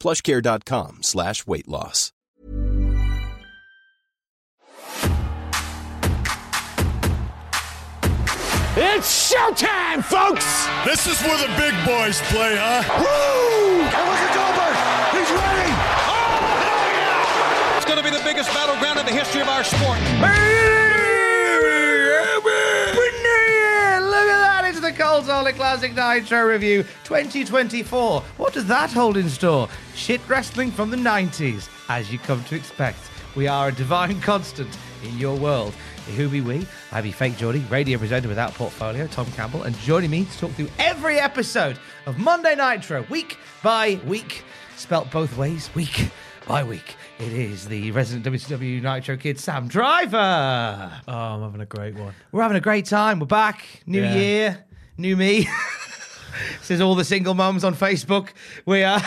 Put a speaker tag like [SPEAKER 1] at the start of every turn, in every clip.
[SPEAKER 1] plushcare.com slash weight loss.
[SPEAKER 2] It's showtime, folks!
[SPEAKER 3] This is where the big boys play, huh?
[SPEAKER 2] Woo! And look at Goldberg! He's ready!
[SPEAKER 4] It's going to be the biggest battleground in the history of our sport.
[SPEAKER 5] Look at that! It's the Cold Solid Classic Nitro Review 2024. What does that hold in store? Shit wrestling from the 90s, as you come to expect. We are a divine constant in your world. Who be we? I be Fake Geordie, radio presenter without portfolio, Tom Campbell, and joining me to talk through every episode of Monday Nitro, week by week, spelt both ways, week by week. It is the resident WCW Nitro kid, Sam Driver.
[SPEAKER 6] Oh, I'm having a great one.
[SPEAKER 5] We're having a great time. We're back. New
[SPEAKER 6] Yeah.
[SPEAKER 5] year, new me. Says all the single mums on Facebook. We are,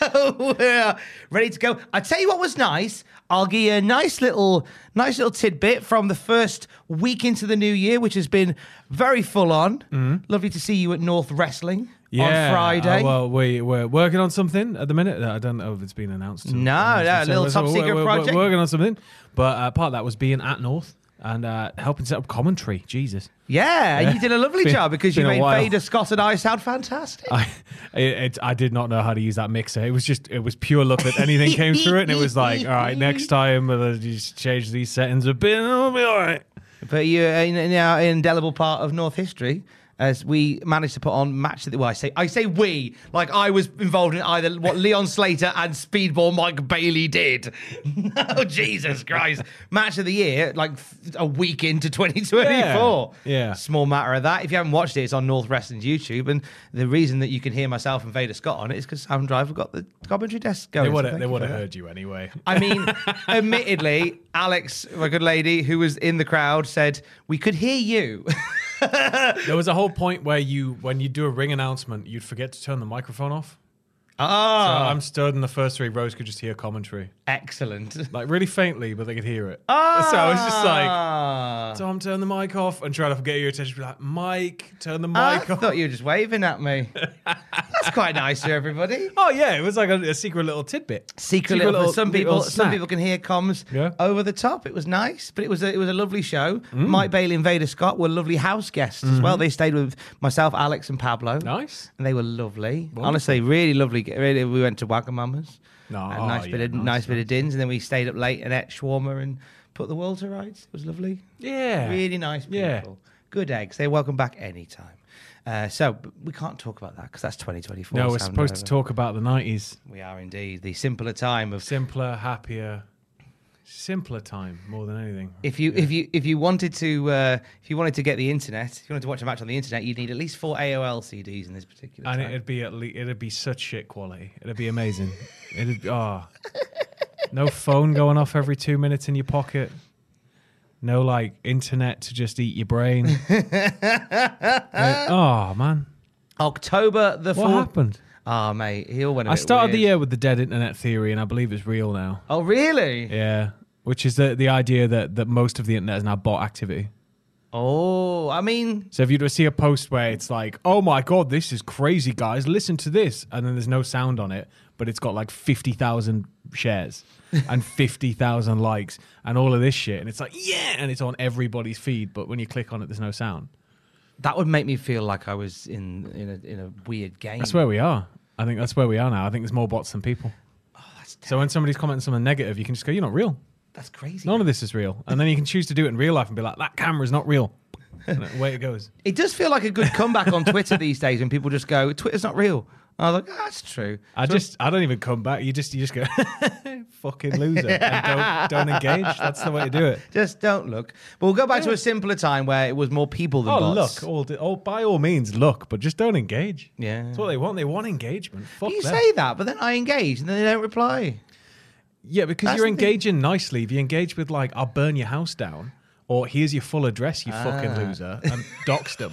[SPEAKER 5] we are ready to go. I tell you what was nice. I'll give you a nice little, nice little tidbit from the first week into the new year, which has been very full on. Lovely to see you at North Wrestling
[SPEAKER 6] Mm-hmm. Yeah.
[SPEAKER 5] on Friday.
[SPEAKER 6] uh, well, we we're working on something at the minute. that I don't know if it's been announced. or-
[SPEAKER 5] No,
[SPEAKER 6] announced
[SPEAKER 5] no, a
[SPEAKER 6] yet.
[SPEAKER 5] little top
[SPEAKER 6] we're-
[SPEAKER 5] secret
[SPEAKER 6] we're,
[SPEAKER 5] project.
[SPEAKER 6] We're working on something, but uh, part of that was being at North and uh, helping set up commentary. Jesus,
[SPEAKER 5] yeah,
[SPEAKER 6] Yeah.
[SPEAKER 5] you did a lovely
[SPEAKER 6] Been-
[SPEAKER 5] job because you
[SPEAKER 6] been a
[SPEAKER 5] made
[SPEAKER 6] while.
[SPEAKER 5] Vader, Scott, and I sound fantastic.
[SPEAKER 6] I it, it, I did not know how to use that mixer. It was just it was pure luck that anything came through it, and it was like, all right, next time uh, just change these settings a bit, and it'll be all right.
[SPEAKER 5] But you're in, in our indelible part of North history as we managed to put on match of the. Well, I say I say we like I was involved in either what Leon Slater and Speedball Mike Bailey did. oh Jesus Christ! match of the year, like th- a week into 2024.
[SPEAKER 6] Yeah, yeah.
[SPEAKER 5] Small matter of that. If you haven't watched it, it's on North Wrestling's YouTube, and the reason that you can hear myself and Vader Scott on it is because Sam Driver got the commentary desk going.
[SPEAKER 6] They
[SPEAKER 5] so
[SPEAKER 6] would have
[SPEAKER 5] thank
[SPEAKER 6] they
[SPEAKER 5] you
[SPEAKER 6] would
[SPEAKER 5] for
[SPEAKER 6] have
[SPEAKER 5] that.
[SPEAKER 6] heard you anyway.
[SPEAKER 5] I mean, admittedly, Alex, my good lady, who was in the crowd, said, We could hear you.
[SPEAKER 6] There was a whole point where you when you do a ring announcement, you'd forget to turn the microphone off. So
[SPEAKER 5] Ah,
[SPEAKER 6] Oh, I'm stood in the first three rows, could just hear commentary.
[SPEAKER 5] excellent.
[SPEAKER 6] like really faintly, but they could hear it. So I was just like,
[SPEAKER 5] Ah.
[SPEAKER 6] Tom, turn the mic off, and trying to get your attention. Be like, Mike, turn the
[SPEAKER 5] Oh I
[SPEAKER 6] mic off.
[SPEAKER 5] thought you were just waving at me. That's quite nice to everybody.
[SPEAKER 6] Oh yeah, it was like a, a secret little tidbit.
[SPEAKER 5] Secret, little, some people some
[SPEAKER 6] snack.
[SPEAKER 5] people can hear comms
[SPEAKER 6] Yeah.
[SPEAKER 5] over the top. It was nice, but it was a, it was a lovely show. Mike Bailey and Vader Scott were lovely house guests as well. They stayed with myself, Alex, and Pablo.
[SPEAKER 6] Nice.
[SPEAKER 5] and they were lovely. Honestly, really lovely. Really, we went to Wagamama's.
[SPEAKER 6] No,
[SPEAKER 5] Had
[SPEAKER 6] oh,
[SPEAKER 5] nice bit
[SPEAKER 6] yeah,
[SPEAKER 5] of nice,
[SPEAKER 6] nice,
[SPEAKER 5] bit of dins, and then we stayed up late and ate shawarma and put the world to rights. It was lovely.
[SPEAKER 6] Yeah.
[SPEAKER 5] really nice people.
[SPEAKER 6] Yeah.
[SPEAKER 5] Good eggs. They're welcome back anytime. Uh, so but we can't talk about that because that's 2024.
[SPEAKER 6] No, we're
[SPEAKER 5] Sam
[SPEAKER 6] supposed to
[SPEAKER 5] Donovan.
[SPEAKER 6] talk about the nineties.
[SPEAKER 5] We are indeed the simpler time of
[SPEAKER 6] Simpler, happier, simpler time more than anything.
[SPEAKER 5] If you if you if you wanted to uh, if you wanted to get the internet, if you wanted to watch a match on the internet, you'd need at least four AOL CDs in this particular.
[SPEAKER 6] and
[SPEAKER 5] time.
[SPEAKER 6] it'd be at least, it'd be such shit quality. It'd be amazing. it'd ah, no phone going off every two minutes in your pocket. No like internet to just eat your brain. It- oh man,
[SPEAKER 5] October the
[SPEAKER 6] what
[SPEAKER 5] fourth.
[SPEAKER 6] happened?
[SPEAKER 5] Oh mate, he all went. I
[SPEAKER 6] I started the year with the dead internet theory, and I believe it's real now.
[SPEAKER 5] Oh really?
[SPEAKER 6] Yeah, which is the the idea that that most of the internet is now bot activity.
[SPEAKER 5] Oh, I mean,
[SPEAKER 6] So if you were to see a post where it's like, "Oh my god, this is crazy, guys! Listen to this," and then there's no sound on it, but it's got like fifty thousand shares and fifty thousand likes and all of this shit, and it's like, "Yeah!" and it's on everybody's feed, but when you click on it, there's no sound.
[SPEAKER 5] that would make me feel like I was in in a in a weird game.
[SPEAKER 6] That's where we are. I think that's where we are now. I think there's more bots than people.
[SPEAKER 5] That's That's
[SPEAKER 6] So when somebody's commenting something negative, you can just go, "You're not real.
[SPEAKER 5] That's crazy.
[SPEAKER 6] None of this is real." And then you can choose to do it in real life and be like, "That camera's not real." And away it goes.
[SPEAKER 5] It does feel like a good comeback on Twitter these days when people just go, Twitter's not real. I was like, "Ah, that's true.
[SPEAKER 6] I just, I don't even come back. You just, you just go, "Fucking loser," and don't, don't engage. That's the way to do it.
[SPEAKER 5] Just don't look. But we'll go back to a simpler time where it was more people than
[SPEAKER 6] Oh,
[SPEAKER 5] bots.
[SPEAKER 6] look! All, di- oh, by all means, look, but just don't engage.
[SPEAKER 5] Yeah.
[SPEAKER 6] that's what they want. They want engagement. Fuck
[SPEAKER 5] You
[SPEAKER 6] them.
[SPEAKER 5] say that, but then I engage and then they don't reply.
[SPEAKER 6] Yeah, because
[SPEAKER 5] That's
[SPEAKER 6] you're
[SPEAKER 5] the thing.
[SPEAKER 6] engaging nicely. If you engage with like, "I'll burn your house down," or "Here's your full address, you
[SPEAKER 5] Ah.
[SPEAKER 6] fucking loser," and dox them,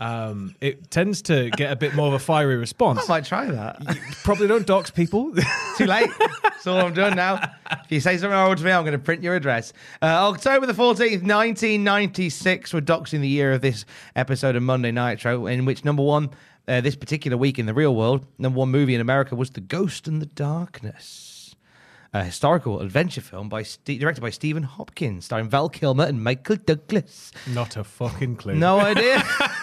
[SPEAKER 6] um, it tends to get a bit more of a fiery response.
[SPEAKER 5] I might try that.
[SPEAKER 6] You probably don't dox people.
[SPEAKER 5] Too late. That's all I'm doing now. If you say something horrible to me, I'm going to print your address. Uh, October the 14th, 1996. We're doxing the year of this episode of Monday Nitro, in which number one, uh, this particular week in the real world, number one movie in America was The Ghost in the Darkness. A historical adventure film by Ste directed by Stephen Hopkins, starring Val Kilmer and Michael Douglas.
[SPEAKER 6] Not a fucking clue.
[SPEAKER 5] No idea.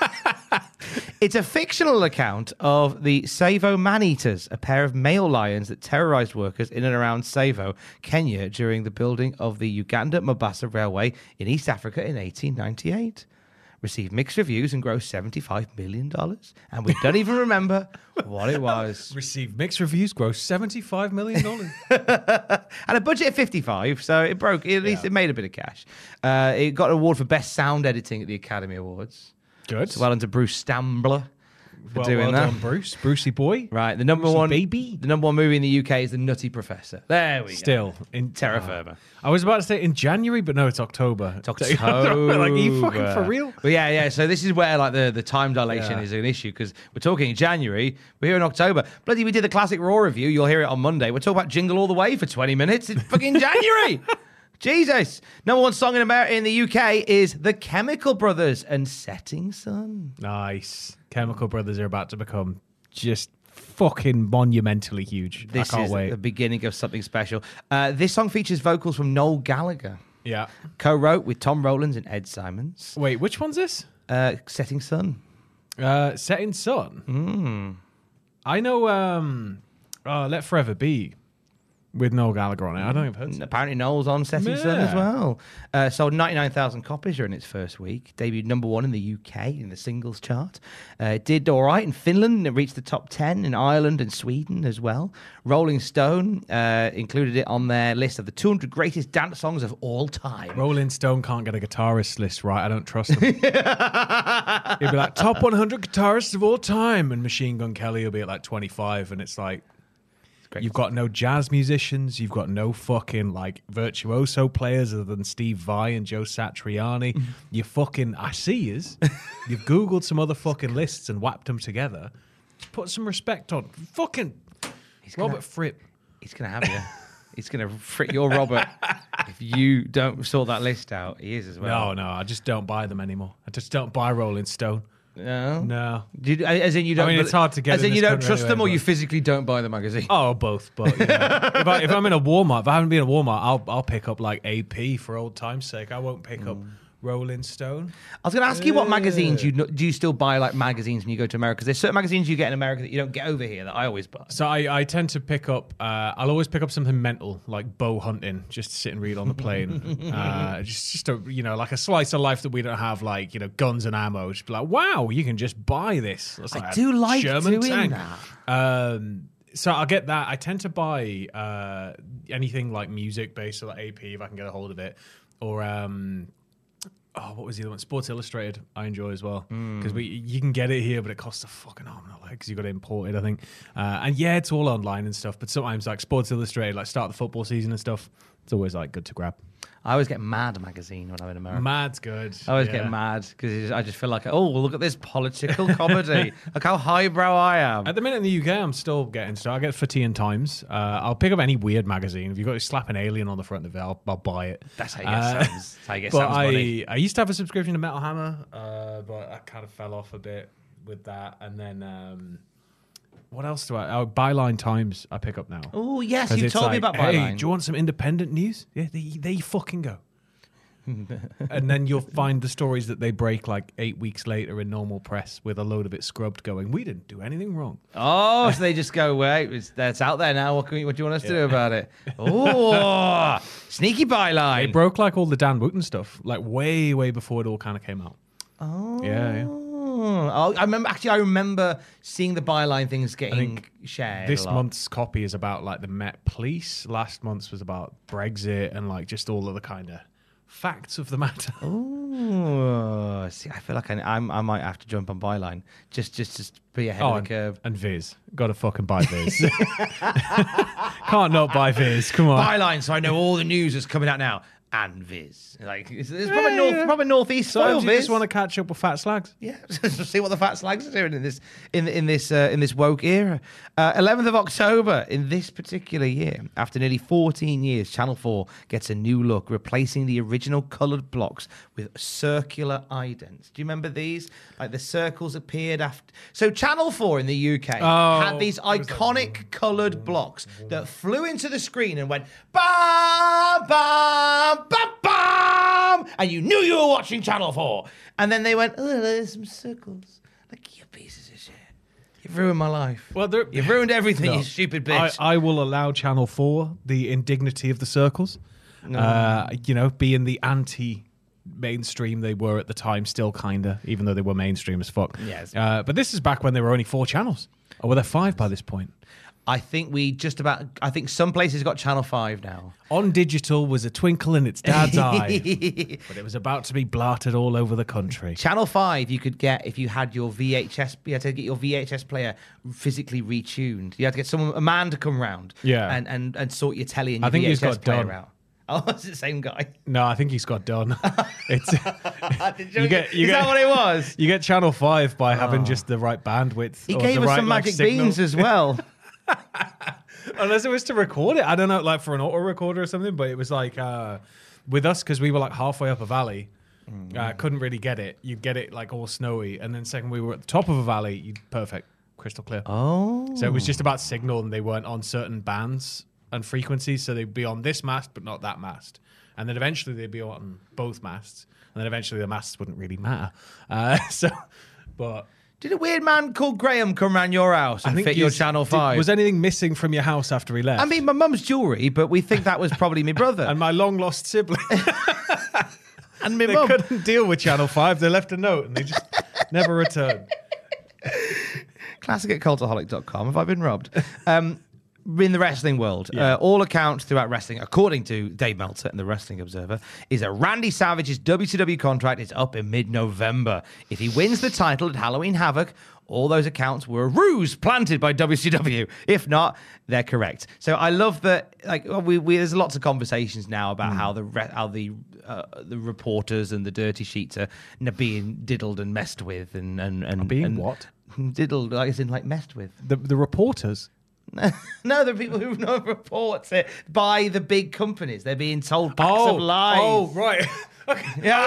[SPEAKER 5] it's a fictional account of the Savo man-eaters, a pair of male lions that terrorized workers in and around Savo, Kenya, during the building of the Uganda Mombasa Railway in East Africa in 1898. Received mixed reviews and grossed $75 million. And we don't even remember what it was.
[SPEAKER 6] Received mixed reviews, gross seventy-five million dollars.
[SPEAKER 5] and a budget of 55 so it broke at least it made a bit of cash uh, it got an award for best sound editing at the academy awards
[SPEAKER 6] Good.
[SPEAKER 5] so well done to bruce stambler for
[SPEAKER 6] well,
[SPEAKER 5] doing
[SPEAKER 6] well
[SPEAKER 5] that
[SPEAKER 6] done, Bruce, Brucey boy.
[SPEAKER 5] right the number
[SPEAKER 6] Brucey
[SPEAKER 5] one
[SPEAKER 6] baby.
[SPEAKER 5] the number one movie in the uk is the nutty professor there we go
[SPEAKER 6] Still in Ah.
[SPEAKER 5] Terra firma.
[SPEAKER 6] I was about to say in January, but no, it's October. It's
[SPEAKER 5] October.
[SPEAKER 6] like, are you fucking for real?
[SPEAKER 5] But uh, yeah, yeah. So this is where like the, the time dilation
[SPEAKER 6] Yeah.
[SPEAKER 5] is an issue because we're talking January, we're here in October. Bloody, we did the classic Raw review. You'll hear it on Monday. We're talking about Jingle All the Way for 20 minutes. It's fucking January. Jesus. Number one song in America in the UK is The Chemical Brothers and Setting Sun.
[SPEAKER 6] Nice. Chemical Brothers are about to become just fucking monumentally huge.
[SPEAKER 5] This
[SPEAKER 6] I can't
[SPEAKER 5] is
[SPEAKER 6] wait.
[SPEAKER 5] the beginning of something special. Uh, this song features vocals from Noel Gallagher.
[SPEAKER 6] yeah.
[SPEAKER 5] Co-wrote with Tom Rowlands and Ed Simons.
[SPEAKER 6] Wait, which one's this?
[SPEAKER 5] Uh, Setting Sun.
[SPEAKER 6] Uh, Set in Sun.
[SPEAKER 5] Hmm.
[SPEAKER 6] I know. Um, uh, Let Forever Be with Noel Gallagher on it. I don't think I've heard.
[SPEAKER 5] And apparently Noel's on Setting Sun
[SPEAKER 6] Yeah.
[SPEAKER 5] as well. Uh, sold 99,000 copies during its first week. Debuted number one in the UK in the singles chart. Uh, it did all right in Finland. It reached the top 10 in Ireland and Sweden as well. Rolling Stone uh, included it on their list of the 200 greatest dance songs of all time.
[SPEAKER 6] Rolling Stone can't get a guitarist list right. I don't trust them. He'll be like top 100 guitarists of all time, and Machine Gun Kelly will be at like 25, and it's like you've got no jazz musicians, you've got no fucking like virtuoso players other than Steve Vai and Joe Satriani. you fucking I see yous. You've googled some other fucking lists and whapped them together. Put some respect on fucking
[SPEAKER 5] gonna-
[SPEAKER 6] Robert Fripp.
[SPEAKER 5] He's going to have you. He's going to frick your Robert if you don't sort that list out. He is as well.
[SPEAKER 6] No, no, I just don't buy them anymore. I just don't buy Rolling Stone.
[SPEAKER 5] No.
[SPEAKER 6] No.
[SPEAKER 5] Do you, as in you don't.
[SPEAKER 6] mean, it's hard to get
[SPEAKER 5] As
[SPEAKER 6] in
[SPEAKER 5] in, you
[SPEAKER 6] this
[SPEAKER 5] don't
[SPEAKER 6] country
[SPEAKER 5] trust them, or
[SPEAKER 6] anyway,
[SPEAKER 5] you
[SPEAKER 6] but-
[SPEAKER 5] physically don't buy the magazine.
[SPEAKER 6] Oh, both. But you know, if, I, if I'm in a Walmart, if I haven't been in a Walmart, I'll I'll pick up like AP for old time's sake. I won't pick up Rolling Stone.
[SPEAKER 5] I was going to ask you what magazines you do you still buy like magazines when you go to America? 'Cause there's certain magazines you get in America that you don't get over here that I always buy.
[SPEAKER 6] So I, I tend to pick up. Uh, I'll always pick up something mental like bow hunting, just to sit and read on the plane. uh, just just a you know like a slice of life that we don't have, like you know guns and ammo. Just be like, wow, you can just buy this. That's
[SPEAKER 5] I
[SPEAKER 6] a
[SPEAKER 5] do like
[SPEAKER 6] German
[SPEAKER 5] doing
[SPEAKER 6] tank.
[SPEAKER 5] that.
[SPEAKER 6] Um, so I'll get that. I tend to buy uh, anything like music based or like AP if I can get a hold of it, or um, oh, what was the other one? Sports Illustrated. I enjoy as well
[SPEAKER 5] Hmm.
[SPEAKER 6] because we you can get it here, but it costs a fucking arm and a leg because you got it imported, I think. Uh, and yeah, it's all online and stuff. But sometimes like Sports Illustrated, like start the football season and stuff, it's always like good to grab.
[SPEAKER 5] I always get Mad magazine when I'm in America.
[SPEAKER 6] Mad's good.
[SPEAKER 5] I always
[SPEAKER 6] Yeah.
[SPEAKER 5] get mad because I just feel like, oh, well, look at this political comedy. look how highbrow I am.
[SPEAKER 6] At the minute in the UK, I'm still getting stuff. I get Fatih and Times. Uh, I'll pick up any weird magazine. If you've got to slap an alien on the front of it, I'll, I'll buy it. Uh,
[SPEAKER 5] That's how you get Sam's. That's how you get
[SPEAKER 6] but
[SPEAKER 5] Sam's money.
[SPEAKER 6] I, I used to have a subscription to Metal Hammer, uh, but I kind of fell off a bit with that. And then um, what else do I? Oh, Byline Times, I pick up now.
[SPEAKER 5] Oh, yes,
[SPEAKER 6] 'Cause
[SPEAKER 5] you
[SPEAKER 6] it's
[SPEAKER 5] told me about
[SPEAKER 6] like, Hey,
[SPEAKER 5] Byline."
[SPEAKER 6] do you want some independent news? Yeah, there you, there you fucking go. and then you'll find the stories that they break like eight weeks later in normal press with a load of it scrubbed, going, "We didn't do anything wrong."
[SPEAKER 5] Oh, so they just go, wait, it's, that's out there now. What, can we, what do you want us to do about it? Oh, sneaky
[SPEAKER 6] It
[SPEAKER 5] byline.
[SPEAKER 6] broke like all the Dan Wooten stuff, like way, way before it all kind of came out. Oh, yeah. yeah.
[SPEAKER 5] Oh, I remember. Actually, I remember seeing the byline things getting
[SPEAKER 6] think
[SPEAKER 5] shared.
[SPEAKER 6] This
[SPEAKER 5] a lot.
[SPEAKER 6] month's copy is about like the Met Police. Last month's was about Brexit and like just all of the kind of facts of the matter.
[SPEAKER 5] Ooh, see, I feel like I, I'm, I might have to jump on byline just, just, just be ahead of
[SPEAKER 6] Oh,
[SPEAKER 5] the
[SPEAKER 6] and,
[SPEAKER 5] curve.
[SPEAKER 6] and Viz. Gotta fucking buy Viz. Can't not buy Viz. Come on.
[SPEAKER 5] Byline, so I know all the news that's coming out now. And Viz, like it's, it's probably north, probably northeast.
[SPEAKER 6] so
[SPEAKER 5] soil,
[SPEAKER 6] do you
[SPEAKER 5] Viz.
[SPEAKER 6] just want to catch up with fat slags?
[SPEAKER 5] Yeah, see what the fat slags are doing in this in in this uh, in this woke era. Uh, Eleventh of October in this particular year, after nearly fourteen years, Channel Four gets a new look, replacing the original coloured blocks with circular idents. Do you remember these? Like the circles appeared after. So Channel Four in the UK had these iconic coloured blocks that flew into the screen and went bam bam bam bam, and you knew you were watching Channel Four. And then they went, oh, there's some circles. Like you pieces of shit. You've ruined my life.
[SPEAKER 6] Well, there-
[SPEAKER 5] you've ruined everything,
[SPEAKER 6] No.
[SPEAKER 5] you stupid bitch.
[SPEAKER 6] I, I will allow Channel 4 the indignity of the circles. Uh, you know, being the anti mainstream they were at the time, still kinda, even though they were mainstream as fuck.
[SPEAKER 5] Yes.
[SPEAKER 6] Uh, but this is back when there were only four channels. Or were there five by this point?
[SPEAKER 5] I think we just about. I think some places got Channel Five now.
[SPEAKER 6] On digital was a twinkle in its dad's eye, but it was about to be blarted all over the country.
[SPEAKER 5] Channel Five you could get if you had your VHS. You had to get your VHS player physically retuned. You had to get someone, a man, to come round.
[SPEAKER 6] Yeah.
[SPEAKER 5] and and, and sort your telly and
[SPEAKER 6] I
[SPEAKER 5] your
[SPEAKER 6] think
[SPEAKER 5] VHS
[SPEAKER 6] he's got
[SPEAKER 5] player
[SPEAKER 6] done.
[SPEAKER 5] out. Oh, it's the same guy.
[SPEAKER 6] No, I think he's got done. it's
[SPEAKER 5] Did you-
[SPEAKER 6] You get- you
[SPEAKER 5] is
[SPEAKER 6] get-
[SPEAKER 5] that what it was?
[SPEAKER 6] you get Channel Five by having just the right bandwidth.
[SPEAKER 5] Ah. He
[SPEAKER 6] or
[SPEAKER 5] gave
[SPEAKER 6] Oh,
[SPEAKER 5] us
[SPEAKER 6] the right,
[SPEAKER 5] some
[SPEAKER 6] like,
[SPEAKER 5] magic
[SPEAKER 6] signal.
[SPEAKER 5] beans as well.
[SPEAKER 6] unless it was to record it. I don't know, like for an auto recorder or something. But it was like uh, with us because we were like halfway up a valley.
[SPEAKER 5] Mm.
[SPEAKER 6] Uh, couldn't really get it. You'd get it like all snowy, and then second we were at the top of a valley. You perfect, crystal clear.
[SPEAKER 5] oh,
[SPEAKER 6] So it was just about signal, and they weren't on certain bands and frequencies. So they'd be on this mast, but not that mast. And then eventually they'd be on both masts. And then eventually the masts wouldn't really matter. Uh, so, but
[SPEAKER 5] did a weird man called Graham come round your house and fit your
[SPEAKER 6] he's-
[SPEAKER 5] Channel
[SPEAKER 6] did-
[SPEAKER 5] Five?
[SPEAKER 6] was anything missing from your house after he left?
[SPEAKER 5] I mean, my mum's jewelry, but we think that was probably my brother
[SPEAKER 6] and my long lost sibling.
[SPEAKER 5] and my
[SPEAKER 6] they
[SPEAKER 5] mum.
[SPEAKER 6] couldn't deal with Channel 5. They left a note and they just never returned.
[SPEAKER 5] Classic at cultaholic.com. Have I been robbed? Um, in the wrestling world, uh, all accounts throughout wrestling, according to Dave Meltzer and the Wrestling Observer, is that Randy Savage's WCW contract is up in mid November. If he wins the title at Halloween Havoc, all those accounts were a ruse planted by WCW. If not, they're correct. So I love that. Like we, we there's lots of conversations now about
[SPEAKER 6] Mm.
[SPEAKER 5] how the re- how the uh, the reporters and the dirty sheets are being diddled and messed with and and and
[SPEAKER 6] being
[SPEAKER 5] and-
[SPEAKER 6] what?
[SPEAKER 5] diddled, like as in like messed with.
[SPEAKER 6] The, the reporters.
[SPEAKER 5] No, the people who know reports it by the big companies. They're being told packs of lies.
[SPEAKER 6] oh, right. okay.
[SPEAKER 5] yeah.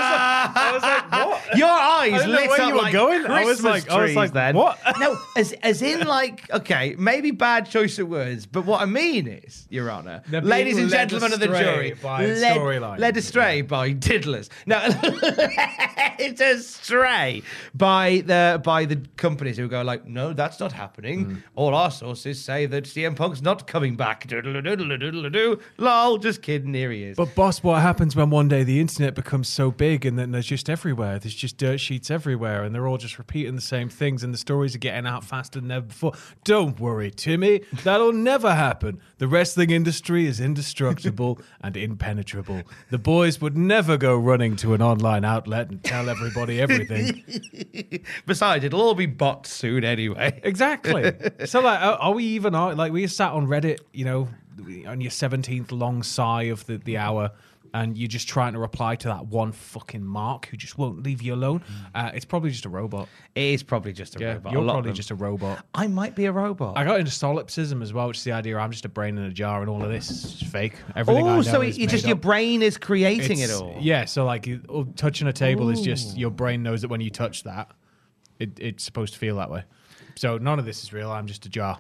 [SPEAKER 6] I was like, what?
[SPEAKER 5] Your eyes
[SPEAKER 6] I didn't know
[SPEAKER 5] lit
[SPEAKER 6] where
[SPEAKER 5] up
[SPEAKER 6] you were
[SPEAKER 5] like
[SPEAKER 6] going. I was
[SPEAKER 5] Christmas
[SPEAKER 6] like- I was
[SPEAKER 5] trees
[SPEAKER 6] like,
[SPEAKER 5] then.
[SPEAKER 6] what?
[SPEAKER 5] no, as as in like, okay, maybe bad choice of words, but what I mean is, Your Honor,
[SPEAKER 6] They're being
[SPEAKER 5] ladies and
[SPEAKER 6] led
[SPEAKER 5] gentlemen of the
[SPEAKER 6] astray
[SPEAKER 5] jury,
[SPEAKER 6] by a
[SPEAKER 5] led,
[SPEAKER 6] storyline.
[SPEAKER 5] led astray by diddlers. No, led astray by the by the companies who go like, no, that's not happening.
[SPEAKER 6] Hmm.
[SPEAKER 5] All our sources say that CM Punk's not coming back. Doodle-a-doodle-a-doodle-a-doo. Lol, just kidding. Here he is.
[SPEAKER 6] But boss, what happens when one day the internet becomes so big and then there's just everywhere? There's just dirt sheets everywhere, and they're all just repeating the same things, and the stories are getting out faster than ever before. Don't worry, Timmy, that'll never happen. The wrestling industry is indestructible and impenetrable. The boys would never go running to an online outlet and tell everybody everything.
[SPEAKER 5] Besides, it'll all be bots soon anyway.
[SPEAKER 6] Exactly. so, like, are, are we even are, like we sat on Reddit, you know, on your seventeenth long sigh of the, the hour, and you're just trying to reply to that one fucking Mark who just won't leave you alone. Uh, it's probably just a robot.
[SPEAKER 5] It is probably just Mm. a robot.
[SPEAKER 6] you're probably just a robot.
[SPEAKER 5] I might be a robot.
[SPEAKER 6] I got into solipsism as well, which is the idea I'm just a brain in a jar, and all of this is fake. Everything. I
[SPEAKER 5] oh,
[SPEAKER 6] know
[SPEAKER 5] so
[SPEAKER 6] is
[SPEAKER 5] it, you
[SPEAKER 6] made
[SPEAKER 5] just your
[SPEAKER 6] up.
[SPEAKER 5] brain is creating it
[SPEAKER 6] It's-
[SPEAKER 5] all.
[SPEAKER 6] Yeah, so like you- oh, touching a table is just your brain knows that when you touch that, it, it's supposed to feel that way. So none of this is real. I'm just a jar.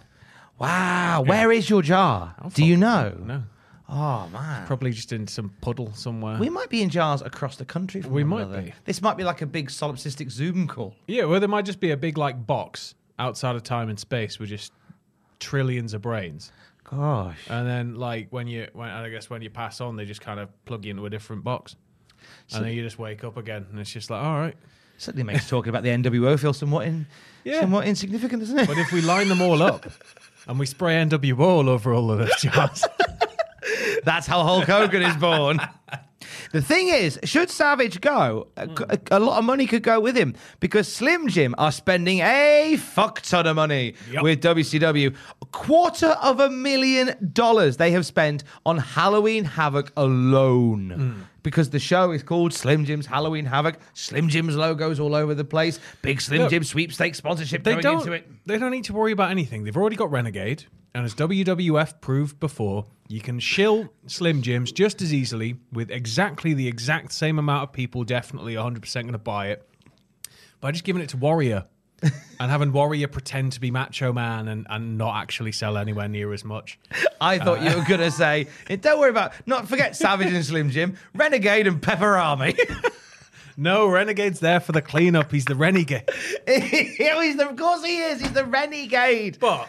[SPEAKER 5] Wow. Where is your jar? Do you know?
[SPEAKER 6] No.
[SPEAKER 5] Oh man.
[SPEAKER 6] Probably just in some puddle somewhere.
[SPEAKER 5] We might be in jars across the country. From
[SPEAKER 6] We
[SPEAKER 5] one
[SPEAKER 6] might
[SPEAKER 5] another.
[SPEAKER 6] be.
[SPEAKER 5] This might be like a big solipsistic Zoom call.
[SPEAKER 6] yeah, well, there might just be a big like box outside of time and space with just trillions of brains,
[SPEAKER 5] Gosh.
[SPEAKER 6] and then like when you, when I guess when you pass on, they just kind of plug you into a different box, and then you just wake up again, and it's just like, all right.
[SPEAKER 5] Suddenly makes talking about the NWO feel somewhat in,
[SPEAKER 6] Yeah.
[SPEAKER 5] somewhat insignificant, doesn't it?
[SPEAKER 6] But if we line them all up and we spray NWO all over all of those jars,
[SPEAKER 5] That's how Hulk Hogan is born. The thing is, should Savage go, a, a lot of money could go with him because Slim Jim are spending a fuck ton of money
[SPEAKER 6] Yep.
[SPEAKER 5] with WCW. A quarter of a million dollars they have spent on Halloween Havoc alone because the show is called Slim Jim's Halloween Havoc. Slim Jim's logos all over the place. Big Slim
[SPEAKER 6] Look,
[SPEAKER 5] Jim sweepstakes sponsorship
[SPEAKER 6] they
[SPEAKER 5] going
[SPEAKER 6] don't.
[SPEAKER 5] into it.
[SPEAKER 6] They don't need to worry about anything. They've already got Renegade, and as WWF proved before, you can shill Slim Jims just as easily with exactly the exact same amount of people. Definitely 100 percent going to buy it by just giving it to Warrior. and having Warrior pretend to be Macho Man and, and not actually sell anywhere near as much.
[SPEAKER 5] I thought you were going to say, don't worry about, not forget Savage and Slim Jim, Renegade and Pepper Army.
[SPEAKER 6] No, Renegade's there for the cleanup. He's the Renegade.
[SPEAKER 5] Oh, he's the, of course he is. He's the renegade.
[SPEAKER 6] But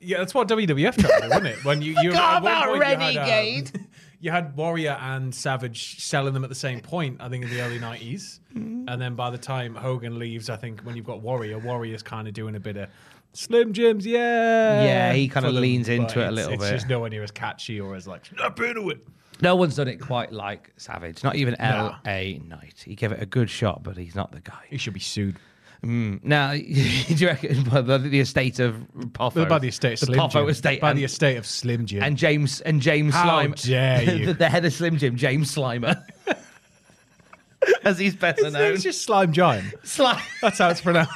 [SPEAKER 6] yeah, that's what WWF tried to do, wasn't it? When you, you
[SPEAKER 5] Forgot
[SPEAKER 6] at one
[SPEAKER 5] about
[SPEAKER 6] point you had, um,
[SPEAKER 5] Renegade.
[SPEAKER 6] you had Warrior and Savage selling them at the same point. I think in the early nineties,
[SPEAKER 5] Mm.
[SPEAKER 6] and then by the time Hogan leaves, I think when you've got Warrior, Warrior's kind of doing a bit of. Slim Jims, yeah,
[SPEAKER 5] Yeah, he kinda
[SPEAKER 6] for them,
[SPEAKER 5] leans
[SPEAKER 6] but
[SPEAKER 5] into it a
[SPEAKER 6] it's-
[SPEAKER 5] little
[SPEAKER 6] it's
[SPEAKER 5] bit.
[SPEAKER 6] just nowhere near as catchy or as like snap into it.
[SPEAKER 5] no one's done it quite like Savage. Not even
[SPEAKER 6] Nah.
[SPEAKER 5] L.A. Knight. He gave it a good shot, but he's not the guy.
[SPEAKER 6] He should be sued.
[SPEAKER 5] Now, do you reckon by the, the estate of Poffo?
[SPEAKER 6] by the estate, of
[SPEAKER 5] the
[SPEAKER 6] Slim
[SPEAKER 5] Poffo
[SPEAKER 6] Jim.
[SPEAKER 5] estate,
[SPEAKER 6] by
[SPEAKER 5] and,
[SPEAKER 6] the estate of Slim Jim.
[SPEAKER 5] and James and James
[SPEAKER 6] How
[SPEAKER 5] Slime.
[SPEAKER 6] dare you.
[SPEAKER 5] the, the head of Slim Jim, James Slimer, as he's better
[SPEAKER 6] His
[SPEAKER 5] known.
[SPEAKER 6] name's just Slime Giant.
[SPEAKER 5] Slime,
[SPEAKER 6] That's how it's pronounced.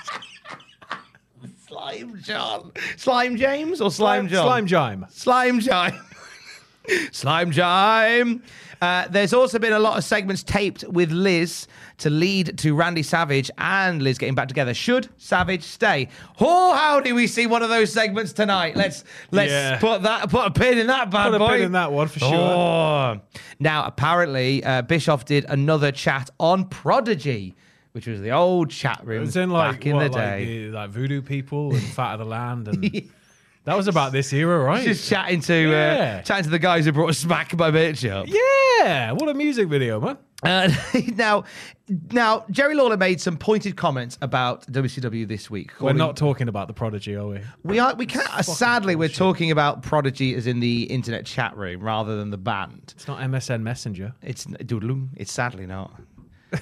[SPEAKER 5] Slime John, Slime James, or Slime John?
[SPEAKER 6] Slime Jime.
[SPEAKER 5] Slime Jime. Slime Jime. Uh, there's also been a lot of segments taped with Liz to lead to Randy Savage and Liz getting back together. Should Savage stay? Oh, howdy, we see one of those segments tonight. Let's let's
[SPEAKER 6] Yeah.
[SPEAKER 5] put that put a pin in that bad
[SPEAKER 6] Put a
[SPEAKER 5] boy.
[SPEAKER 6] pin in that one for sure.
[SPEAKER 5] Oh. Now, apparently, uh, Bischoff did another chat on Prodigy, which was the old chat room
[SPEAKER 6] It's in like
[SPEAKER 5] back in
[SPEAKER 6] what,
[SPEAKER 5] the
[SPEAKER 6] like,
[SPEAKER 5] day.
[SPEAKER 6] the- like voodoo people and fat of the land, and that was about this era, right?
[SPEAKER 5] Just chatting to
[SPEAKER 6] Yeah.
[SPEAKER 5] uh, chatting to the guys who brought Smack My Bitch up.
[SPEAKER 6] yeah, what a music video, man!
[SPEAKER 5] Uh, now, now Jerry Lawler made some pointed comments about WCW this week.
[SPEAKER 6] We're
[SPEAKER 5] calling-
[SPEAKER 6] not talking about the prodigy, are we?
[SPEAKER 5] We are. We can't. uh, sadly, we're talking about Prodigy as in the internet chat room rather than the band.
[SPEAKER 6] It's not MSN Messenger.
[SPEAKER 5] It's doodloom. It's sadly not.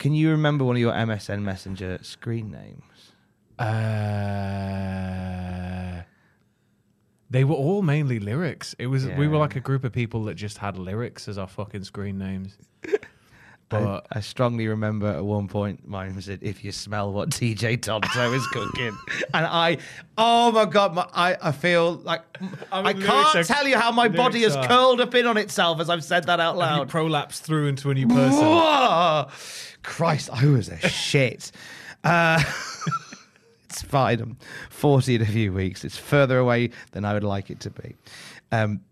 [SPEAKER 5] Can you remember one of your MSN Messenger screen names?
[SPEAKER 6] Uh, they were all mainly lyrics. It was we
[SPEAKER 5] Yeah.
[SPEAKER 6] were like a group of people that just had lyrics as our fucking screen names. But
[SPEAKER 5] I strongly remember at one point mine said, "If you smell what TJ Tonto is cooking," and I, oh my god, my, I I feel like I,
[SPEAKER 6] I mean,
[SPEAKER 5] can't
[SPEAKER 6] lyrics are-
[SPEAKER 5] tell you how my body has
[SPEAKER 6] lyrics are-
[SPEAKER 5] curled up in on itself as I've said that out
[SPEAKER 6] you
[SPEAKER 5] loud.
[SPEAKER 6] prolapse through into a new person.
[SPEAKER 5] Whoa! Christ, I was a shit. Uh, it's fine. I'm 40 in a few weeks. It's further away than I would like it to be. Um,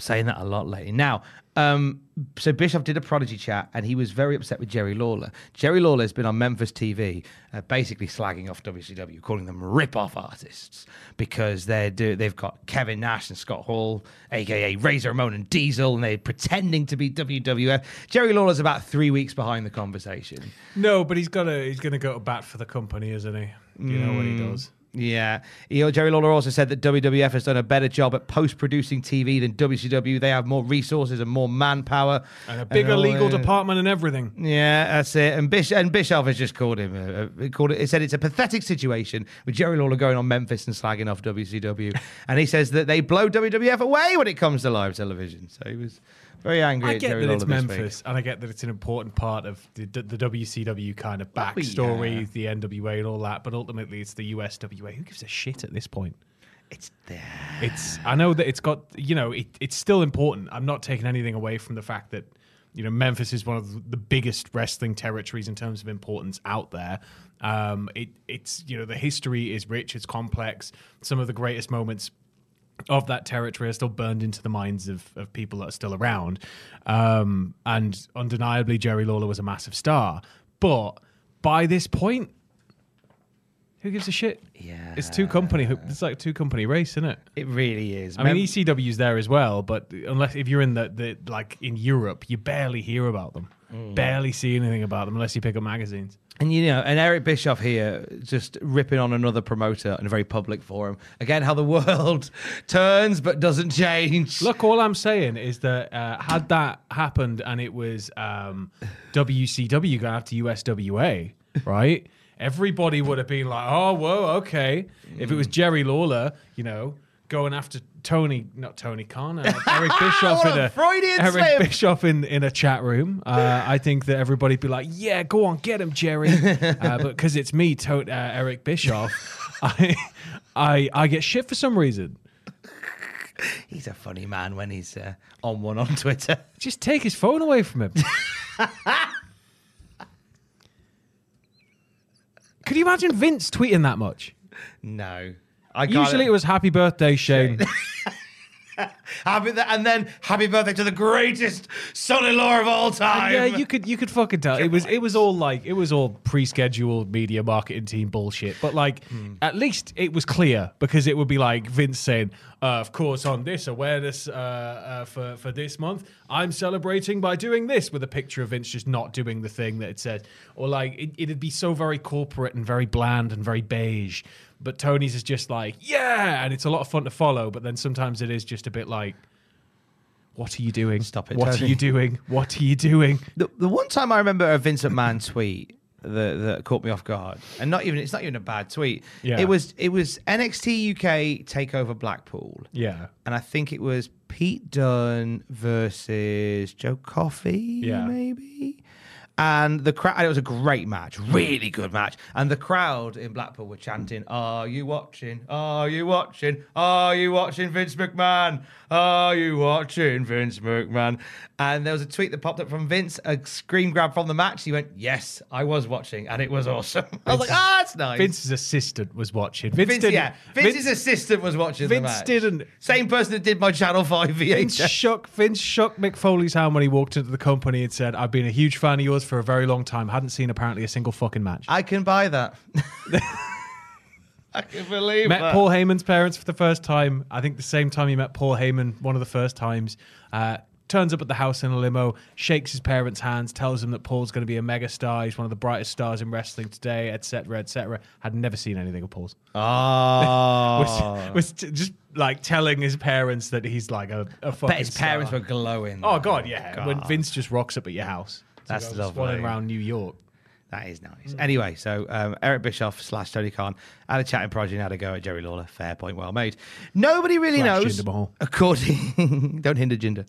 [SPEAKER 5] saying that a lot lately. Now, um, so Bishop did a prodigy chat and he was very upset with Jerry Lawler. Jerry Lawler has been on Memphis TV, uh, basically slagging off WCW, calling them rip-off artists because they do they've got Kevin Nash and Scott Hall, aka Razor Ramon and Diesel, and they're pretending to be WWF. Jerry Lawler's about three weeks behind the conversation.
[SPEAKER 6] No, but he's got a he's gonna go to bat for the company, isn't he? Do you know what he does?
[SPEAKER 5] Yeah. You know, Jerry Lawler also said that WWF has done a better job at post producing TV than WCW. They have more resources and more manpower.
[SPEAKER 6] And a bigger
[SPEAKER 5] all-
[SPEAKER 6] legal
[SPEAKER 5] yeah.
[SPEAKER 6] department and everything.
[SPEAKER 5] Yeah, that's it. And, Bish- and Bischoff has just called him. uh, Uh, called it. He said it's a pathetic situation with Jerry Lawler going on Memphis and slagging off WCW, and he says that they blow WWF away when it comes to live television. So he was very angry.
[SPEAKER 6] I
[SPEAKER 5] at
[SPEAKER 6] get
[SPEAKER 5] Jerry
[SPEAKER 6] that
[SPEAKER 5] Lawler
[SPEAKER 6] it's
[SPEAKER 5] this week.
[SPEAKER 6] Memphis, and I get that it's an important part of the, the WCW kind of
[SPEAKER 5] Well,
[SPEAKER 6] backstory, the NWA and all that. But ultimately, it's the USWA. Who gives a shit at this point?
[SPEAKER 5] It's there.
[SPEAKER 6] It's I know that it's got you know it, it's still important. I'm not taking anything away from the fact that you know Memphis is one of the biggest wrestling territories in terms of importance out there. Um, it it's you know the history is rich, it's complex. Some of the greatest moments of that territory are still burned into the minds of, of people that are still around. Um, and undeniably, Jerry Lawler was a massive star. But by this point, who gives a shit?
[SPEAKER 5] Yeah.
[SPEAKER 6] It's two company. It's like two company race, isn't it?
[SPEAKER 5] It really is.
[SPEAKER 6] I
[SPEAKER 5] Mem-
[SPEAKER 6] mean, E ECW's there as well, but unless if you're in the, the like in Europe, you barely hear about them,
[SPEAKER 5] Mm.
[SPEAKER 6] barely see anything about them unless you pick up magazines.
[SPEAKER 5] And you know, and Eric Bischoff here just ripping on another promoter in a very public forum. Again, how the world turns but doesn't change.
[SPEAKER 6] Look, all I'm saying is that uh, had that happened and it was um, WCW going after USWA, right? Everybody would have been like, "Oh, whoa, okay." If it
[SPEAKER 5] Mm.
[SPEAKER 6] was Jerry Lawler, you know, going after Tony, not Tony Khan, uh, Eric Bischoff
[SPEAKER 5] What
[SPEAKER 6] in
[SPEAKER 5] a
[SPEAKER 6] a
[SPEAKER 5] Freudian
[SPEAKER 6] Eric
[SPEAKER 5] slip.
[SPEAKER 6] Bischoff in in a chat room. Uh, I think that everybody'd be like, "Yeah, go on, get him, Jerry," uh, but because it's me, to- uh, Eric Bischoff, I, I I get shit for some reason.
[SPEAKER 5] He's a funny man when he's uh, on one on Twitter.
[SPEAKER 6] Just take his phone away from him. Could you imagine Vince tweeting that much?
[SPEAKER 5] No. I can't.
[SPEAKER 6] Usually it was happy birthday, Shane.
[SPEAKER 5] happy th- and then happy birthday to the greatest son-in-law of all time.
[SPEAKER 6] yeah, you could you could fucking tell. It was it was all like it was all pre-scheduled media marketing team bullshit. But like at least it was clear because it would be like Vince saying, uh, of course, on this awareness uh, uh, for for this month, I'm celebrating by doing this with a picture of Vince just not doing the thing that it said, or like it, it'd be so very corporate and very bland and very beige. But Tony's is just like yeah, and it's a lot of fun to follow. But then sometimes it is just a bit like. What are you doing?
[SPEAKER 5] Stop it,
[SPEAKER 6] What
[SPEAKER 5] Tony.
[SPEAKER 6] are you doing? What are you doing?
[SPEAKER 5] the, the one time I remember a Vincent Mann tweet that, that caught me off guard, and not even it's not even a bad tweet.
[SPEAKER 6] Yeah.
[SPEAKER 5] It was it was NXT UK takeover Blackpool.
[SPEAKER 6] Yeah.
[SPEAKER 5] and I think it was Pete Dunne versus Joe Coffey,
[SPEAKER 6] Yeah.
[SPEAKER 5] maybe. And the crowd, it was a great match, really good match. And the crowd in Blackpool were chanting, Are you watching? Are you watching? Are you watching Vince McMahon? Are you watching Vince McMahon? And there was a tweet that popped up from Vince, a screen grab from the match. He went, Yes, I was watching, and it was awesome. I was like, Ah, that's nice.
[SPEAKER 6] Vince's assistant was watching. Vince,
[SPEAKER 5] Vince,
[SPEAKER 6] didn't,
[SPEAKER 5] yeah. Vince's assistant was watching the
[SPEAKER 6] Vince
[SPEAKER 5] match.
[SPEAKER 6] didn't-
[SPEAKER 5] Same person that did my Channel 5
[SPEAKER 6] Vince
[SPEAKER 5] VHS.
[SPEAKER 6] shook Vince shook Mick Foley's hand when he walked into the company and said, "I've been a huge fan of yours for a very long time. Hadn't seen apparently a single fucking match."
[SPEAKER 5] I can buy that. I can believe
[SPEAKER 6] met
[SPEAKER 5] that.
[SPEAKER 6] Paul Heyman's parents for the first time. I think the same time he met Paul Heyman, one of the first times. Uh, turns up at the house in a limo, shakes his parents' hands, tells them that Paul's going to be a megastar. He's one of the brightest stars in wrestling today, etc., etc. Had never seen anything of Paul's.
[SPEAKER 5] Oh.
[SPEAKER 6] Was, was t- just like telling his parents that he's like a, a fucking.
[SPEAKER 5] bet his parents
[SPEAKER 6] star.
[SPEAKER 5] were glowing.
[SPEAKER 6] Oh god, yeah.
[SPEAKER 5] God.
[SPEAKER 6] When Vince just rocks up at your house, It's
[SPEAKER 5] That's
[SPEAKER 6] like, I'm
[SPEAKER 5] lovely.
[SPEAKER 6] just Running around New York.
[SPEAKER 5] That is nice. Anyway, so um, Eric Bischoff slash Tony Khan had a chat in Prodigy and had a go at Jerry Lawler. Fair point, well made. Nobody really
[SPEAKER 6] Slash
[SPEAKER 5] knows.
[SPEAKER 6] Jinder Mahal.
[SPEAKER 5] According, don't hinder Jinder.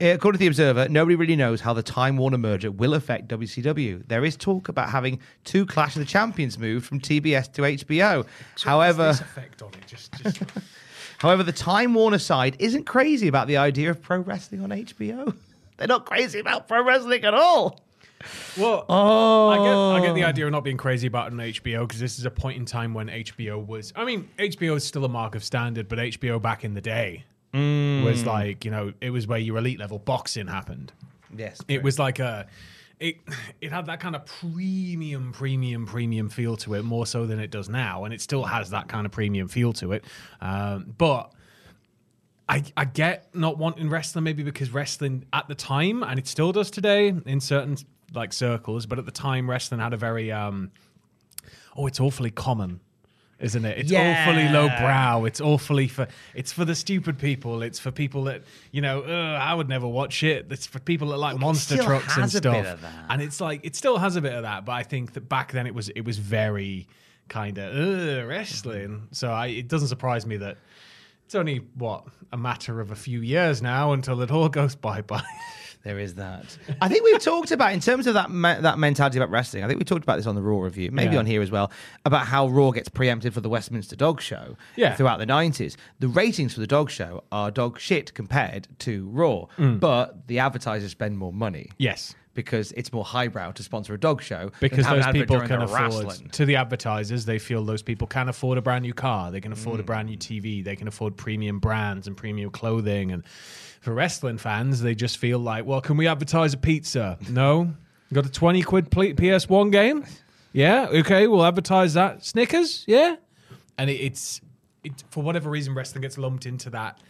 [SPEAKER 5] Uh, According to the Observer, nobody really knows how the Time Warner merger will affect WCW. There is talk about having two Clash of the Champions moved from TBS to HBO. However,
[SPEAKER 6] effect on it, just, just
[SPEAKER 5] However, the Time Warner side isn't crazy about the idea of pro wrestling on HBO. They're not crazy about pro wrestling at all.
[SPEAKER 6] well, oh. I get, I get the idea of not being crazy about an HBO because this is a point in time when HBO was. I mean, HBO is still a mark of standard, but HBO back in the day
[SPEAKER 5] Mm.
[SPEAKER 6] was like you know it was where your elite level boxing happened.
[SPEAKER 5] Yes.
[SPEAKER 6] It was like a it it had that kind of premium, premium, premium feel to it more so than it does now, and it still has that kind of premium feel to it. Um, but I, I get not wanting wrestling maybe because wrestling at the time and it still does today in certain like circles, but at the time wrestling had a very um oh it's awfully common, isn't it? It's awfully
[SPEAKER 5] Yeah.
[SPEAKER 6] low brow. It's awfully for it's for the stupid people. It's for people that you know Ugh, I would never watch it. It's for people that like monster
[SPEAKER 5] still
[SPEAKER 6] trucks and
[SPEAKER 5] has a bit
[SPEAKER 6] stuff.
[SPEAKER 5] of that.
[SPEAKER 6] And it's like it still has a bit of that, but I think that back then it was it was very kind of
[SPEAKER 5] Mm-hmm.
[SPEAKER 6] wrestling. So I, it doesn't surprise me that it's only what a matter of a few years now until it all goes bye bye.
[SPEAKER 5] There is that. I think we've talked about in terms of that me- that mentality about wrestling. I think we talked about this on the Raw review, maybe
[SPEAKER 6] Yeah.
[SPEAKER 5] on here as well, about how Raw gets preempted for the Westminster Dog Show
[SPEAKER 6] Yeah.
[SPEAKER 5] throughout the nineties. The ratings for the Dog Show are dog shit compared to Raw, but the advertisers spend more money.
[SPEAKER 6] Mm. yes,
[SPEAKER 5] because it's more highbrow to sponsor a dog show than
[SPEAKER 6] because
[SPEAKER 5] have an
[SPEAKER 6] those
[SPEAKER 5] advert
[SPEAKER 6] people
[SPEAKER 5] during
[SPEAKER 6] can
[SPEAKER 5] a
[SPEAKER 6] afford
[SPEAKER 5] wrestling.
[SPEAKER 6] to the advertisers they feel those people can afford a brand new car they can afford a
[SPEAKER 5] Mm.
[SPEAKER 6] brand new tv they can afford premium brands and premium clothing and for wrestling fans they just feel like well can we advertise a pizza no got a 20 quid pl- ps1 game yeah okay we'll advertise that snickers yeah and it, it's it, for whatever reason wrestling gets lumped into that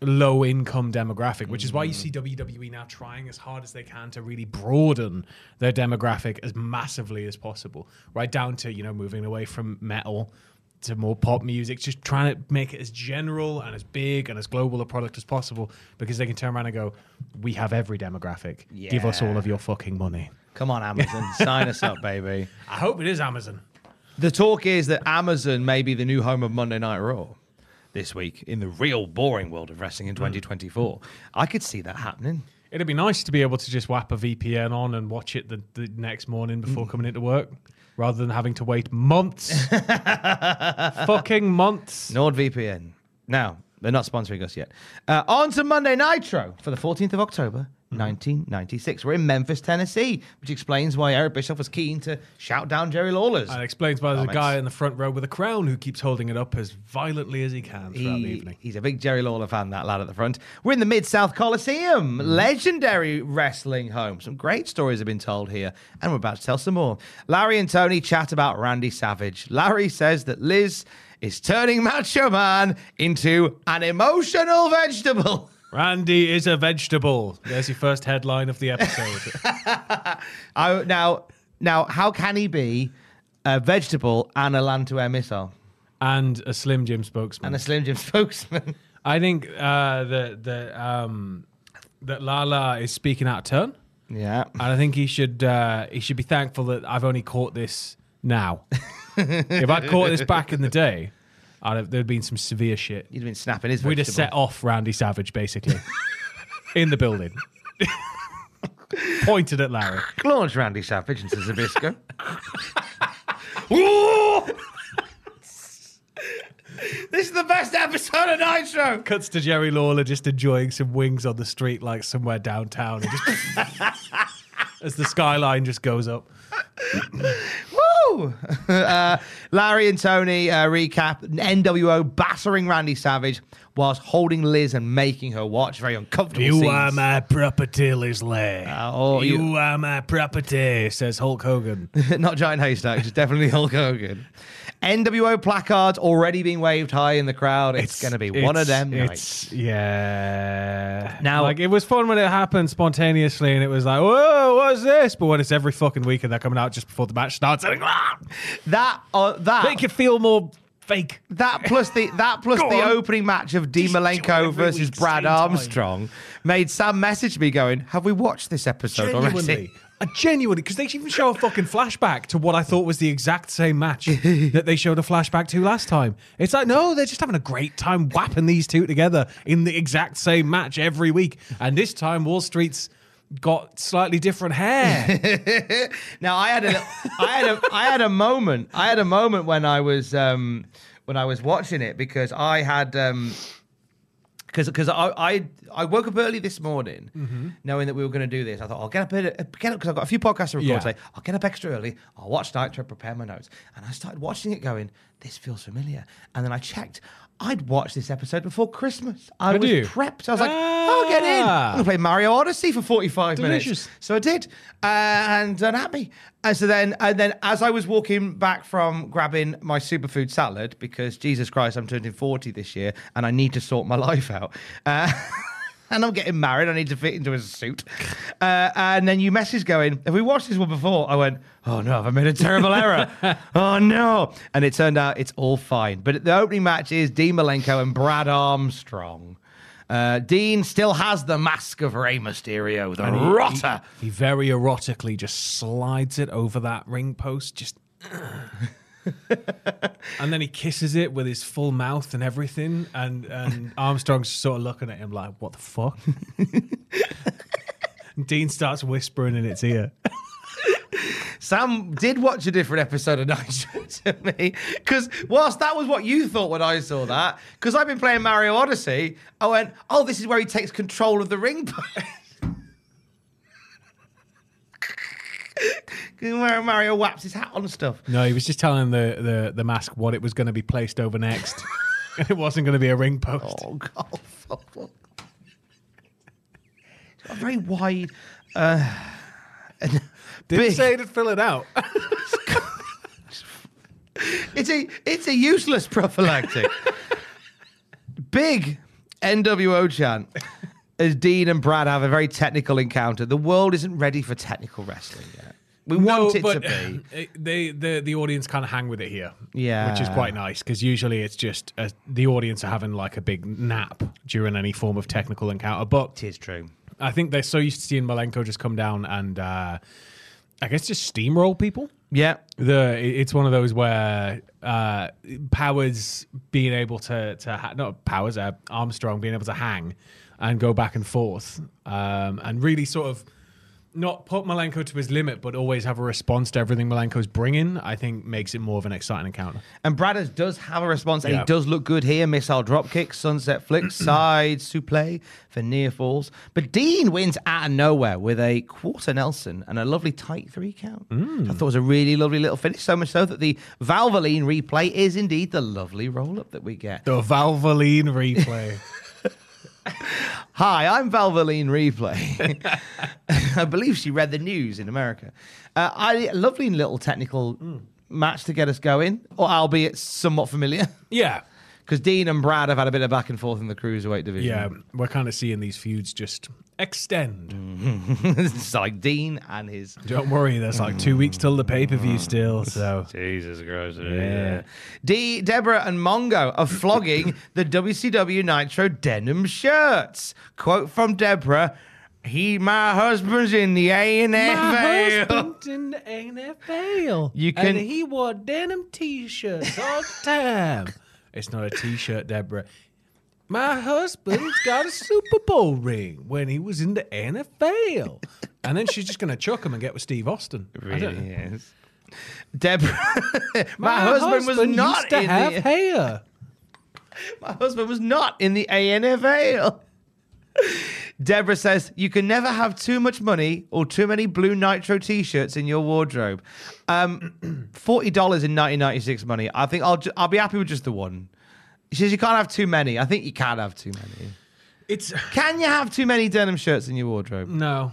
[SPEAKER 6] low income demographic, which is why you see WWE now trying as hard as they can to really broaden their demographic as massively as possible, right down to, you know, moving away from metal to more pop music, just trying to make it as general and as big and as global a product as possible because they can turn around and go, we have every demographic. Give us all of your fucking money.
[SPEAKER 5] Come on, Amazon, sign us up, baby.
[SPEAKER 6] I hope it is Amazon.
[SPEAKER 5] The talk is that Amazon may be the new home of Monday Night Raw this week in the real boring world of wrestling in 2024. I could see that happening.
[SPEAKER 6] It'd be nice to be able to just whap a VPN on and watch it the, the next morning before
[SPEAKER 5] Mm.
[SPEAKER 6] coming into work rather than having to wait months. Fucking months.
[SPEAKER 5] NordVPN. Now, they're not sponsoring us yet. Uh, on to Monday Nitro for the 14th of October, 1996. We're in Memphis, Tennessee, which explains why Eric Bischoff was keen to shout down Jerry Lawler's.
[SPEAKER 6] And explains why there's a
[SPEAKER 5] Comments.
[SPEAKER 6] guy in the front row with a crown who keeps holding it up as violently as he can throughout the
[SPEAKER 5] He-
[SPEAKER 6] evening.
[SPEAKER 5] He's a big Jerry Lawler fan, that lad at the front. We're in the Mid South
[SPEAKER 6] Mm.
[SPEAKER 5] Coliseum, legendary wrestling home. Some great stories have been told here, and we're about to tell some more. Larry and Tony chat about Randy Savage. Larry says that Liz is turning Macho Man into an emotional vegetable.
[SPEAKER 6] Randy is a vegetable. There's your first headline of the episode.
[SPEAKER 5] I, Oh, now, now, how can he be a vegetable and a land to air missile
[SPEAKER 6] and a Slim Jim spokesman.
[SPEAKER 5] and a Slim Jim spokesman?
[SPEAKER 6] I think uh, that that um, that Lala is speaking out of turn,
[SPEAKER 5] yeah.
[SPEAKER 6] and I think he should uh, he should be thankful that I've only caught this now. if I'd caught this back in the day, I'd have, there'd been some severe shit.
[SPEAKER 5] He'd been snapping his
[SPEAKER 6] We'd have
[SPEAKER 5] vegetable.
[SPEAKER 6] set off Randy Savage basically in the building, pointed at Larry.
[SPEAKER 5] Launch Randy Savage into Zabisco. this is the best episode of Nitro.
[SPEAKER 6] Cuts to Jerry Lawler just enjoying some wings on the street, like somewhere downtown, and just as the skyline just goes up.
[SPEAKER 5] Woo! uh, Larry and Tony uh, recap NWO battering Randy Savage whilst holding Liz and making her watch very uncomfortable
[SPEAKER 6] You
[SPEAKER 5] scenes.
[SPEAKER 6] are my property, Leslie.
[SPEAKER 5] oh,
[SPEAKER 6] Uh, you,
[SPEAKER 5] you-
[SPEAKER 6] are my property, says Hulk Hogan.
[SPEAKER 5] Not Giant Haystacks, it's definitely Hulk Hogan. NWO placards already being waved high in the crowd. It's, going to be one of them nights.
[SPEAKER 6] It's, yeah.
[SPEAKER 5] Now-
[SPEAKER 6] like it was fun when it happened spontaneously, and it was like, whoa, what's this? But when it's every fucking week and they're coming out just before the match starts, and
[SPEAKER 5] That uh, that
[SPEAKER 6] make it feel more fake.
[SPEAKER 5] That plus the that plus
[SPEAKER 6] Go
[SPEAKER 5] the
[SPEAKER 6] on.
[SPEAKER 5] opening match of Dean
[SPEAKER 6] Just do it
[SPEAKER 5] Malenko
[SPEAKER 6] every
[SPEAKER 5] versus
[SPEAKER 6] week,
[SPEAKER 5] Brad
[SPEAKER 6] same time.
[SPEAKER 5] Armstrong made Sam message me going, "Have we watched this episode already?"
[SPEAKER 6] genuinely. I genuinely, because they even show a fucking flashback to what I thought was the exact same match that they showed a flashback to last time. It's like, no, they're just having a great time whapping these two together in the exact same match every week. And this time, Wall Street's got slightly different hair.
[SPEAKER 5] Now I had a I had a I had a moment. I had a moment when I was um when I was watching it because I had um because because I, I I woke up early this morning
[SPEAKER 6] Mm-hmm.
[SPEAKER 5] knowing that we were going to do this. I thought I'll get up early, uh, get up because I've got a few podcasts to record
[SPEAKER 6] Yeah.
[SPEAKER 5] today. I'll get up extra early. I'll watch Nitro, prepare my notes, and I started watching it, going, "This feels familiar." And then I checked. I'd watched this episode before Christmas. I
[SPEAKER 6] Had
[SPEAKER 5] was
[SPEAKER 6] you?
[SPEAKER 5] prepped. I was like, "I'll get in. I'm
[SPEAKER 6] Ah.
[SPEAKER 5] gonna play Mario Odyssey for 45 minutes."
[SPEAKER 6] Delicious.
[SPEAKER 5] So I did, uh, and unhappy. And so then, and then, as I was walking back from grabbing my superfood salad, because Jesus Christ, I'm turning 40 this year, and I need to sort my life out. Uh, and I'm getting married. I need to fit into a suit. Uh, and then you message going, "Have we watched this one before?" I went, "Oh no, have I made a terrible error? Oh no!" And it turned out it's all fine. But the opening match is Dean Malenko and Brad Armstrong. Uh, Dean still has the mask of Rey Mysterio, the rotter.
[SPEAKER 6] He, he very erotically just slides it over that ring post, just. and then he kisses it with his full mouth and everything, and, and Armstrong's sort of looking at him like, "What the fuck?" And Dean starts whispering in its ear.
[SPEAKER 5] Sam did watch a different episode of Nitro to me because whilst that was what you thought when I saw that, because I've been playing Mario Odyssey, I went, "Oh, this is where he takes control of the ring." post." Where Mario whaps his hat on and stuff.
[SPEAKER 6] No, he was just telling the, the, the mask what it was going to be placed over next. it wasn't going to be a ring post.
[SPEAKER 5] Oh god, fuck. It's got a very wide. Uh, and big-
[SPEAKER 6] to fill it out.
[SPEAKER 5] It's a it's a useless prophylactic. Big NWO chant as Dean and Brad have a very technical encounter. The world isn't ready for technical wrestling yet. We want it to be.
[SPEAKER 6] it- they the the audience kind of hang with it here,
[SPEAKER 5] Yeah.
[SPEAKER 6] which is quite nice because usually it's just uh the audience are having like a big nap during any form of technical encounter. But
[SPEAKER 5] It is true.
[SPEAKER 6] I think they're so used to seeing Malenko just come down and uh, I guess just steamroll people.
[SPEAKER 5] Yeah.
[SPEAKER 6] The it's one of those where uh, powers being able to to ha- not powers uh, Armstrong being able to hang and go back and forth um, and really sort of not put Malenko to his limit, but always have a response to everything Malenko's bringing. I think makes it more of an exciting encounter.
[SPEAKER 5] And Bradders does have a response, and
[SPEAKER 6] Yeah.
[SPEAKER 5] he does look good here. Missile dropkick, sunset flick, side suplex for near falls. But Dean wins out of nowhere with a quarter Nelson and a lovely tight three count. I thought it was a really lovely little finish, so much so that the Valvoline replay is indeed the lovely roll up that we get.
[SPEAKER 6] The Valvoline replay.
[SPEAKER 5] Hi, I'm Valvoline Replay. I believe she read the news in America. Uh, I lovely little technical match to get us going, or albeit somewhat familiar.
[SPEAKER 6] yeah,
[SPEAKER 5] Because Dean and Brad have had a bit of back and forth in the cruiserweight division.
[SPEAKER 6] yeah, we're kind of seeing these feuds just extend.
[SPEAKER 5] it's like Dean and his.
[SPEAKER 6] Don't worry, there's like two weeks till the pay per view still. So
[SPEAKER 5] Jesus Christ.
[SPEAKER 6] yeah.
[SPEAKER 5] D, Deborah and Mongo are flogging the WCW Nitro denim shirts. Quote from Deborah. He, my husband's in the A and F. ale."
[SPEAKER 6] in the NFL.
[SPEAKER 5] You can-
[SPEAKER 6] And he wore denim T-shirts all the time. it's not a T-shirt, Deborah. My husband's got a Super Bowl ring when he was in the NFL. And then she's just going to chuck him and get with Steve Austin. I don't know.
[SPEAKER 5] Yes. Deborah, my, husband, was
[SPEAKER 6] used
[SPEAKER 5] not
[SPEAKER 6] to
[SPEAKER 5] in
[SPEAKER 6] have
[SPEAKER 5] the,
[SPEAKER 6] hair.
[SPEAKER 5] my husband was not in the ANFL. Deborah says you can never have too much money or too many blue nitro T-shirts in your wardrobe. Um, Forty dollars in 1996 money. I think I'll ju- I'll be happy with just the one. She says you can't have too many. I think you can have too many.
[SPEAKER 6] It's
[SPEAKER 5] Can you have too many denim shirts in your wardrobe?
[SPEAKER 6] no.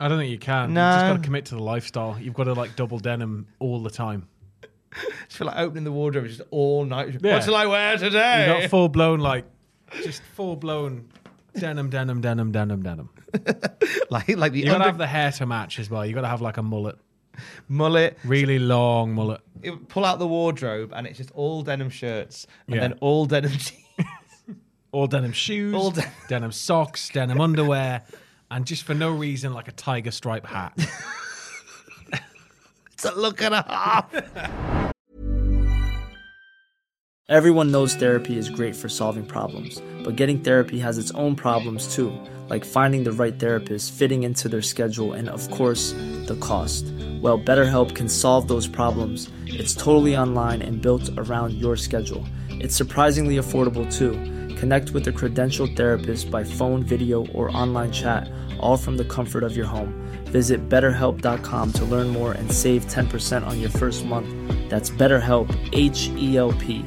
[SPEAKER 6] I don't think you can.
[SPEAKER 5] No.
[SPEAKER 6] You've just got to commit to the lifestyle. You've got to like double denim all the time.
[SPEAKER 5] I just feel like opening the wardrobe is just all nitro.
[SPEAKER 6] Yeah.
[SPEAKER 5] What shall I wear today?
[SPEAKER 6] You got full blown like just full blown denim, denim, denim, denim, denim.
[SPEAKER 5] like like the
[SPEAKER 6] You gotta
[SPEAKER 5] under-
[SPEAKER 6] have the hair to match as well. You gotta have like a mullet,
[SPEAKER 5] mullet.
[SPEAKER 6] really long mullet.
[SPEAKER 5] it- pull out the wardrobe and it's just all denim shirts and
[SPEAKER 6] Yeah.
[SPEAKER 5] then all denim jeans.
[SPEAKER 6] All denim shoes,
[SPEAKER 5] All de-
[SPEAKER 6] denim socks, denim underwear, and just for no reason like a tiger stripe hat.
[SPEAKER 5] It's a look and a half.
[SPEAKER 7] Everyone knows therapy is great for solving problems, but getting therapy has its own problems too, like finding the right therapist, fitting into their schedule, and of course, the cost. Well, BetterHelp can solve those problems. It's totally online and built around your schedule. It's surprisingly affordable too. Connect with a credentialed therapist by phone, video, or online chat, all from the comfort of your home. Visit betterhelp.com to learn more and save 10% on your first month. That's BetterHelp, H E L P.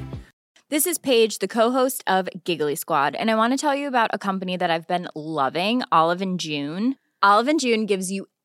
[SPEAKER 8] This is Paige, the co-host of Giggly Squad, and I want to tell you about a company that I've been loving, Olive and June. Olive and June gives you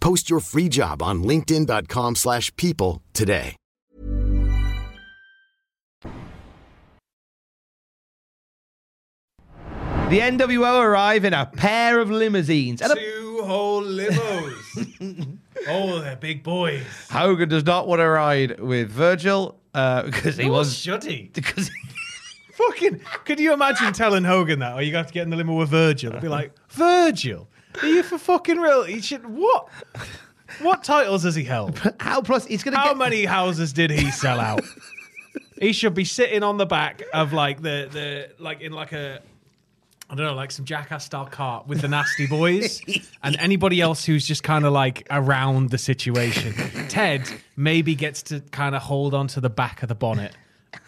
[SPEAKER 9] Post your free job on linkedin.com/people slash people today.
[SPEAKER 5] The NWO arrive in a pair of limousines. And a-
[SPEAKER 6] Two whole limos. oh, they're Oh, big boys.
[SPEAKER 5] Hogan does not want to ride with Virgil uh, because he
[SPEAKER 6] Nor
[SPEAKER 5] was.
[SPEAKER 6] should he? Because fucking, could you imagine telling Hogan that? Or you got to get in the limo with Virgil. I'd be like, Virgil, are you for fucking real? He should what? What titles has he held?
[SPEAKER 5] How plus he's gonna.
[SPEAKER 6] How many houses did he sell out? he should be sitting on the back of like the the like in like a. I don't know, like some jackass style cart with the nasty boys and anybody else who's just kind of like around the situation. Ted maybe gets to kind of hold onto the back of the bonnet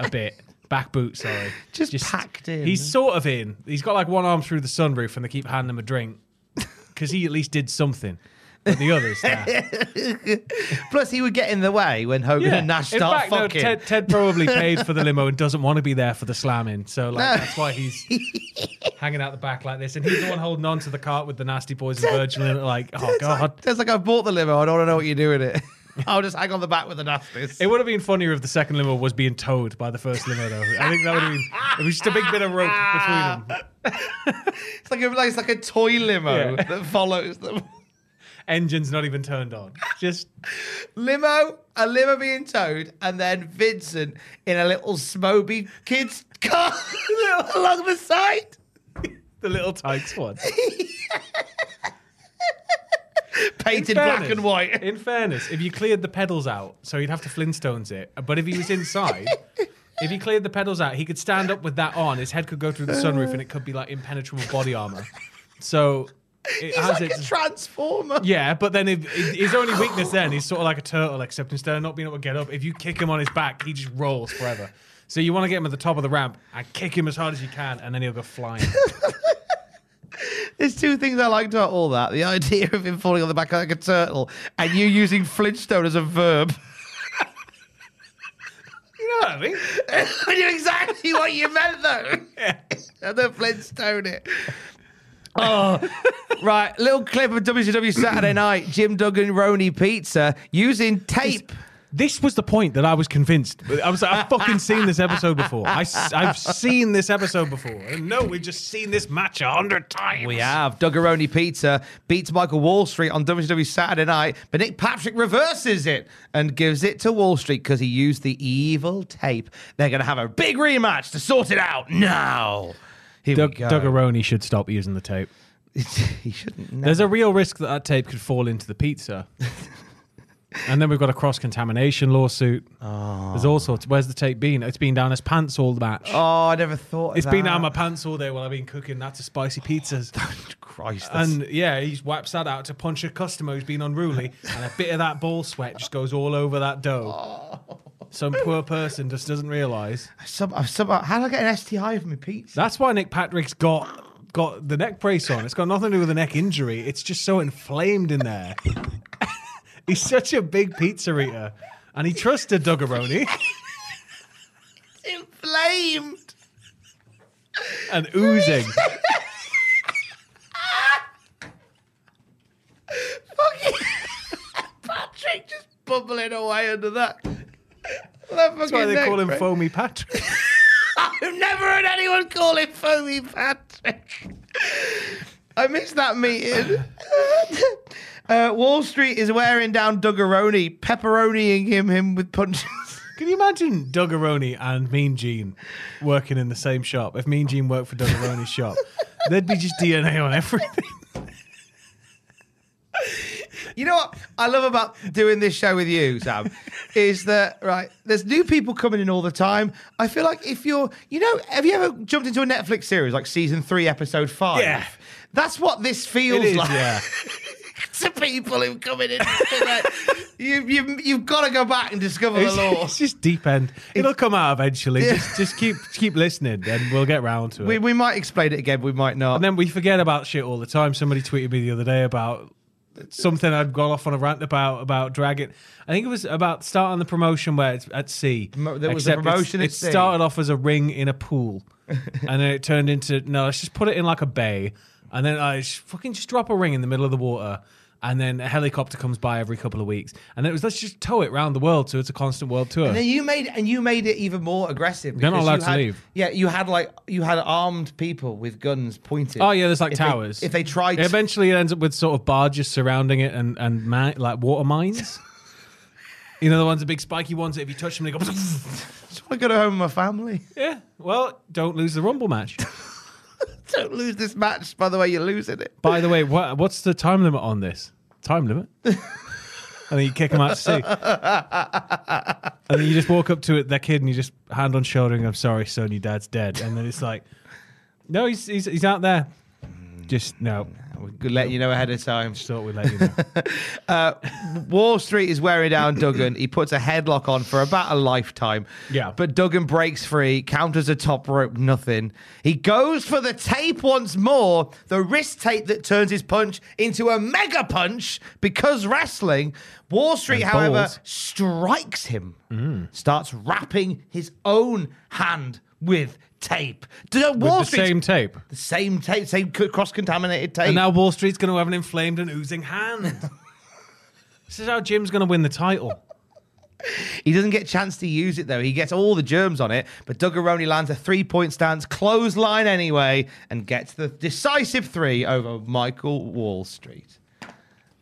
[SPEAKER 6] a bit. Back boot, sorry.
[SPEAKER 5] Just, packed in.
[SPEAKER 6] He's sort of in. He's got like one arm through the sunroof and they keep handing him a drink because he at least did something. But the others, nah.
[SPEAKER 5] Plus, he would get in the way when Hogan and Nash
[SPEAKER 6] In
[SPEAKER 5] start
[SPEAKER 6] fact, no,
[SPEAKER 5] fucking.
[SPEAKER 6] Ted, Ted probably paid for the limo and doesn't want to be there for the slamming. So like
[SPEAKER 5] No.
[SPEAKER 6] that's why he's hanging out the back like this. And he's the one holding on to the cart with the nasty boys and Virgil in it, like, oh
[SPEAKER 5] Ted's
[SPEAKER 6] god.
[SPEAKER 5] like, Ted's like, I bought the limo. I don't want to know what you're doing it. I'll just hang on the back with the nasties.
[SPEAKER 6] It would have been funnier if the second limo was being towed by the first limo, though. I think that would have been. It was just a big bit of rope between them.
[SPEAKER 5] It's like a like, it's like a toy limo
[SPEAKER 6] Yeah.
[SPEAKER 5] that follows them.
[SPEAKER 6] Engine's not even turned on. Just
[SPEAKER 5] limo, a limo being towed, and then Vincent in a little Smoby kids car along the side.
[SPEAKER 6] the little tykes one.
[SPEAKER 5] Painted
[SPEAKER 6] In
[SPEAKER 5] black
[SPEAKER 6] fairness-
[SPEAKER 5] and white.
[SPEAKER 6] In fairness, if you cleared the pedals out, so you'd have to Flintstones it. But if he was inside, if he cleared the pedals out, he could stand up with that on. His head could go through the sunroof, and it could be like impenetrable body armor. So it
[SPEAKER 5] He's
[SPEAKER 6] has
[SPEAKER 5] like a
[SPEAKER 6] its.
[SPEAKER 5] transformer.
[SPEAKER 6] yeah, but then if, if- his only weakness then is sort of like a turtle, except instead of not being able to get up, if you kick him on his back, he just rolls forever. So you want to get him at the top of the ramp and kick him as hard as you can, and then he'll go flying.
[SPEAKER 5] There's two things I liked about all that: the idea of him falling on the back like a turtle, and you using Flintstone as a verb.
[SPEAKER 6] you know what I mean?
[SPEAKER 5] I knew exactly what you meant, though. And then Flintstone it. Oh, right. Little clip of WCW Saturday Night. Jim Duggan, Roni Pizza using tape.
[SPEAKER 6] This was the point that I was convinced. I was like, I've fucking seen this episode before. I, have seen this episode before. And no, we've just seen this match a hundred times.
[SPEAKER 5] We have Duggaroni Pizza beats Michael Wall Street on WCW Saturday Night, but Nick Patrick reverses it and gives it to Wall Street because he used the evil tape. They're going to have a big rematch to sort it out now. Here
[SPEAKER 6] Doug,
[SPEAKER 5] we go.
[SPEAKER 6] Doug Aroni should stop using the tape.
[SPEAKER 5] he shouldn't.
[SPEAKER 6] There's a real risk that that tape could fall into the pizza. and then we've got a cross contamination lawsuit. There's all sorts. Where's the tape been? It's been down his pants all the match.
[SPEAKER 5] Oh, I never thought.
[SPEAKER 6] It's
[SPEAKER 5] of
[SPEAKER 6] been
[SPEAKER 5] that.
[SPEAKER 6] down my pants all day while I've been cooking. That's a spicy pizzas.
[SPEAKER 5] Christ. that's-
[SPEAKER 6] And yeah, he wipes that out to punch a customer who's been unruly, and a bit of that ball sweat just goes all over that dough. Some poor person just doesn't realise.
[SPEAKER 5] Some, I've some, how did I get an STI from my pizza?
[SPEAKER 6] That's why Nick Patrick's got got the neck brace on. It's got nothing to do with a neck injury. It's just so inflamed in there. He's such a big pizza eater, and he trusted Duggaroni
[SPEAKER 5] Inflamed.
[SPEAKER 6] and oozing.
[SPEAKER 5] Fucking Patrick just bubbling away under that. that
[SPEAKER 6] That's why they call him Foamy Patrick.
[SPEAKER 5] I've never heard anyone call him Foamy Patrick. I missed that meeting. uh, Wall Street is wearing down Duggaroni, pepperoniing him him with punches.
[SPEAKER 6] Can you imagine Duggaroni and Mean Gene working in the same shop? If Mean Gene worked for Duggaroni's shop, there'd be just DNA on everything.
[SPEAKER 5] You know what I love about doing this show with you, Sam, is that right? There's new people coming in all the time. I feel like if you're, you know, have you ever jumped into a Netflix series like season three, episode five?
[SPEAKER 6] Yeah.
[SPEAKER 5] that's what this feels
[SPEAKER 6] It is,
[SPEAKER 5] like
[SPEAKER 6] yeah.
[SPEAKER 5] to people who come in. And they're like, you, you, you've got to go back and discover
[SPEAKER 6] It's,
[SPEAKER 5] the law.
[SPEAKER 6] it's just deep end. It'll come out eventually. Just, just keep keep listening, and we'll get round to it.
[SPEAKER 5] We, we might explain it again, we might not.
[SPEAKER 6] and then we forget about shit all the time. Somebody tweeted me the other day about something I'd gone off on a rant about about Dragon. I think it was about starting the promotion where it's at sea.
[SPEAKER 5] Mo- there was a
[SPEAKER 6] Except it's-
[SPEAKER 5] promotion at
[SPEAKER 6] It
[SPEAKER 5] sea.
[SPEAKER 6] started off as a ring in a pool, and then it turned into no. Let's just put it in like a bay, and then I just fucking just drop a ring in the middle of the water. And then a helicopter comes by every couple of weeks, and then it was let's just tow it round the world, so it's a constant world tour.
[SPEAKER 5] And then you made and you made it even more aggressive.
[SPEAKER 6] They're not
[SPEAKER 5] because
[SPEAKER 6] allowed
[SPEAKER 5] you
[SPEAKER 6] to
[SPEAKER 5] had-
[SPEAKER 6] leave.
[SPEAKER 5] Yeah, you had like you had armed people with guns pointed.
[SPEAKER 6] Oh yeah, there's like
[SPEAKER 5] If they-
[SPEAKER 6] towers.
[SPEAKER 5] if they tried, to,
[SPEAKER 6] eventually it ends up with sort of barges surrounding it and and mi- like water mines. you know the ones, the big spiky ones. That if you touch them, they go.
[SPEAKER 5] so I go home with my family.
[SPEAKER 6] yeah. Well, don't lose the rumble match.
[SPEAKER 5] Don't lose this match. By the way, you're losing it.
[SPEAKER 6] By the way, what what's the time limit on this? Time limit. and then you kick them out to sea. And then you just walk up to it, their kid, and you just hand on shoulder and go, I'm sorry, son, your dad's dead. And then it's like, no, he's he's, he's out there.
[SPEAKER 5] Mm.
[SPEAKER 6] Just no.
[SPEAKER 5] We'll let you know ahead of time.
[SPEAKER 6] Just thought we'd let you know.
[SPEAKER 5] Uh, Wall Street is wearing down Duggan. He puts a headlock on for about a lifetime.
[SPEAKER 6] Yeah.
[SPEAKER 5] But Duggan breaks free, counters a top rope, nothing. He goes for the tape once more, the wrist tape that turns his punch into a mega punch because wrestling. Wall Street,
[SPEAKER 6] And
[SPEAKER 5] however,
[SPEAKER 6] balls. Mm.
[SPEAKER 5] strikes him, starts wrapping his own hand with tape. With
[SPEAKER 6] With the same tape.
[SPEAKER 5] the same tape, same cross contaminated tape.
[SPEAKER 6] And now Wall Street's going to have an inflamed and oozing hand. this is how Jim's going to win the title.
[SPEAKER 5] He doesn't get a chance to use it though. He gets all the germs on it, but Duggaroni lands a three point stance, clothesline anyway, and gets the decisive three over Michael Wall Street.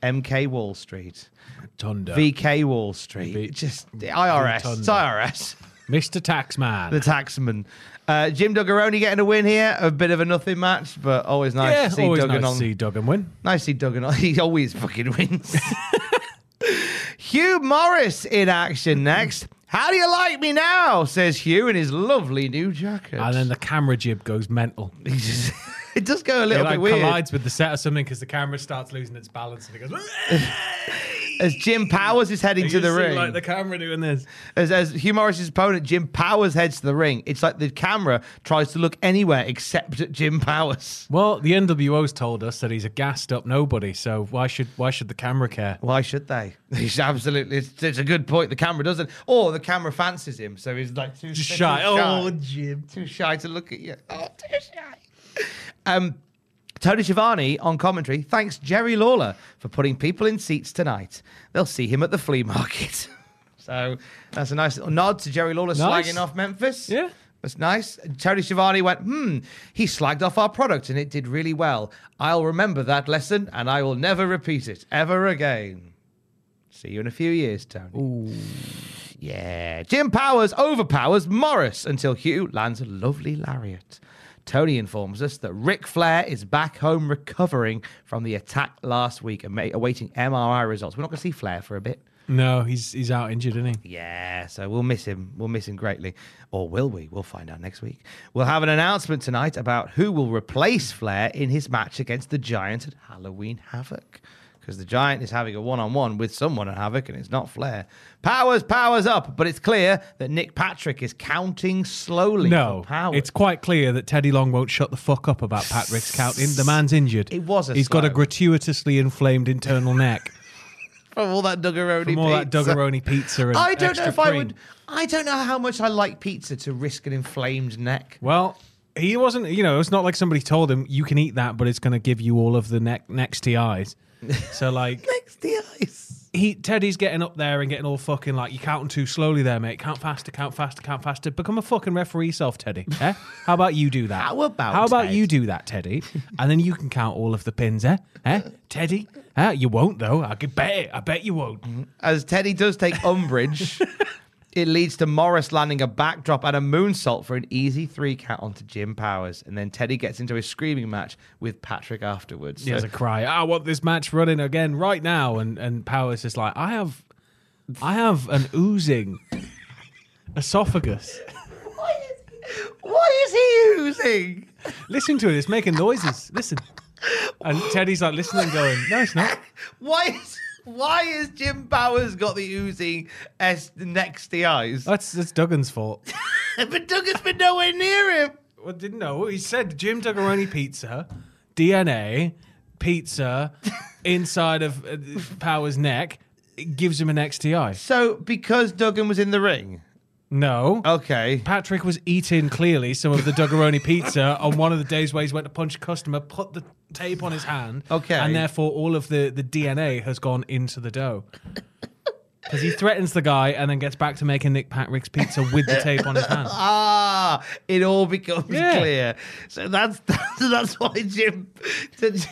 [SPEAKER 5] MK Wall Street.
[SPEAKER 6] Tunda.
[SPEAKER 5] VK Wall Street. Just the IRS. It's
[SPEAKER 6] Rotunda.
[SPEAKER 5] IRS.
[SPEAKER 6] Mr. Taxman.
[SPEAKER 5] The taxman. Uh, Jim Duggaroni getting a win here. A bit of a nothing match, but always nice
[SPEAKER 6] yeah,
[SPEAKER 5] to see
[SPEAKER 6] always
[SPEAKER 5] Duggan
[SPEAKER 6] nice
[SPEAKER 5] on.
[SPEAKER 6] to see Duggan win.
[SPEAKER 5] Nice to see Duggan. He always fucking wins. Hugh Morris in action next. How do you like me now? Says Hugh in his lovely new jacket.
[SPEAKER 6] And then the camera jib goes mental.
[SPEAKER 5] He just- it does go a
[SPEAKER 6] It
[SPEAKER 5] little
[SPEAKER 6] like
[SPEAKER 5] bit weird.
[SPEAKER 6] collides with the set or something because the camera starts losing its balance and it goes.
[SPEAKER 5] As Jim Powers is heading
[SPEAKER 6] You
[SPEAKER 5] to the
[SPEAKER 6] just see,
[SPEAKER 5] ring.
[SPEAKER 6] Like the camera doing this.
[SPEAKER 5] as, as Hugh Morris's opponent, Jim Powers, heads to the ring, it's like the camera tries to look anywhere except at Jim Powers.
[SPEAKER 6] Well, the NWO's told us that he's a gassed up nobody, so why should why should the camera care?
[SPEAKER 5] Why should they? He's absolutely. It's, it's a good point. The camera doesn't, or the camera fancies him, so he's like too
[SPEAKER 6] Just
[SPEAKER 5] too
[SPEAKER 6] shy.
[SPEAKER 5] shy.
[SPEAKER 6] Oh, Jim.
[SPEAKER 5] too shy to look at you. Oh, too shy. Um, Tony Schiavone on commentary thanks Jerry Lawler for putting people in seats tonight. They'll see him at the flea market. so that's a nice little nod to Jerry Lawler
[SPEAKER 6] Nice.
[SPEAKER 5] slagging off Memphis.
[SPEAKER 6] Yeah.
[SPEAKER 5] That's nice. Tony Schiavone went, hmm, he slagged off our product and it did really well. I'll remember that lesson and I will never repeat it ever again. See you in a few years, Tony. Yeah. Jim Powers overpowers Morris until Hugh lands a lovely lariat. Tony informs us that Ric Flair is back home recovering from the attack last week and ma- awaiting MRI results. We're not going to see Flair for a bit.
[SPEAKER 6] No, he's he's out injured, isn't he?
[SPEAKER 5] Yeah, so we'll miss him. We'll miss him greatly. Or will we? We'll find out next week. We'll have an announcement tonight about who will replace Flair in his match against the Giant at Halloween Havoc. Because the Giant is having a one on one with someone at Havoc and it's not Flair. Powers, powers up, but it's clear that Nick Patrick is counting slowly.
[SPEAKER 6] No,
[SPEAKER 5] for powers.
[SPEAKER 6] it's quite clear that Teddy Long won't shut the fuck up about Pat Rick's counting. The man's injured.
[SPEAKER 5] It was a
[SPEAKER 6] He's got a
[SPEAKER 5] slow.
[SPEAKER 6] gratuitously inflamed internal neck
[SPEAKER 5] from all that Duggaroni
[SPEAKER 6] from all that
[SPEAKER 5] pizza.
[SPEAKER 6] Duggaroni pizza and
[SPEAKER 5] I don't know
[SPEAKER 6] extra
[SPEAKER 5] if I
[SPEAKER 6] cream.
[SPEAKER 5] would. I don't know how much I like pizza to risk an inflamed neck.
[SPEAKER 6] Well, he wasn't. You know, it's not like somebody told him you can eat that, but it's going to give you all of the neck next TIs. So like,
[SPEAKER 5] Next the ice.
[SPEAKER 6] he Teddy's getting up there and getting all fucking like you're counting too slowly there, mate. Count faster, count faster, count faster. Become a fucking referee yourself, Teddy. Eh? How about you do that?
[SPEAKER 5] How about
[SPEAKER 6] How about
[SPEAKER 5] Ted?
[SPEAKER 6] you do that, Teddy? And then you can count all of the pins, eh? Eh? Teddy? Eh? You won't though. I could bet it. I bet you won't.
[SPEAKER 5] as Teddy does take umbrage, it leads to Morris landing a backdrop and a moonsault for an easy three count onto Jim Powers. And then Teddy gets into a screaming match with Patrick afterwards.
[SPEAKER 6] He has
[SPEAKER 5] So-
[SPEAKER 6] a cry. I want this match running again right now. And and Powers is like, I have, I have an oozing esophagus.
[SPEAKER 5] Why is he using?
[SPEAKER 6] Listen to it. It's making noises. Listen. And Teddy's like listening, going, No, it's not.
[SPEAKER 5] Why is why is Jim Powers got the oozing S next to the eyes?
[SPEAKER 6] That's that's Duggan's fault.
[SPEAKER 5] but Duggan's been nowhere near him.
[SPEAKER 6] Well, didn't know. He said Jim Duggaroni pizza, DNA, pizza inside of uh, Power's neck, it gives him an XTI.
[SPEAKER 5] So because Duggan was in the ring.
[SPEAKER 6] No.
[SPEAKER 5] Okay.
[SPEAKER 6] Patrick was eating clearly some of the Duggaroni pizza on one of the days where he went to punch a customer, put the tape on his hand.
[SPEAKER 5] Okay.
[SPEAKER 6] And therefore all of the, the DNA has gone into the dough. Because he threatens the guy and then gets back to making Nick Patrick's pizza with the tape on his hand.
[SPEAKER 5] Ah, it all becomes
[SPEAKER 6] Yeah.
[SPEAKER 5] clear. So that's that's, that's why Jim. that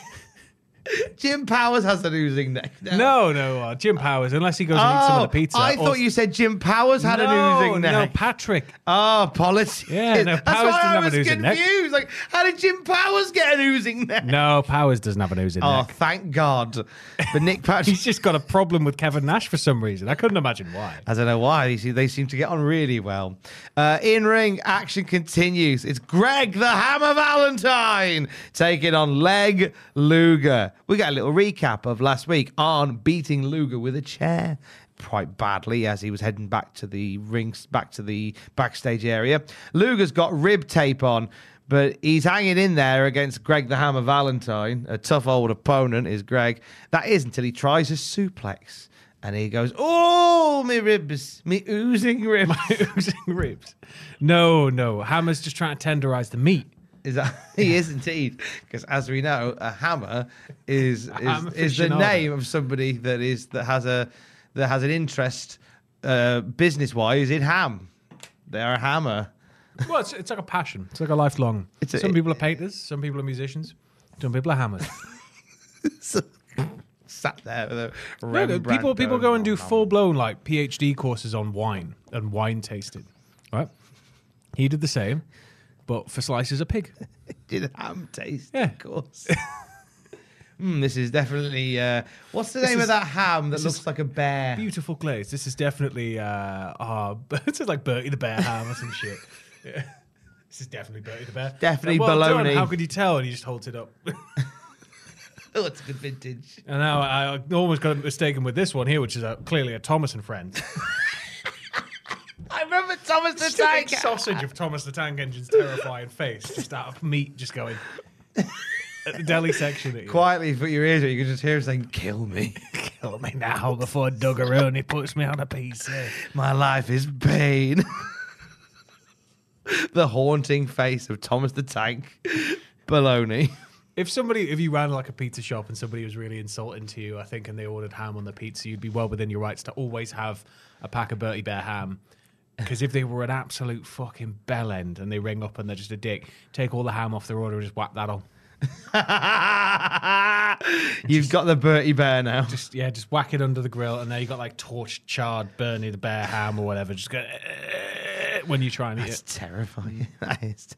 [SPEAKER 5] Jim Powers has an oozing neck. now. Ah,
[SPEAKER 6] No, no, uh, Jim Powers, unless he goes and eats some of the pizza.
[SPEAKER 5] Oh, I
[SPEAKER 6] or-
[SPEAKER 5] thought you said Jim Powers had
[SPEAKER 6] No,
[SPEAKER 5] an oozing
[SPEAKER 6] no,
[SPEAKER 5] neck.
[SPEAKER 6] Patrick.
[SPEAKER 5] Oh, apologies.
[SPEAKER 6] Yeah, no,
[SPEAKER 5] That's
[SPEAKER 6] Powers
[SPEAKER 5] why
[SPEAKER 6] didn't
[SPEAKER 5] I
[SPEAKER 6] have an
[SPEAKER 5] was
[SPEAKER 6] oozing neck.
[SPEAKER 5] confused. Like, how did Jim Powers get an oozing neck?
[SPEAKER 6] No, Powers doesn't have an oozing
[SPEAKER 5] Oh,
[SPEAKER 6] neck.
[SPEAKER 5] thank God. But Nick Patrick.
[SPEAKER 6] He's just got a problem with Kevin Nash for some reason. I couldn't imagine why.
[SPEAKER 5] I don't know why. They seem, they seem to get on really well. Uh, in ring action continues. It's Greg the Hammer Valentine taking on Leg Luger. We got a little recap of last week on beating Luger with a chair quite badly as he was heading back to the rings, back to the backstage area. Luger's got rib tape on. But he's hanging in there against Greg the Hammer Valentine, a tough old opponent is Greg. That is until he tries a suplex. And he goes, Oh, me ribs, me oozing ribs.
[SPEAKER 6] oozing ribs. No, no. Hammer's just trying to tenderize the meat.
[SPEAKER 5] Is that, he is indeed, because as we know, a hammer is is,
[SPEAKER 6] Hammer
[SPEAKER 5] is the
[SPEAKER 6] aficionado.
[SPEAKER 5] name of somebody that is that has a that has an interest uh, business wise in ham. They are a hammer.
[SPEAKER 6] Well, it's, it's like a passion. It's like a lifelong.
[SPEAKER 5] It's a-
[SPEAKER 6] some people are painters, some people are musicians, some people are hammers.
[SPEAKER 5] Sat there with a
[SPEAKER 6] No, no,
[SPEAKER 5] Rembrandt.
[SPEAKER 6] people people
[SPEAKER 5] going,
[SPEAKER 6] go and do
[SPEAKER 5] "Nom, nom,
[SPEAKER 6] full blown like PhD courses on wine and wine tasting. Right? He did the same, but for slices of pig.
[SPEAKER 5] did ham taste,
[SPEAKER 6] Yeah.
[SPEAKER 5] of course. Mm, this is definitely uh, what's the
[SPEAKER 6] This
[SPEAKER 5] name
[SPEAKER 6] is-
[SPEAKER 5] of that ham that
[SPEAKER 6] this
[SPEAKER 5] looks
[SPEAKER 6] is
[SPEAKER 5] like a bear?
[SPEAKER 6] Beautiful glaze. This is definitely uh uh this is like Bertie the Bear ham or some shit. Yeah. This is definitely Bertie the Bear. Uh,
[SPEAKER 5] Definitely
[SPEAKER 6] well done,
[SPEAKER 5] baloney.
[SPEAKER 6] How could you tell? And he just holds it up.
[SPEAKER 5] Oh, it's good vintage.
[SPEAKER 6] And now I I almost got it mistaken with this one here, which is a, clearly a Thomas and Friends.
[SPEAKER 5] I remember Thomas the
[SPEAKER 6] Stupid
[SPEAKER 5] Tank.
[SPEAKER 6] sausage of Thomas the Tank Engine's terrifying face, just out of meat, just going at the deli section. At you.
[SPEAKER 5] Quietly put your ears, or you can just hear him saying, "Kill me,
[SPEAKER 6] Kill me now before Duggaroni puts me on a pizza.
[SPEAKER 5] my life is pain." the haunting face of Thomas the Tank, baloney.
[SPEAKER 6] If somebody, if you ran like a pizza shop and somebody was really insulting to you, I think, and they ordered ham on the pizza, you'd be well within your rights to always have a pack of Bertie Bear ham. Because if they were an absolute fucking bell end and they ring up and they're just a dick, take all the ham off their order and just whack that on.
[SPEAKER 5] You've got the Bertie Bear now.
[SPEAKER 6] Just yeah, just whack it under the grill, and there you got like torched, charred, Bernie the Bear ham or whatever. Just go "Eh," when you try and eat
[SPEAKER 5] It's
[SPEAKER 6] it.
[SPEAKER 5] terrifying. That is.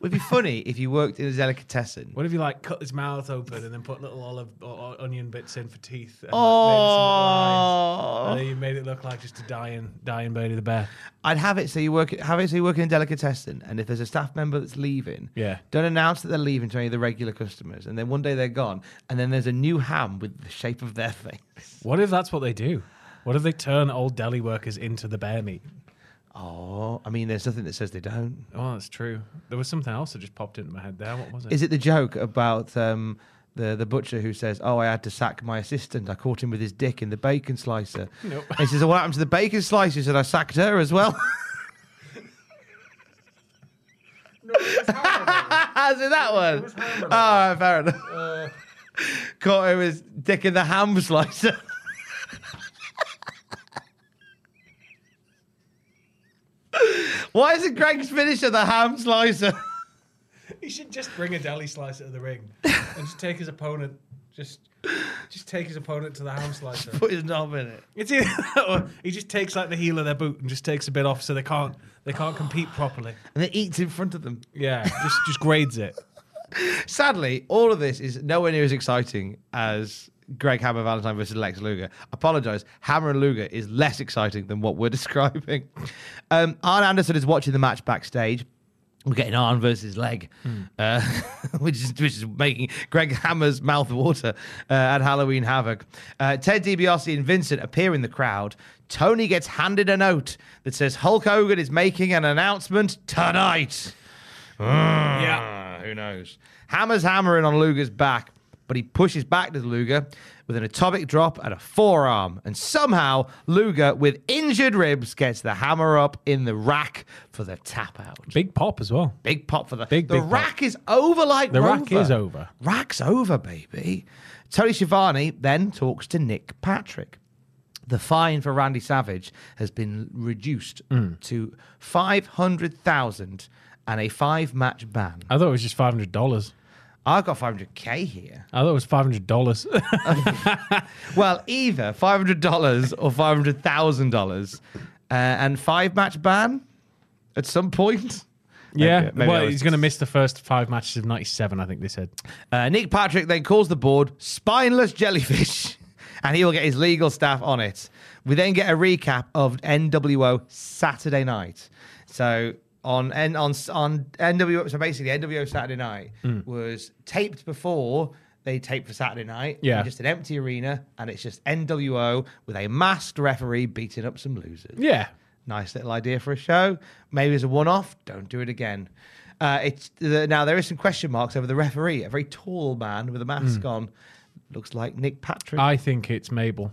[SPEAKER 5] Would be funny if you worked in a delicatessen.
[SPEAKER 6] What if you like cut his mouth open and then put little olive or, or onion bits in for teeth? And,
[SPEAKER 5] Oh.
[SPEAKER 6] like, made some little eyes, and then you made it look like just a dying, dying Bernie the Bear.
[SPEAKER 5] I'd have it so you work have it so you work in a delicatessen, and if there's a staff member that's leaving,
[SPEAKER 6] Yeah.
[SPEAKER 5] don't announce that they're leaving to any of the regular customers, and then one day they're gone, and then there's a new ham with the shape of their face.
[SPEAKER 6] What if that's what they do? What if they turn old deli workers into the bear meat?
[SPEAKER 5] Oh, I mean, there's nothing that says they don't.
[SPEAKER 6] Oh, that's true. There was something else that just popped into my head there. What was it?
[SPEAKER 5] Is it the joke about um, the the butcher who says, "Oh, I had to sack my assistant. I caught him with his dick in the bacon slicer."
[SPEAKER 6] Nope.
[SPEAKER 5] And he says, "Oh, "What happened to the bacon slicer?" And I sacked her as well. Is it that one? All right, fair enough. Caught him as dick in the ham slicer. Why is it Greg's finisher the ham slicer?
[SPEAKER 6] He should just bring a deli slicer to the ring and just take his opponent. Just, just take his opponent to the ham slicer.
[SPEAKER 5] Put his knob in it.
[SPEAKER 6] It's either that or he just takes like the heel of their boot and just takes a bit off, so they can't they can't compete properly.
[SPEAKER 5] and it eats in front of them.
[SPEAKER 6] Yeah, just just grades it.
[SPEAKER 5] Sadly, all of this is nowhere near as exciting as Greg Hammer Valentine versus Lex Luger. Apologize, Hammer and Luger is less exciting than what we're describing. Um, Arn Anderson is watching the match backstage. We're getting arm versus leg, uh, which is which is making Greg Hammer's mouth water uh, at Halloween Havoc. Uh, Ted DiBiase and Vincent appear in the crowd. Tony gets handed a note that says Hulk Hogan is making an announcement tonight.
[SPEAKER 6] Yeah.
[SPEAKER 5] Uh, who knows? Hammer's hammering on Luger's back. but he pushes back to Luger with an atomic drop and a forearm. And somehow, Luger, with injured ribs, gets the hammer up in the rack for the tap out.
[SPEAKER 6] Big pop as well.
[SPEAKER 5] Big pop for the
[SPEAKER 6] Big,
[SPEAKER 5] the
[SPEAKER 6] big pop.
[SPEAKER 5] rack is over like
[SPEAKER 6] The rack
[SPEAKER 5] Rover.
[SPEAKER 6] is over.
[SPEAKER 5] Rack's over, baby. Tony Schiavone then talks to Nick Patrick. The fine for Randy Savage has been reduced
[SPEAKER 6] Mm.
[SPEAKER 5] to five hundred thousand and a five match ban.
[SPEAKER 6] I thought it was just five hundred dollars.
[SPEAKER 5] I got five hundred k here.
[SPEAKER 6] I thought it was five hundred dollars.
[SPEAKER 5] Well, either five hundred dollars or five hundred thousand uh, dollars, and five match ban at some point.
[SPEAKER 6] yeah.
[SPEAKER 5] Maybe- maybe I
[SPEAKER 6] well,
[SPEAKER 5] was-
[SPEAKER 6] he's going to miss the first five matches of '97. I think they said.
[SPEAKER 5] Uh, Nick Patrick then calls the board spineless jellyfish, and he will get his legal staff on it. We then get a recap of NWO Saturday night. So on N- on on NWO, so basically NWO Saturday night
[SPEAKER 6] Mm.
[SPEAKER 5] was taped before they taped for Saturday night.
[SPEAKER 6] Yeah.
[SPEAKER 5] in just an empty arena, and it's just NWO with a masked referee beating up some losers.
[SPEAKER 6] Yeah.
[SPEAKER 5] Nice little idea for a show. Maybe it's a one off. Don't do it again. Uh, it's the, Now, there is some question marks over the referee, a very tall man with a mask on. Looks like Nick Patrick.
[SPEAKER 6] Hmm. I think it's Mabel.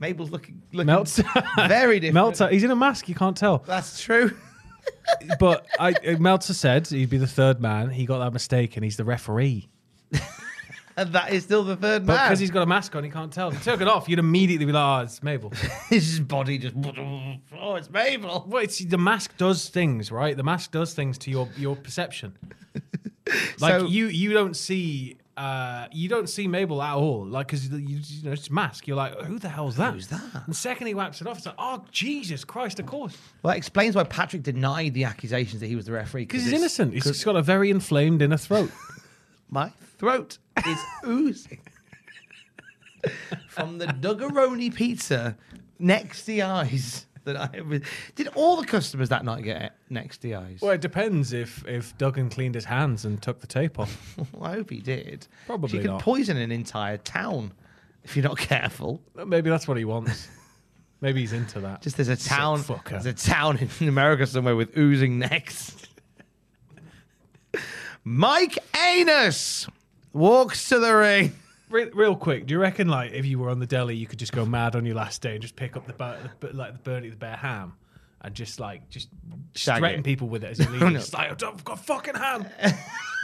[SPEAKER 5] Mabel's looking, looking
[SPEAKER 6] Meltzer.
[SPEAKER 5] very different.
[SPEAKER 6] Meltzer. He's in a mask. You can't tell.
[SPEAKER 5] That's true.
[SPEAKER 6] but I, uh, Meltzer said he'd be the third man. He got that mistake, and he's the referee.
[SPEAKER 5] And that is still the third
[SPEAKER 6] But
[SPEAKER 5] man.
[SPEAKER 6] because he's got a mask on, he can't tell. If he took it off, you'd immediately be like, "Oh, it's Mabel."
[SPEAKER 5] His body just. Oh, it's Mabel.
[SPEAKER 6] Well, it's the mask does things, right? The mask does things to your your perception. like
[SPEAKER 5] So-
[SPEAKER 6] you you don't see uh you don't see Mabel at all. Like because you, you know it's mask. You're like, who the hell's that? Who's that? And second, he wipes it off. It's like, oh Jesus Christ! Of course,
[SPEAKER 5] Well, that explains why Patrick denied the accusations that he was the referee.
[SPEAKER 6] because he's
[SPEAKER 5] it's-
[SPEAKER 6] innocent. He's just got a very inflamed inner throat.
[SPEAKER 5] My throat is oozing from the Duggaroni pizza next the eyes that I have. Did all the customers that night get next the eyes?
[SPEAKER 6] well, it depends if if Duggan cleaned his hands and took the tape off.
[SPEAKER 5] I hope he did.
[SPEAKER 6] Probably
[SPEAKER 5] you could
[SPEAKER 6] not.
[SPEAKER 5] poison an entire town if you're not careful.
[SPEAKER 6] Maybe that's what he wants. Maybe he's into that.
[SPEAKER 5] Just there's a
[SPEAKER 6] Sick
[SPEAKER 5] town,
[SPEAKER 6] fucker.
[SPEAKER 5] there's a town in America somewhere with oozing necks. Mike Anus walks to the ring.
[SPEAKER 6] Re- real quick, do you reckon like if you were on the deli, you could just go mad on your last day and just pick up the, bur- the bu- like the Bernie the Bear ham and just like just, just
[SPEAKER 5] Shag
[SPEAKER 6] threaten
[SPEAKER 5] it.
[SPEAKER 6] people with it Oh, as you leave?
[SPEAKER 5] no.
[SPEAKER 6] Just like I've got a fucking ham,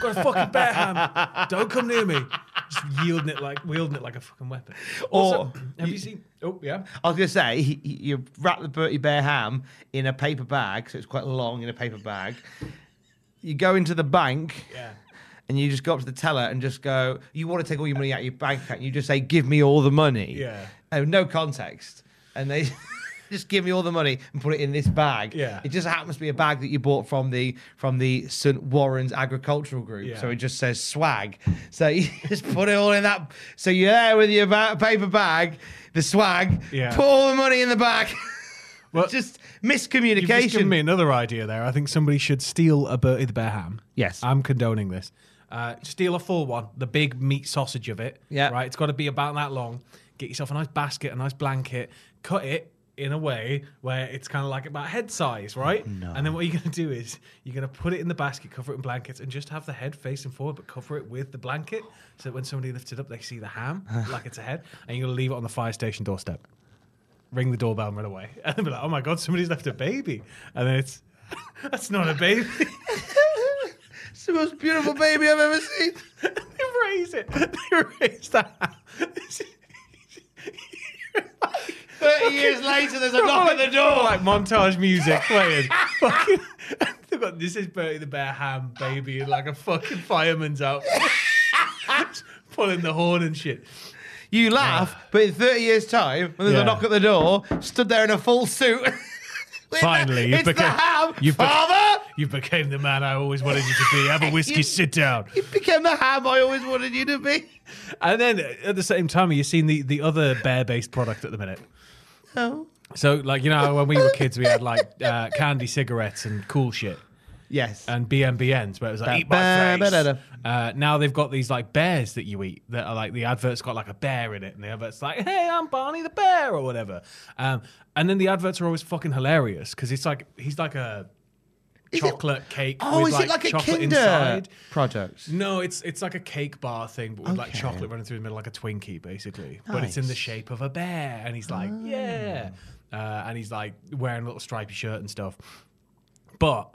[SPEAKER 6] got a fucking bear ham. Don't come near me. Just yielding it like wielding it like a fucking weapon. Also,
[SPEAKER 5] Or-
[SPEAKER 6] have you seen? Oh yeah.
[SPEAKER 5] I was going to say, he, he- you wrap the Bertie Bear ham in a paper bag, so it's quite long in a paper bag. You go into the bank
[SPEAKER 6] Yeah.
[SPEAKER 5] and you just go up to the teller and just go, you want to take all your money out of your bank account. You just say, give me all the money.
[SPEAKER 6] Yeah.
[SPEAKER 5] Oh, no context. And they just give me all the money and put it in this bag.
[SPEAKER 6] Yeah.
[SPEAKER 5] It just happens to be a bag that you bought from the from the St. Warren's Agricultural Group.
[SPEAKER 6] Yeah.
[SPEAKER 5] So it just says swag. So you just put it all in that. So you're there with your ba- paper bag, the swag,
[SPEAKER 6] Yeah.
[SPEAKER 5] put all the money in the bag.
[SPEAKER 6] Well,
[SPEAKER 5] just
[SPEAKER 6] You've just given
[SPEAKER 5] miscommunication.
[SPEAKER 6] me another idea there. I think somebody should steal a Bertie the Bear ham.
[SPEAKER 5] Yes.
[SPEAKER 6] I'm condoning this. Uh, steal a full one, the big meat sausage of it.
[SPEAKER 5] Yeah.
[SPEAKER 6] Right? It's got to be about that long. Get yourself a nice basket, a nice blanket, cut it in a way where it's kind of like about head size, right? No. And then what you're going to do is you're going to put it in the basket, cover it in blankets, and just have the head facing forward, but cover it with the blanket so that when somebody lifts it up, they see the ham like it's a head. And you're going to leave it on the fire station doorstep ring the doorbell and run away. And they'll be like, oh my God, somebody's left a baby. And then it's, that's not a baby.
[SPEAKER 5] It's the most beautiful baby I've ever seen.
[SPEAKER 6] they raise it. They raise that.
[SPEAKER 5] 30 years later, there's a knock at the door.
[SPEAKER 6] Like montage music playing. fucking, they've got, this is Bertie the Bear Ham baby in like a fucking fireman's outfit. Pulling the horn and shit.
[SPEAKER 5] You laugh, but in 30 years' time, when there's
[SPEAKER 6] Yeah.
[SPEAKER 5] a knock at the door, stood there in a full suit. with
[SPEAKER 6] Finally,
[SPEAKER 5] the,
[SPEAKER 6] you
[SPEAKER 5] it's the
[SPEAKER 6] became-
[SPEAKER 5] ham.
[SPEAKER 6] you bec-
[SPEAKER 5] Father,
[SPEAKER 6] You became the man I always wanted you to be. Have a whiskey,
[SPEAKER 5] You-
[SPEAKER 6] sit down.
[SPEAKER 5] you became the ham I always wanted you to be.
[SPEAKER 6] And then at the same time, you're seeing the, the other bear based product at the minute.
[SPEAKER 5] Oh.
[SPEAKER 6] So, like, you know, when we were kids, we had like uh, candy cigarettes and cool shit
[SPEAKER 5] Yes.
[SPEAKER 6] and BMBNs where it was like,
[SPEAKER 5] Ba-
[SPEAKER 6] eat my
[SPEAKER 5] ba-
[SPEAKER 6] face.
[SPEAKER 5] da- da-
[SPEAKER 6] Uh, now they've got these like bears that you eat that are like the advert's got like a bear in it and the advert's like, hey, I'm Barney the bear or whatever. Um, and then the adverts are always fucking hilarious because it's like, he's like a chocolate cake.
[SPEAKER 5] Oh,
[SPEAKER 6] with,
[SPEAKER 5] is it like a
[SPEAKER 6] chocolate
[SPEAKER 5] Kinder
[SPEAKER 6] inside.
[SPEAKER 5] product?
[SPEAKER 6] No, it's it's like a cake bar thing, but with like
[SPEAKER 5] Okay.
[SPEAKER 6] chocolate running through the middle, like a Twinkie, basically. But it's in the
[SPEAKER 5] Nice. Oh.
[SPEAKER 6] shape of a bear, and he's like, yeah, uh, and he's like wearing a little stripy shirt and stuff. But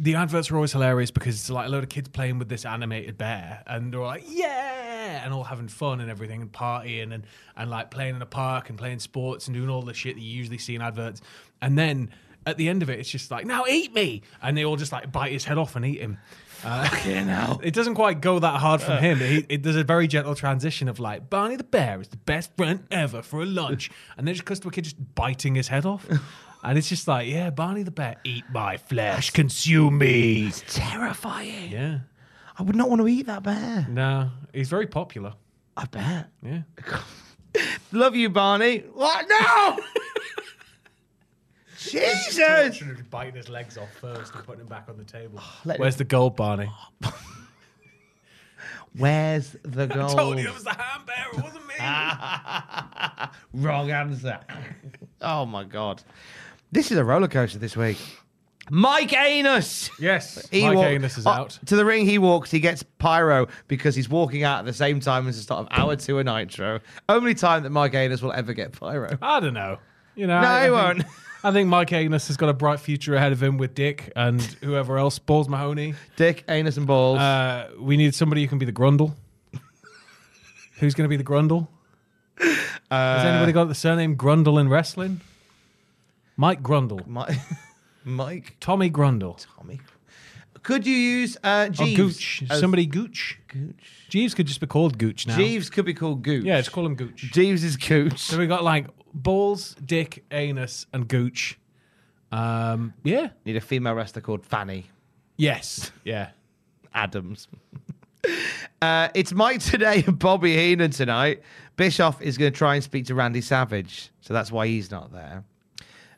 [SPEAKER 6] the adverts were always hilarious because it's like a load of kids playing with this animated bear, and they're all like, yeah, and all having fun and everything, and partying and and like playing in a park and playing sports and doing all the shit that you usually see in adverts, and then. At the end of it, it's just like, now eat me! And they all just like bite his head off and eat him. Uh, It doesn't quite go that hard from him. He, it, there's a very gentle transition of like Barney the Bear is the best friend ever for a lunch, and then it just cuts to a kid just biting his head off, and it's just like, yeah, Barney the Bear, e-, eat my flesh, consume me.
[SPEAKER 5] It's terrifying.
[SPEAKER 6] Yeah,
[SPEAKER 5] I would not want to eat that bear.
[SPEAKER 6] no, he's very popular.
[SPEAKER 5] I bet.
[SPEAKER 6] Yeah,
[SPEAKER 5] Love you, Barney. What? No! Jesus!
[SPEAKER 6] should have biting his legs off first and putting him back on the table.
[SPEAKER 5] Ah, let
[SPEAKER 6] Where's
[SPEAKER 5] him-
[SPEAKER 6] the gold, Barney?
[SPEAKER 5] Where's the
[SPEAKER 6] I
[SPEAKER 5] gold?
[SPEAKER 6] told you Oh, it was the ham bear. It wasn't me.
[SPEAKER 5] Wrong answer. oh my god. This is a roller coaster this week. Mike Anus.
[SPEAKER 6] yes,
[SPEAKER 5] He
[SPEAKER 6] Mike
[SPEAKER 5] walk-
[SPEAKER 6] Anus is
[SPEAKER 5] Oh,
[SPEAKER 6] out.
[SPEAKER 5] To the ring he walks, he gets pyro because he's walking out at the same time as the start of hour two of Nitro. Only time that Mike Anus will ever get pyro.
[SPEAKER 6] I don't know. You know,
[SPEAKER 5] No,
[SPEAKER 6] I, I
[SPEAKER 5] he
[SPEAKER 6] think-
[SPEAKER 5] won't.
[SPEAKER 6] I think Mike Agnes has got a bright future ahead of him with Dick and whoever else, Balls Mahoney.
[SPEAKER 5] Dick, anus, and balls.
[SPEAKER 6] Uh, we need somebody who can be the Grundle. Who's going to be the Grundle?
[SPEAKER 5] Uh,
[SPEAKER 6] Has anybody got the surname Grundle in wrestling? Mike Grundle,
[SPEAKER 5] Mike, Mike,
[SPEAKER 6] Tommy Grundle,
[SPEAKER 5] Tommy. Could you use uh,
[SPEAKER 6] or
[SPEAKER 5] Jeeves?
[SPEAKER 6] Oh, Gooch?
[SPEAKER 5] as-
[SPEAKER 6] Somebody Gooch.
[SPEAKER 5] Gooch.
[SPEAKER 6] Jeeves could just be called Gooch now.
[SPEAKER 5] Jeeves could be called Gooch.
[SPEAKER 6] Yeah, just call him Gooch.
[SPEAKER 5] Jeeves is Gooch.
[SPEAKER 6] So we got like balls, dick, anus, and Gooch. Um, yeah.
[SPEAKER 5] Need a female wrestler called Fanny.
[SPEAKER 6] Yes. Yeah.
[SPEAKER 5] Adams. Uh, it's Mike today and Bobby Heenan tonight. Bischoff is going to try and speak to Randy Savage, so that's why he's not there.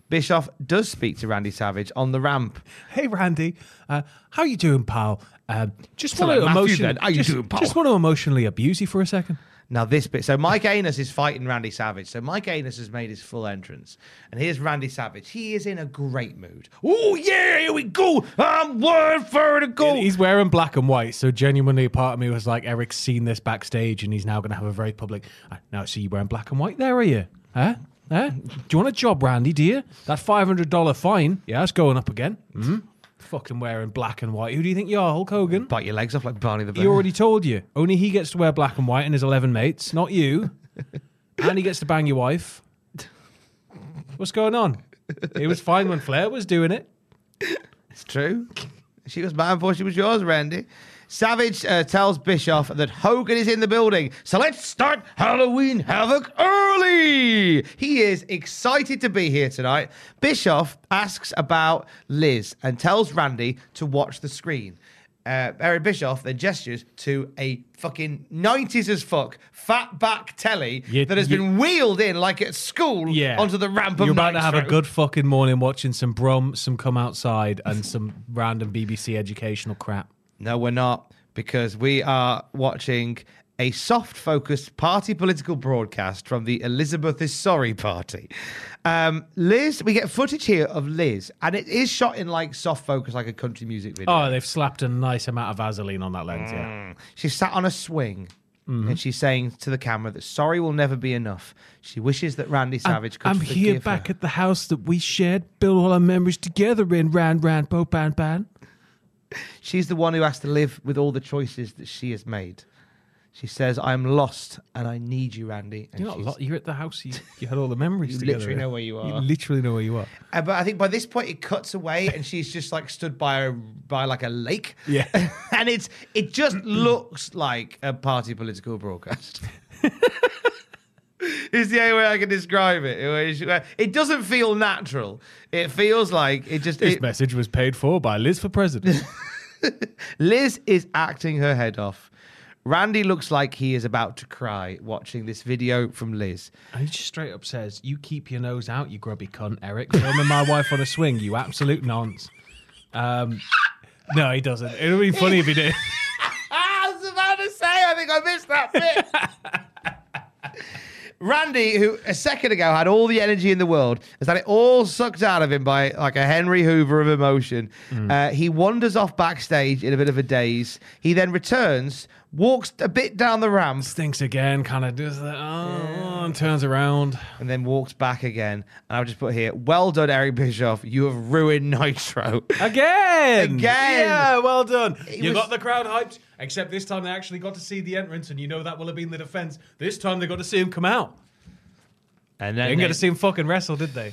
[SPEAKER 5] Bischoff does speak to Randy Savage on the ramp.
[SPEAKER 6] Hey Randy, uh, how you doing, pal? Um, just
[SPEAKER 5] So
[SPEAKER 6] want to
[SPEAKER 5] like Matthew
[SPEAKER 6] emotionally,
[SPEAKER 5] then, how you
[SPEAKER 6] just,
[SPEAKER 5] doing, pal?
[SPEAKER 6] Just want to emotionally abuse you for a second.
[SPEAKER 5] Now this bit, so Mike Anus is fighting Randy Savage. So Mike Anus has made his full entrance, and here's Randy Savage. He is in a great mood. Oh yeah, here we go. I'm one for the goal.
[SPEAKER 6] He's wearing black and white, so genuinely, a part of me was like, Eric's seen this backstage, and he's now going to have a very public. "Ah, Now, I see you wearing black and white. There are you? Huh? Huh? Do you want a job, Randy? Do you? That five hundred dollar fine? Yeah, that's going up again. hmm Fucking wearing black and white. Who do you think you are, Hulk Hogan?
[SPEAKER 5] Bite your legs off like Barney the Bear.
[SPEAKER 6] He already told you. Only he gets to wear black and white and his 11 mates, not you. and he gets to bang your wife. What's going on? It was fine when Flair was doing it.
[SPEAKER 5] It's true. She was mine before she was yours, Randy. Savage uh, tells Bischoff that Hogan is in the building, so let's start Halloween Havoc early. He is excited to be here tonight. Bischoff asks about Liz and tells Randy to watch the screen. Uh, Eric Bischoff then gestures to a fucking 90s as fuck fat back telly
[SPEAKER 6] You-
[SPEAKER 5] that has
[SPEAKER 6] you-
[SPEAKER 5] been wheeled in like at school onto the ramp of
[SPEAKER 6] You're about to have a
[SPEAKER 5] Nitro.
[SPEAKER 6] good fucking morning watching some Brum, some Come Outside, and some random BBC educational crap.
[SPEAKER 5] No, we're not, because we are watching a soft focused party political broadcast from the Elizabeth is Sorry party. Um, Liz, we get footage here of Liz, and it is shot in like soft focus, like a country music video.
[SPEAKER 6] Oh, they've slapped a nice amount of Vaseline on that lens, yeah.
[SPEAKER 5] She sat on a swing.
[SPEAKER 6] Mm-hmm.
[SPEAKER 5] And she's saying to the camera that sorry will never be enough. She wishes that Randy Savage could
[SPEAKER 6] I'm
[SPEAKER 5] forgive
[SPEAKER 6] here
[SPEAKER 5] her.
[SPEAKER 6] back at the house that we shared, build all our memories together in Ran Ran Bo Ban Ban.
[SPEAKER 5] She's the one who has to live with all the choices that she has made. She says, "I'm lost and I need you, Randy." And
[SPEAKER 6] You're not
[SPEAKER 5] she's-
[SPEAKER 6] lo- You're at the house. You, you had all the memories.
[SPEAKER 5] You
[SPEAKER 6] together.
[SPEAKER 5] literally know where you
[SPEAKER 6] You
[SPEAKER 5] are.
[SPEAKER 6] literally know where you are.
[SPEAKER 5] Uh, but I think by this point it cuts away, and she's just like stood by a, by like a lake.
[SPEAKER 6] Yeah.
[SPEAKER 5] and it's it just looks like a party political broadcast. Is the only way I can describe it. It was- It doesn't feel natural. It feels like it just.
[SPEAKER 6] This
[SPEAKER 5] it-
[SPEAKER 6] message was paid for by Liz for president.
[SPEAKER 5] Liz is acting her head off. Randy looks like he is about to cry watching this video from Liz.
[SPEAKER 6] and he just straight up says, "You keep your nose out, you grubby cunt, Eric. Filming my wife on a swing, you absolute nonce." Um, no, he doesn't. It would be funny if he did.
[SPEAKER 5] I was about to say, I think I missed that bit. Randy, who a second ago had all the energy in the world, has had it all sucked out of him by like a Henry Hoover of emotion. Uh, he wanders off backstage in a bit of a daze. He then returns, walks a bit down the ramp,
[SPEAKER 6] stinks again, kind of does that, oh, and turns around,
[SPEAKER 5] and then walks back again. And I'll just put here, well done, Eric Bischoff. You have ruined Nitro.
[SPEAKER 6] Again!
[SPEAKER 5] Again!
[SPEAKER 6] Yeah, well done.
[SPEAKER 5] It
[SPEAKER 6] you
[SPEAKER 5] was-
[SPEAKER 6] got the crowd hyped, except this time they actually got to see the entrance, and you know that will have been the defense. This time they got to see him come out.
[SPEAKER 5] And
[SPEAKER 6] They
[SPEAKER 5] then
[SPEAKER 6] didn't get
[SPEAKER 5] they-
[SPEAKER 6] to see him fucking wrestle, did they?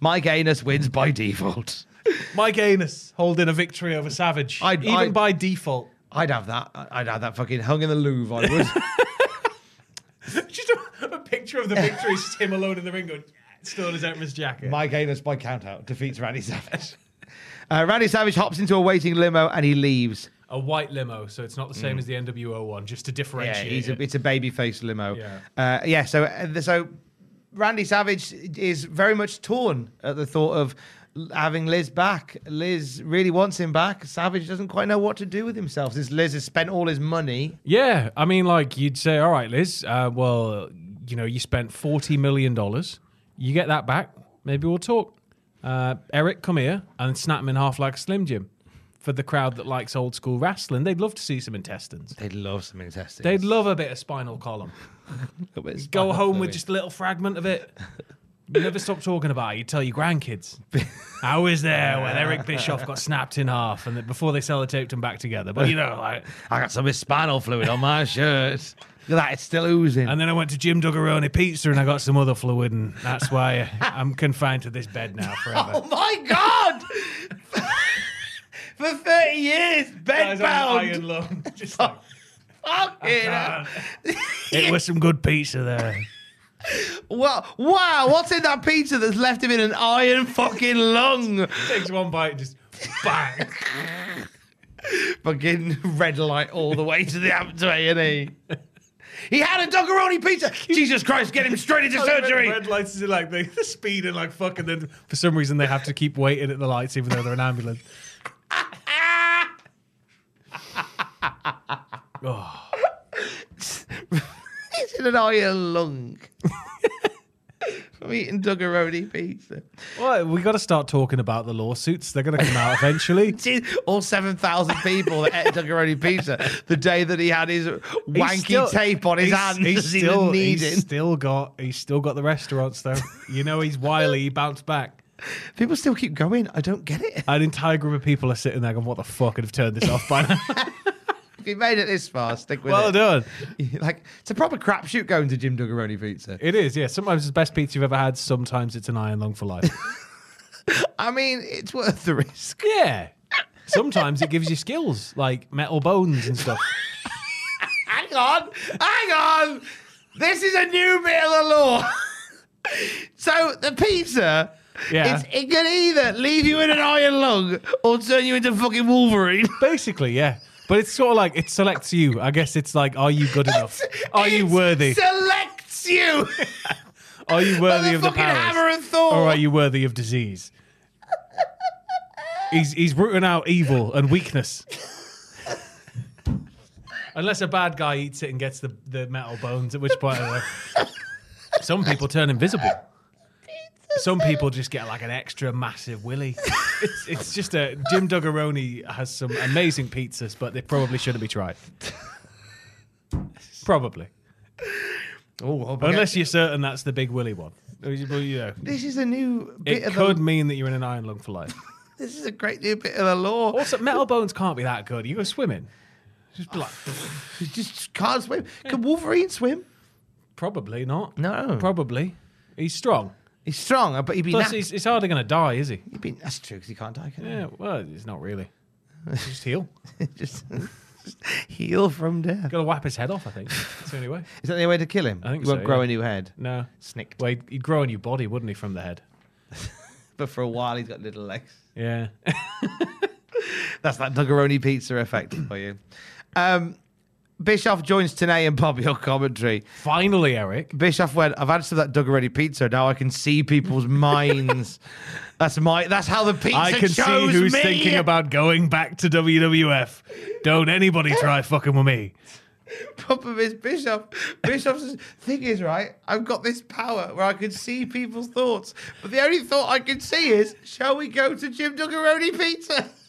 [SPEAKER 5] Mike Anus wins by default.
[SPEAKER 6] Mike Anus holding a victory over Savage,
[SPEAKER 5] I'd-
[SPEAKER 6] even
[SPEAKER 5] I'd-
[SPEAKER 6] by default.
[SPEAKER 5] I'd have that. I'd have that fucking hung in the Louvre. I would.
[SPEAKER 6] Just a, a picture of the victory, it's just him alone in the ring going, yeah, still in his Emperor's jacket.
[SPEAKER 5] Mike Anus by countout defeats Randy Savage. Uh, Randy Savage hops into a waiting limo and he leaves.
[SPEAKER 6] a white limo, so it's not the same as the NWO one, just to
[SPEAKER 5] Mm. Yeah,
[SPEAKER 6] differentiate.
[SPEAKER 5] he's
[SPEAKER 6] it.
[SPEAKER 5] a, it's a babyface limo.
[SPEAKER 6] Yeah.
[SPEAKER 5] Uh, yeah. So, uh, so Randy Savage is very much torn at the thought of l- having Liz back. Liz really wants him back. Savage doesn't quite know what to do with himself since Liz has spent all his money.
[SPEAKER 6] Yeah, I mean, like you'd say, all right, Liz. Uh, well, you know, you spent forty million dollars. You get that back. Maybe we'll talk. Uh, Eric, come here and snap him in half like a Slim Jim. For the crowd that likes old school wrestling, they'd love to see some intestines.
[SPEAKER 5] They'd love some intestines.
[SPEAKER 6] They'd love a bit of spinal column. Go home with just a little fragment of it. You never stop talking about it. You tell your grandkids. I was there when Eric Bischoff got snapped in half, and that before they sellotaped him back together. But you know, like
[SPEAKER 5] I got some of his spinal fluid on my shirt. Look at that, it's still oozing.
[SPEAKER 6] And then I went to Jim Duggaroni Pizza and I got some other fluid, and that's why I'm confined to this bed now
[SPEAKER 5] Oh
[SPEAKER 6] forever.
[SPEAKER 5] my god! For 30 years, bedbound.
[SPEAKER 6] lung. Just ah.
[SPEAKER 5] Fuck it.
[SPEAKER 6] it was some good pizza there.
[SPEAKER 5] Wow, wow, what's in that pizza that's left him in an iron fucking lung?
[SPEAKER 6] Takes one bite, just bang.
[SPEAKER 5] Fucking red light all the way to the to A&E. He had a Doggeroni pizza. Jesus Christ, get him straight into surgery.
[SPEAKER 6] Red lights is like the, the speed and like fucking. Then for some reason they have to keep waiting at the lights even though they're an ambulance. Oh,
[SPEAKER 5] He's in an iron lung. From eating Doggeroni pizza.
[SPEAKER 6] well, we got to start talking about the lawsuits. They're going to come out eventually.
[SPEAKER 5] See, all 7,000 people that ate Doggeroni pizza the day that he had his
[SPEAKER 6] He's
[SPEAKER 5] wanky
[SPEAKER 6] still-
[SPEAKER 5] tape on his
[SPEAKER 6] he's-
[SPEAKER 5] hand
[SPEAKER 6] He's
[SPEAKER 5] that he
[SPEAKER 6] still,
[SPEAKER 5] didn't need
[SPEAKER 6] he's
[SPEAKER 5] it.
[SPEAKER 6] still got he's still got the restaurants though. you know he's wily. He bounced back.
[SPEAKER 5] People still keep going. I don't get it.
[SPEAKER 6] An entire group of people are sitting there going, "What the fuck? I'd have turned this off by now."
[SPEAKER 5] If you made it this far, stick with
[SPEAKER 6] well
[SPEAKER 5] it.
[SPEAKER 6] done.
[SPEAKER 5] Like, it's a proper crapshoot going to Jim Duggaroni pizza.
[SPEAKER 6] It is. Yeah. Sometimes it's the best pizza you've ever had. Sometimes it's an iron lung for life.
[SPEAKER 5] I mean, it's worth the risk.
[SPEAKER 6] yeah. Sometimes it gives you skills like metal bones and stuff.
[SPEAKER 5] Hang on. Hang on. This is a new bit of the law. so, the pizza.
[SPEAKER 6] Yeah.
[SPEAKER 5] It's, it can either leave you in an iron lung or turn you into fucking Wolverine.
[SPEAKER 6] Basically, yeah. But it's sort of like it selects you. I guess it's like, are you good enough? Are you
[SPEAKER 5] It
[SPEAKER 6] worthy?
[SPEAKER 5] Selects you.
[SPEAKER 6] Are you worthy of the
[SPEAKER 5] Motherfucking
[SPEAKER 6] powers?
[SPEAKER 5] hammer and Thor.
[SPEAKER 6] Or are you worthy of disease? he's he's rooting out evil and weakness. Unless a bad guy eats it and gets the, the metal bones, at which point uh, some people turn invisible. Some people just get like an extra massive willy. It's, it's just a Jim Duggaroni has some amazing pizzas, but they probably shouldn't be tried. Probably,
[SPEAKER 5] Oh,
[SPEAKER 6] unless you're certain that's the big willy one. Well, you know.
[SPEAKER 5] this is a new bit
[SPEAKER 6] It
[SPEAKER 5] of
[SPEAKER 6] could
[SPEAKER 5] the,
[SPEAKER 6] mean that you're in an iron lung for life.
[SPEAKER 5] this is a great new bit of the law.
[SPEAKER 6] also, metal bones can't be that good. You go swimming. Just be like,
[SPEAKER 5] You just can't swim. Can Wolverine swim?
[SPEAKER 6] probably not.
[SPEAKER 5] No.
[SPEAKER 6] Probably. He's strong.
[SPEAKER 5] He's strong, but he'd be.
[SPEAKER 6] Plus,
[SPEAKER 5] nat-
[SPEAKER 6] he's, he's hardly going to die, is he?
[SPEAKER 5] he'd be that's true because he can't die. Can
[SPEAKER 6] Yeah, well, he's not really. He's Just heal.
[SPEAKER 5] he? just, just heal from death.
[SPEAKER 6] Got to whap his head off, I think. That's the only way.
[SPEAKER 5] Is that the way to kill him?
[SPEAKER 6] I think
[SPEAKER 5] he won't
[SPEAKER 6] so,
[SPEAKER 5] grow
[SPEAKER 6] yeah.
[SPEAKER 5] a new head.
[SPEAKER 6] No.
[SPEAKER 5] Snicked.
[SPEAKER 6] Well, he'd, he'd grow a new body, wouldn't he, from the head?
[SPEAKER 5] But for a while, he's got little legs.
[SPEAKER 6] Yeah.
[SPEAKER 5] That's that Duggaroni pizza effect for you. Um, Bischoff joins Tanay and Bobby on commentary.
[SPEAKER 6] Finally, Eric.
[SPEAKER 5] Bischoff went, I've had some of that Duggaroni pizza. Now I can see people's minds. That's my. That's how the pizza
[SPEAKER 6] I can see
[SPEAKER 5] chose
[SPEAKER 6] who's
[SPEAKER 5] me.
[SPEAKER 6] thinking about going back to WWF. Don't anybody try fucking with me.
[SPEAKER 5] Proper Miss Bishop. Bishop's thing is, right, I've got this power where I can see people's thoughts, but the only thought I can see is, shall we go to Jim Duggaroni Pizza?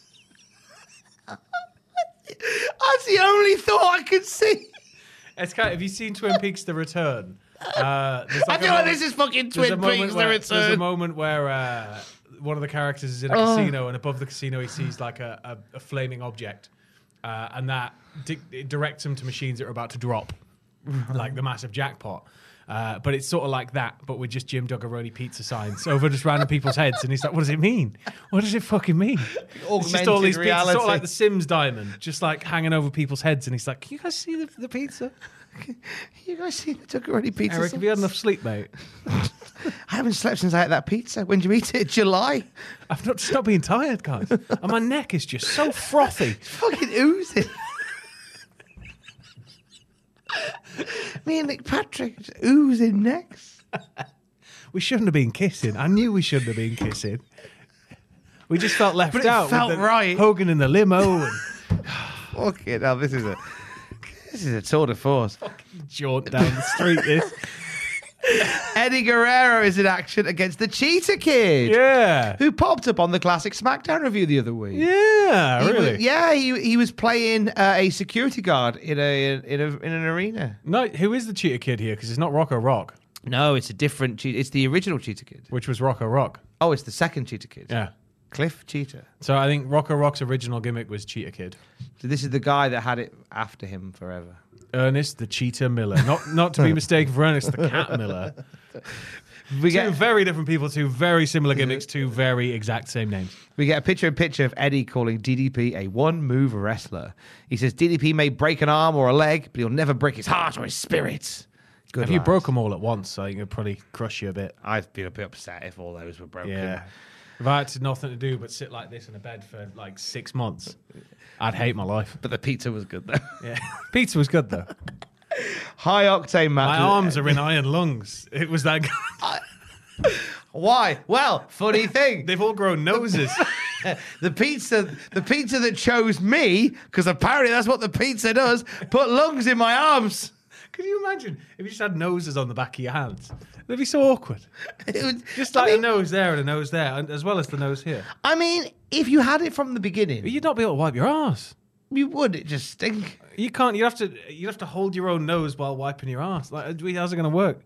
[SPEAKER 5] That's the only thought I can see.
[SPEAKER 6] It's kind of, have you seen Twin Peaks: The Return? Uh, there's
[SPEAKER 5] I
[SPEAKER 6] like a
[SPEAKER 5] feel like
[SPEAKER 6] moment-
[SPEAKER 5] this is fucking
[SPEAKER 6] there's a
[SPEAKER 5] Twin
[SPEAKER 6] moment
[SPEAKER 5] Peaks, The
[SPEAKER 6] where- There's a
[SPEAKER 5] Return.
[SPEAKER 6] moment where uh, one of the characters is in a
[SPEAKER 5] Oh.
[SPEAKER 6] casino, and above the casino, he sees like a, a, a flaming object, uh, and that di- it directs him to machines that are about to drop, like the massive jackpot. Uh, but it's sort of like that, but with just Jim Duggaroni pizza signs over just random people's heads, and he's like, "What does it mean? What does it fucking mean?" It's just all
[SPEAKER 5] Augmented
[SPEAKER 6] these pizzas, sort of
[SPEAKER 5] reality.
[SPEAKER 6] like the Sims diamond, just like hanging over people's heads, and he's like, "Can you guys see the, the pizza?"
[SPEAKER 5] You guys see the Duggaroni Pizza?
[SPEAKER 6] Eric, have you had enough sleep, mate?
[SPEAKER 5] I haven't slept since I ate that pizza. When did you eat it? July.
[SPEAKER 6] I've not stopped being tired, guys. and my neck is just so frothy.
[SPEAKER 5] fucking oozing. Me and Nick Patrick just oozing necks.
[SPEAKER 6] We shouldn't have been kissing. I knew we shouldn't have been kissing. We just felt left
[SPEAKER 5] But it
[SPEAKER 6] out. with
[SPEAKER 5] felt
[SPEAKER 6] the
[SPEAKER 5] right.
[SPEAKER 6] Hogan in the limo and
[SPEAKER 5] Fucking hell, this is a this is a tour de force.
[SPEAKER 6] jaunt down the street. This
[SPEAKER 5] Eddie Guerrero is in action against the Cheetah Kid.
[SPEAKER 6] Yeah.
[SPEAKER 5] Who popped up on the classic SmackDown review the other week.
[SPEAKER 6] Yeah,
[SPEAKER 5] He was-
[SPEAKER 6] really.
[SPEAKER 5] yeah, he, he was playing uh, a security guard in a in a in an arena.
[SPEAKER 6] No, who is the cheater kid here? Because it's not Rocco Rock,
[SPEAKER 5] No, it's a different. Che- it's the original Cheetah Kid.
[SPEAKER 6] which was Rocco Rock.
[SPEAKER 5] Oh, it's the second Cheetah Kid.
[SPEAKER 6] Yeah.
[SPEAKER 5] Cliff Cheetah.
[SPEAKER 6] So I think Rocco Rock's original gimmick was cheater kid.
[SPEAKER 5] So this is the guy that had it after him forever.
[SPEAKER 6] Ernest the Cheetah Miller, not not to be mistaken for Ernest the Cat Miller.
[SPEAKER 5] We
[SPEAKER 6] two
[SPEAKER 5] get
[SPEAKER 6] very different people, two very similar gimmicks, two very exact same names.
[SPEAKER 5] we get a picture in picture of Eddie calling DDP a one move wrestler. He says DDP may break an arm or a leg, but he'll never break his heart or his spirit. Good.
[SPEAKER 6] if you
[SPEAKER 5] lads.
[SPEAKER 6] broke them all at once, I think it'd probably crush you a bit.
[SPEAKER 5] I'd be a bit upset if all those were broken.
[SPEAKER 6] Yeah. If I had nothing to do but sit like this in a bed for like six months, I'd hate my life.
[SPEAKER 5] But the pizza was good though.
[SPEAKER 6] Yeah. Pizza was good though.
[SPEAKER 5] High octane match.
[SPEAKER 6] My arms are in iron lungs. It was that
[SPEAKER 5] Why? Well, funny thing.
[SPEAKER 6] they've all grown noses.
[SPEAKER 5] the pizza the pizza that chose me, because apparently that's what the pizza does, put lungs in my arms.
[SPEAKER 6] Could you imagine if you just had noses on the back of your hands? That'd be so awkward.
[SPEAKER 5] It was,
[SPEAKER 6] Just
[SPEAKER 5] I
[SPEAKER 6] like
[SPEAKER 5] mean-
[SPEAKER 6] a nose there and a nose there, and as well as the nose here.
[SPEAKER 5] I mean, if you had it from the beginning,
[SPEAKER 6] But you'd not be able to wipe your ass.
[SPEAKER 5] you would it just stink.
[SPEAKER 6] You can't. You would have to. You would have to hold your own nose while wiping your ass. Like, how's it going to work?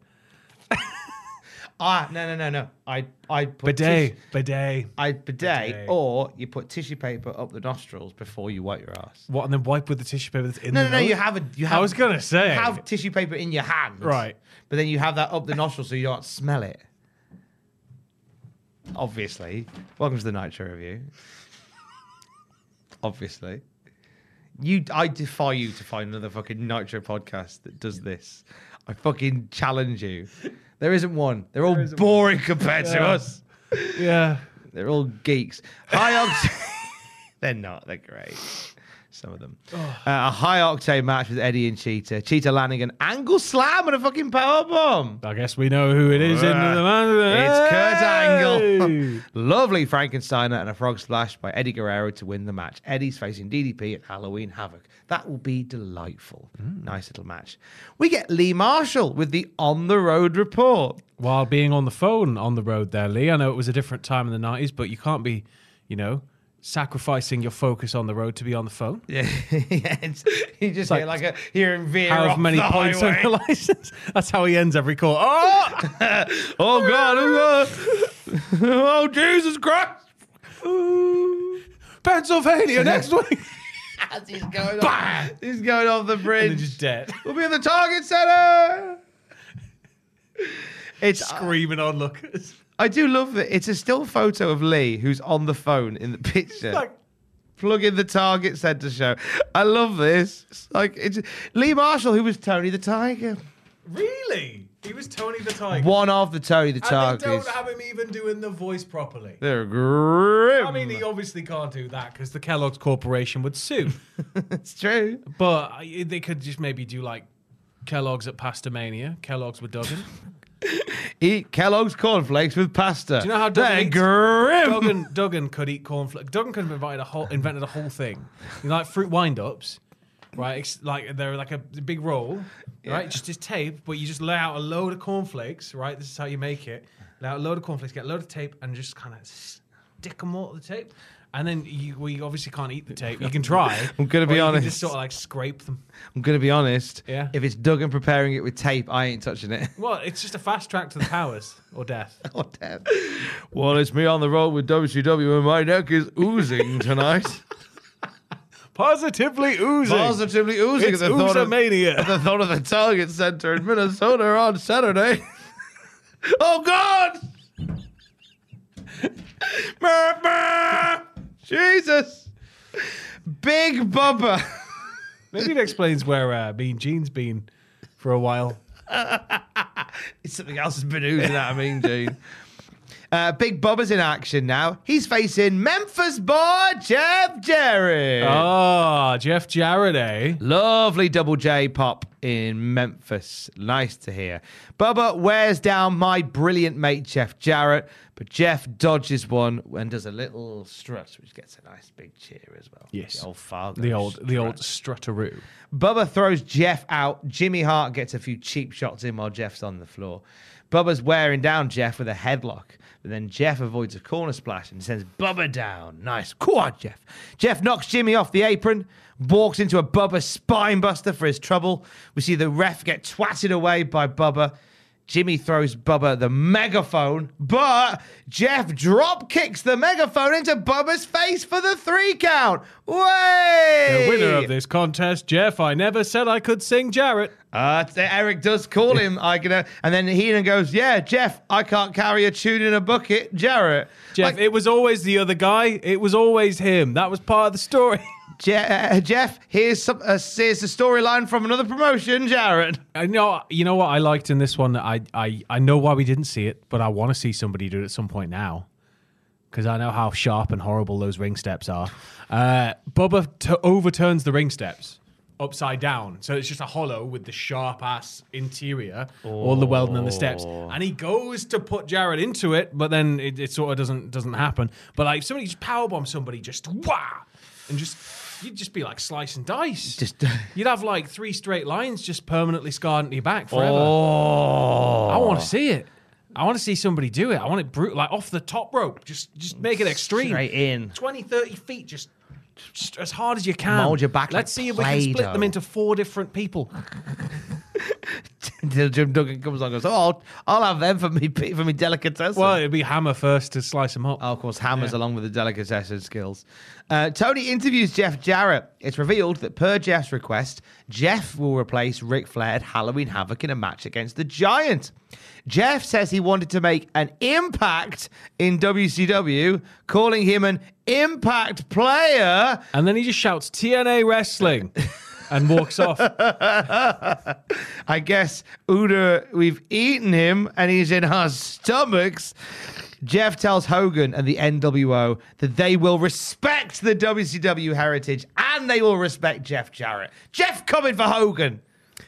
[SPEAKER 5] Ah, no, no, no, no. I, I put
[SPEAKER 6] Bidet,
[SPEAKER 5] tish-
[SPEAKER 6] bidet.
[SPEAKER 5] I bidet,
[SPEAKER 6] Bidet.
[SPEAKER 5] or you put tissue paper up the nostrils before you wipe your ass.
[SPEAKER 6] What and then wipe with the tissue paper that's in
[SPEAKER 5] No,
[SPEAKER 6] the
[SPEAKER 5] no, no.
[SPEAKER 6] nose?
[SPEAKER 5] You have a. You
[SPEAKER 6] I
[SPEAKER 5] have,
[SPEAKER 6] was gonna say.
[SPEAKER 5] you have tissue paper in your hand,
[SPEAKER 6] Right.
[SPEAKER 5] But then you have that up the nostrils so you don't smell it. Obviously, welcome to the Nitro Review. Obviously, you. I defy you to find another fucking Nitro podcast that does this. I fucking challenge you. There isn't one. They're all boring compared to
[SPEAKER 6] Yeah.
[SPEAKER 5] us.
[SPEAKER 6] Yeah.
[SPEAKER 5] They're all geeks. High octane. they're not. They're great. Some of them. Uh, a high octane match with Eddie and Cheetah. Cheetah landing an angle slam and a fucking power bomb.
[SPEAKER 6] I guess we know who it is in the
[SPEAKER 5] It's Kurt
[SPEAKER 6] Hey!
[SPEAKER 5] Angle. Lovely Frankensteiner and a frog splash by Eddie Guerrero to win the match. Eddie's facing DDP at Halloween Havoc. That will be delightful.
[SPEAKER 6] Mm.
[SPEAKER 5] Nice little match. We get Lee Marshall with the on the road report.
[SPEAKER 6] While being on the phone on the road there, Lee, I know it was a different time in the nineties, but you can't be, you know, sacrificing your focus on the road to be on the phone.
[SPEAKER 5] Yeah, it's- you just
[SPEAKER 6] like-
[SPEAKER 5] hear like a hearing veer
[SPEAKER 6] How
[SPEAKER 5] off
[SPEAKER 6] many
[SPEAKER 5] the
[SPEAKER 6] points
[SPEAKER 5] highway.
[SPEAKER 6] on your license? That's how he ends every call. Oh,
[SPEAKER 5] Oh God! Oh God! oh Jesus Christ!
[SPEAKER 6] Pennsylvania next week.
[SPEAKER 5] As he's going off, he's going off the
[SPEAKER 6] and
[SPEAKER 5] bridge.
[SPEAKER 6] then just dead,
[SPEAKER 5] we'll be in the target center. It's
[SPEAKER 6] screaming onlookers.
[SPEAKER 5] I do love that. It's a still photo of Lee who's on the phone in the picture.
[SPEAKER 6] Like,
[SPEAKER 5] Plug in the target center show. I love this. It's like it's Lee Marshall, who was Tony the Tiger,
[SPEAKER 6] really? He was Tony the Tiger.
[SPEAKER 5] one of the Tony the
[SPEAKER 6] And they
[SPEAKER 5] Tigers.
[SPEAKER 6] don't have him even doing the voice properly.
[SPEAKER 5] They're grim.
[SPEAKER 6] I mean, he obviously can't do that because the Kellogg's Corporation would sue.
[SPEAKER 5] it's true.
[SPEAKER 6] but I, they could just maybe do like Kellogg's at Pastamania, Kellogg's with Duggan.
[SPEAKER 5] Eat Kellogg's cornflakes with pasta.
[SPEAKER 6] Do you know how
[SPEAKER 5] They're
[SPEAKER 6] Duggan
[SPEAKER 5] grim.
[SPEAKER 6] Duggan, Duggan could eat cornflakes. Duggan could have invited a whole, invented a whole thing. You know, like fruit wind ups. right? It's like they're like a big roll, right? Just this tape, but you just lay out a load of cornflakes, right? This is how you make it. Lay out a load of cornflakes, get a load of tape, and just kind of stick them all to the tape. And then you, we obviously can't eat the tape. You can try.
[SPEAKER 5] I'm gonna be
[SPEAKER 6] or you can
[SPEAKER 5] honest.
[SPEAKER 6] just sort of like scrape them.
[SPEAKER 5] I'm going to be honest.
[SPEAKER 6] Yeah.
[SPEAKER 5] If it's Duggan preparing it with tape, I ain't touching it.
[SPEAKER 6] Well, it's just a fast track to the powers or death.
[SPEAKER 5] or death. well, it's me on the road with WCW, and my neck is oozing tonight.
[SPEAKER 6] Positively oozing.
[SPEAKER 5] Positively oozing.
[SPEAKER 6] It's
[SPEAKER 5] at the thought of-
[SPEAKER 6] oozomania.
[SPEAKER 5] at the thought of the Target Center in Minnesota on Saturday. oh God! Burp, burp! Jesus! Big Bubba.
[SPEAKER 6] Maybe it explains where uh, Mean Gene's been for a while.
[SPEAKER 5] Something else has been oozing out of Mean Gene. Uh, Big Bubba's in action now. He's facing Memphis boy Jeff Jarrett.
[SPEAKER 6] Oh, Jeff Jarrett, eh?
[SPEAKER 5] Lovely double J pop in Memphis. Nice to hear. Bubba wears down my brilliant mate Jeff Jarrett, but Jeff dodges one and does a little strut, which gets a nice big cheer as well.
[SPEAKER 6] Yes.
[SPEAKER 5] The old father.
[SPEAKER 6] The old, the old strutteroo.
[SPEAKER 5] Bubba throws Jeff out. Jimmy Hart gets a few cheap shots in while Jeff's on the floor. Bubba's wearing down Jeff with a headlock, but then Jeff avoids a corner splash and sends Bubba down. Nice quad, Jeff. Jeff knocks Jimmy off the apron, walks into a Bubba spinebuster for his trouble. We see the ref get twatted away by Bubba. Jimmy throws Bubba the megaphone, but Jeff drop kicks the megaphone into Bubba's face for the three count. Way!
[SPEAKER 6] The winner of this contest, Jeff. I never said I could sing Jarrett.
[SPEAKER 5] Uh, t- Eric does call him. I can, uh, and then Heenan goes, "Yeah, Jeff, I can't carry a tune in a bucket, Jarrett."
[SPEAKER 6] Jeff, it was always the other guy. It was always him. That was part of the story.
[SPEAKER 5] Je- uh, Jeff, here's some, uh, here's the storyline from another promotion, Jarrett.
[SPEAKER 6] I know. You know what I liked in this one. I I I know why we didn't see it, but I want to see somebody do it at some point now, because I know how sharp and horrible those ring steps are. Uh, Bubba t- overturns the ring steps upside down, so it's just a hollow with the sharp ass interior, all the welding and the steps, and he goes to put Jared into it, but then it, it sort of doesn't doesn't happen. But like somebody just powerbomb somebody, just wah, and just. You'd just be like slice and dice.
[SPEAKER 5] Just
[SPEAKER 6] You'd have like three straight lines just permanently scarred into your back forever.
[SPEAKER 5] Oh.
[SPEAKER 6] I want to see it. I want to see somebody do it. I want it brutal, like off the top rope. Just just make it extreme.
[SPEAKER 5] Straight in.
[SPEAKER 6] 20, 30 feet, just, just as hard as you can.
[SPEAKER 5] Mold your back
[SPEAKER 6] Let's
[SPEAKER 5] like
[SPEAKER 6] see if we can split
[SPEAKER 5] Play-Doh.
[SPEAKER 6] them into four different people.
[SPEAKER 5] Until Jim Duggan comes on, and goes, "Oh, I'll, I'll have them for me pe- for me delicatessen."
[SPEAKER 6] Well, it'd be Hammer first to slice them up.
[SPEAKER 5] Oh, of course, hammers along with the delicatessen skills. Uh, Tony interviews Jeff Jarrett. It's revealed that, per Jeff's request, Jeff will replace Ric Flair at Halloween Havoc in a match against the Giant. Jeff says he wanted to make an impact in WCW, calling him an impact player.
[SPEAKER 6] And then he just shouts TNA Wrestling and walks off.
[SPEAKER 5] I guess Uda, we've eaten him and he's in our stomachs. Jeff tells Hogan and the NWO that they will respect the WCW heritage and they will respect Jeff Jarrett. Jeff coming for Hogan.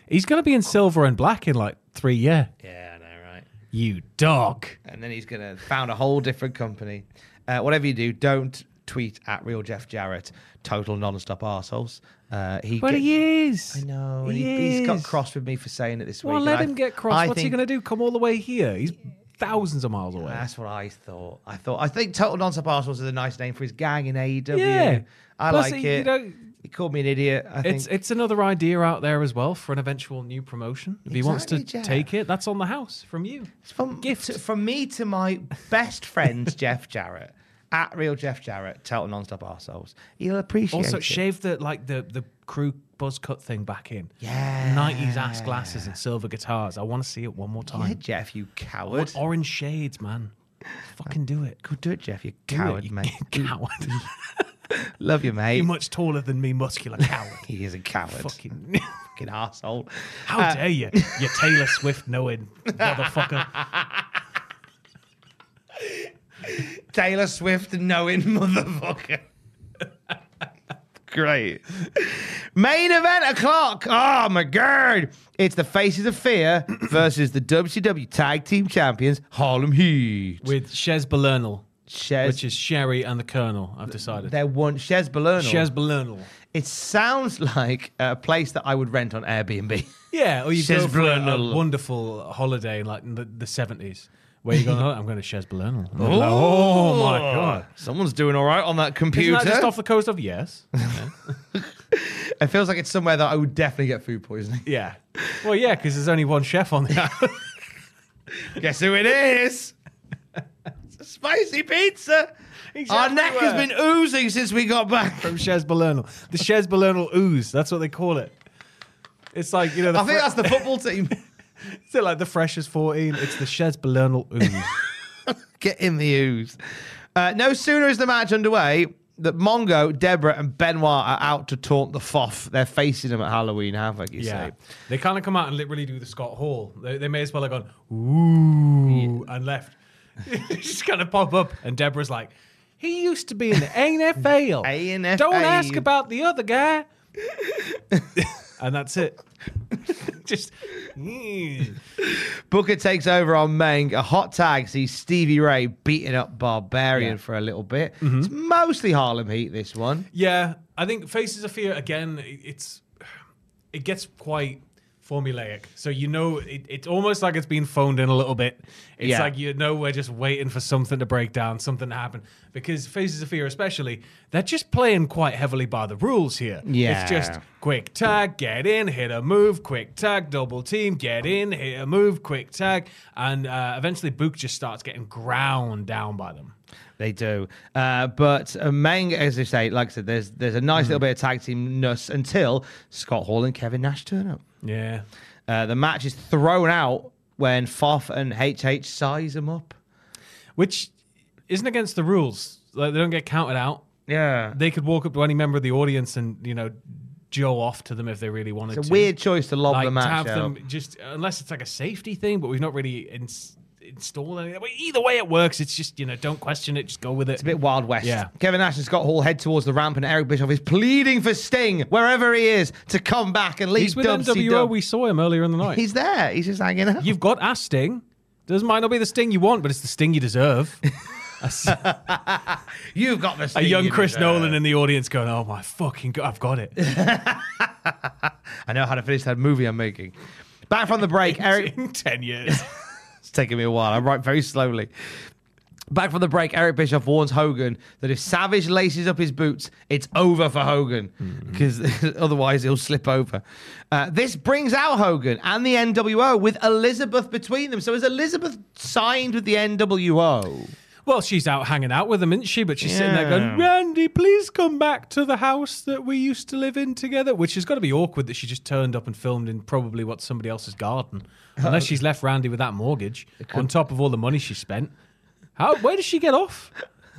[SPEAKER 6] He's going to be in silver and black in like three year.
[SPEAKER 5] Yeah, I know, right?
[SPEAKER 6] You dog.
[SPEAKER 5] And then he's going to found a whole different company. Uh, whatever you do, don't tweet at real Jeff Jarrett, total nonstop arseholes. Uh, he
[SPEAKER 6] But
[SPEAKER 5] get-
[SPEAKER 6] he is.
[SPEAKER 5] I know. and
[SPEAKER 6] He,
[SPEAKER 5] He, has got
[SPEAKER 6] is.
[SPEAKER 5] cross with me for saying it this
[SPEAKER 6] Well,
[SPEAKER 5] week.
[SPEAKER 6] let
[SPEAKER 5] and I-
[SPEAKER 6] him get cross.
[SPEAKER 5] I
[SPEAKER 6] What's he
[SPEAKER 5] think-
[SPEAKER 6] going to do? Come all the way here? He's thousands of miles away.
[SPEAKER 5] That's what I thought. I thought I think Total Nonsense Arsenals is a nice name for his gang in AEW.
[SPEAKER 6] Yeah.
[SPEAKER 5] I
[SPEAKER 6] Plus,
[SPEAKER 5] like
[SPEAKER 6] you
[SPEAKER 5] it.
[SPEAKER 6] know-
[SPEAKER 5] he called me an idiot. I think
[SPEAKER 6] It's it's another idea out there as well for an eventual new promotion. If he wants to
[SPEAKER 5] Exactly, Jeff.
[SPEAKER 6] take it, that's on the house from you.
[SPEAKER 5] it's from to- from me to my best friend Jeff Jarrett at Real Jeff Jarrett. Total Nonstop Arsenals. He'll appreciate
[SPEAKER 6] Also,
[SPEAKER 5] it.
[SPEAKER 6] shave the like the the crew buzz cut thing back in.
[SPEAKER 5] Yeah.
[SPEAKER 6] nineties ass glasses and silver guitars. I want to see it one more
[SPEAKER 5] yeah,
[SPEAKER 6] time.
[SPEAKER 5] Jeff, you
[SPEAKER 6] I
[SPEAKER 5] coward.
[SPEAKER 6] want orange shades, man. Fucking do it.
[SPEAKER 5] Go do it, Jeff. You
[SPEAKER 6] Do it,
[SPEAKER 5] coward,
[SPEAKER 6] you
[SPEAKER 5] mate.
[SPEAKER 6] Coward.
[SPEAKER 5] Love you, mate.
[SPEAKER 6] You're much taller than me, muscular coward.
[SPEAKER 5] he is a coward.
[SPEAKER 6] Fucking.
[SPEAKER 5] Fucking asshole.
[SPEAKER 6] How dare you? You Taylor Swift knowing motherfucker.
[SPEAKER 5] Taylor Swift knowing motherfucker. Great. Main event o'clock. Oh my god. It's the Faces of Fear versus the WCW Tag Team Champions, Harlem Heat.
[SPEAKER 6] With Shez Belernal
[SPEAKER 5] Shez.
[SPEAKER 6] Which is Sherry and the Colonel, I've decided.
[SPEAKER 5] They're one Shez Balernal.
[SPEAKER 6] Shez Balernal.
[SPEAKER 5] It sounds like a place that I would rent on Airbnb.
[SPEAKER 6] Yeah, or you go
[SPEAKER 5] Shez
[SPEAKER 6] for a- a
[SPEAKER 5] Balernal.
[SPEAKER 6] wonderful holiday like in the, the 70s where you go, oh, I'm going to Shez Balernal. And they're
[SPEAKER 5] Oh,
[SPEAKER 6] like, oh my God.
[SPEAKER 5] Someone's doing all right on that computer.
[SPEAKER 6] Isn't that just off the coast of yes?
[SPEAKER 5] it feels like it's somewhere that I would definitely get food poisoning.
[SPEAKER 6] Yeah. Well, yeah, because there's only one chef on the island.
[SPEAKER 5] Guess who it is? It's a spicy pizza.
[SPEAKER 6] He's
[SPEAKER 5] Our neck has
[SPEAKER 6] everywhere.
[SPEAKER 5] been oozing since we got back.
[SPEAKER 6] from Shez Balernal. The Shez Balernal ooze. That's what they call it. It's like you know. The
[SPEAKER 5] I think
[SPEAKER 6] fre-
[SPEAKER 5] that's the football team.
[SPEAKER 6] Is it like the freshest fourteen? It's the Shez Balernal ooze.
[SPEAKER 5] Get in the ooze. Uh, no sooner is the match underway that Mongo, Deborah, and Benoit are out to taunt the foff. They're facing him at Halloween Havoc, you
[SPEAKER 6] yeah,
[SPEAKER 5] say.
[SPEAKER 6] they kind of come out and literally do the Scott Hall. They, they may as well have gone ooh and left. Just kind of pop up, and Deborah's like, "He used to be in the NFL.
[SPEAKER 5] ANFA.
[SPEAKER 6] Don't ask about the other guy." and that's it. Just mm.
[SPEAKER 5] Booker takes over on Meng. A hot tag sees Stevie Ray beating up Barbarian for a little bit. It's mostly Harlem Heat, this one.
[SPEAKER 6] Yeah, I think Faces of Fear again. it- It's it gets quite formulaic, so you know it, it's almost like it's been phoned in a little bit. It's
[SPEAKER 5] Yeah.
[SPEAKER 6] like you know we're just waiting for something to break down, something to happen. Because Faces of Fear, especially, they're just playing quite heavily by the rules here.
[SPEAKER 5] Yeah.
[SPEAKER 6] it's just quick tag, get in, hit a move, quick tag, double team, get in, hit a move, quick tag, and uh, eventually Book just starts getting ground down by them.
[SPEAKER 5] They do. Uh, but uh, Meng, as they say, like I said, there's there's a
[SPEAKER 6] Mm-hmm.
[SPEAKER 5] nice little bit of tag team nuss until Scott Hall and Kevin Nash turn up.
[SPEAKER 6] Yeah.
[SPEAKER 5] Uh, the match is thrown out when Foff and HH size them up.
[SPEAKER 6] which isn't against the rules. Like they don't get counted out.
[SPEAKER 5] Yeah.
[SPEAKER 6] They could walk up to any member of the audience and you know Joe off to them if they really wanted
[SPEAKER 5] It's a
[SPEAKER 6] to.
[SPEAKER 5] weird choice to lob
[SPEAKER 6] like,
[SPEAKER 5] the
[SPEAKER 6] to
[SPEAKER 5] match
[SPEAKER 6] have
[SPEAKER 5] out.
[SPEAKER 6] them just unless it's like a safety thing, but we've not really ins- installed anything. But either way, it works. It's just you know don't question it, just go with it.
[SPEAKER 5] It's a bit Wild West.
[SPEAKER 6] Yeah.
[SPEAKER 5] Kevin Nash and Scott Hall head towards the ramp, and Eric Bischoff is pleading for Sting, wherever he is, to come back and leave
[SPEAKER 6] He's with
[SPEAKER 5] Dubsy
[SPEAKER 6] NWO.
[SPEAKER 5] Dub.
[SPEAKER 6] We saw him earlier in the night.
[SPEAKER 5] He's there. He's just hanging out.
[SPEAKER 6] You've got ass sting. This might not be the sting you want, but it's the sting you deserve.
[SPEAKER 5] You've got the
[SPEAKER 6] A
[SPEAKER 5] Sting
[SPEAKER 6] young
[SPEAKER 5] you
[SPEAKER 6] Chris
[SPEAKER 5] deserve.
[SPEAKER 6] Nolan in the audience going, "Oh my fucking god, I've got it."
[SPEAKER 5] I know how to finish that movie I'm making. Back from the break, Eric.
[SPEAKER 6] in ten years.
[SPEAKER 5] It's taking me a while. I write very slowly. Back from the break, Eric Bischoff warns Hogan that if Savage laces up his boots, it's over for Hogan
[SPEAKER 6] Mm.
[SPEAKER 5] because otherwise he'll slip over. Uh, this brings out Hogan and the NWO with Elizabeth between them. So is Elizabeth signed with the NWO?
[SPEAKER 6] Well, she's out hanging out with him, isn't she? But she's sitting there going,
[SPEAKER 5] Yeah.
[SPEAKER 6] Randy, please come back to the house that we used to live in together, which has got to be awkward that she just turned up and filmed in probably what somebody else's garden. Unless she's left Randy with that mortgage on top of all the money she spent. How? Where does she get off?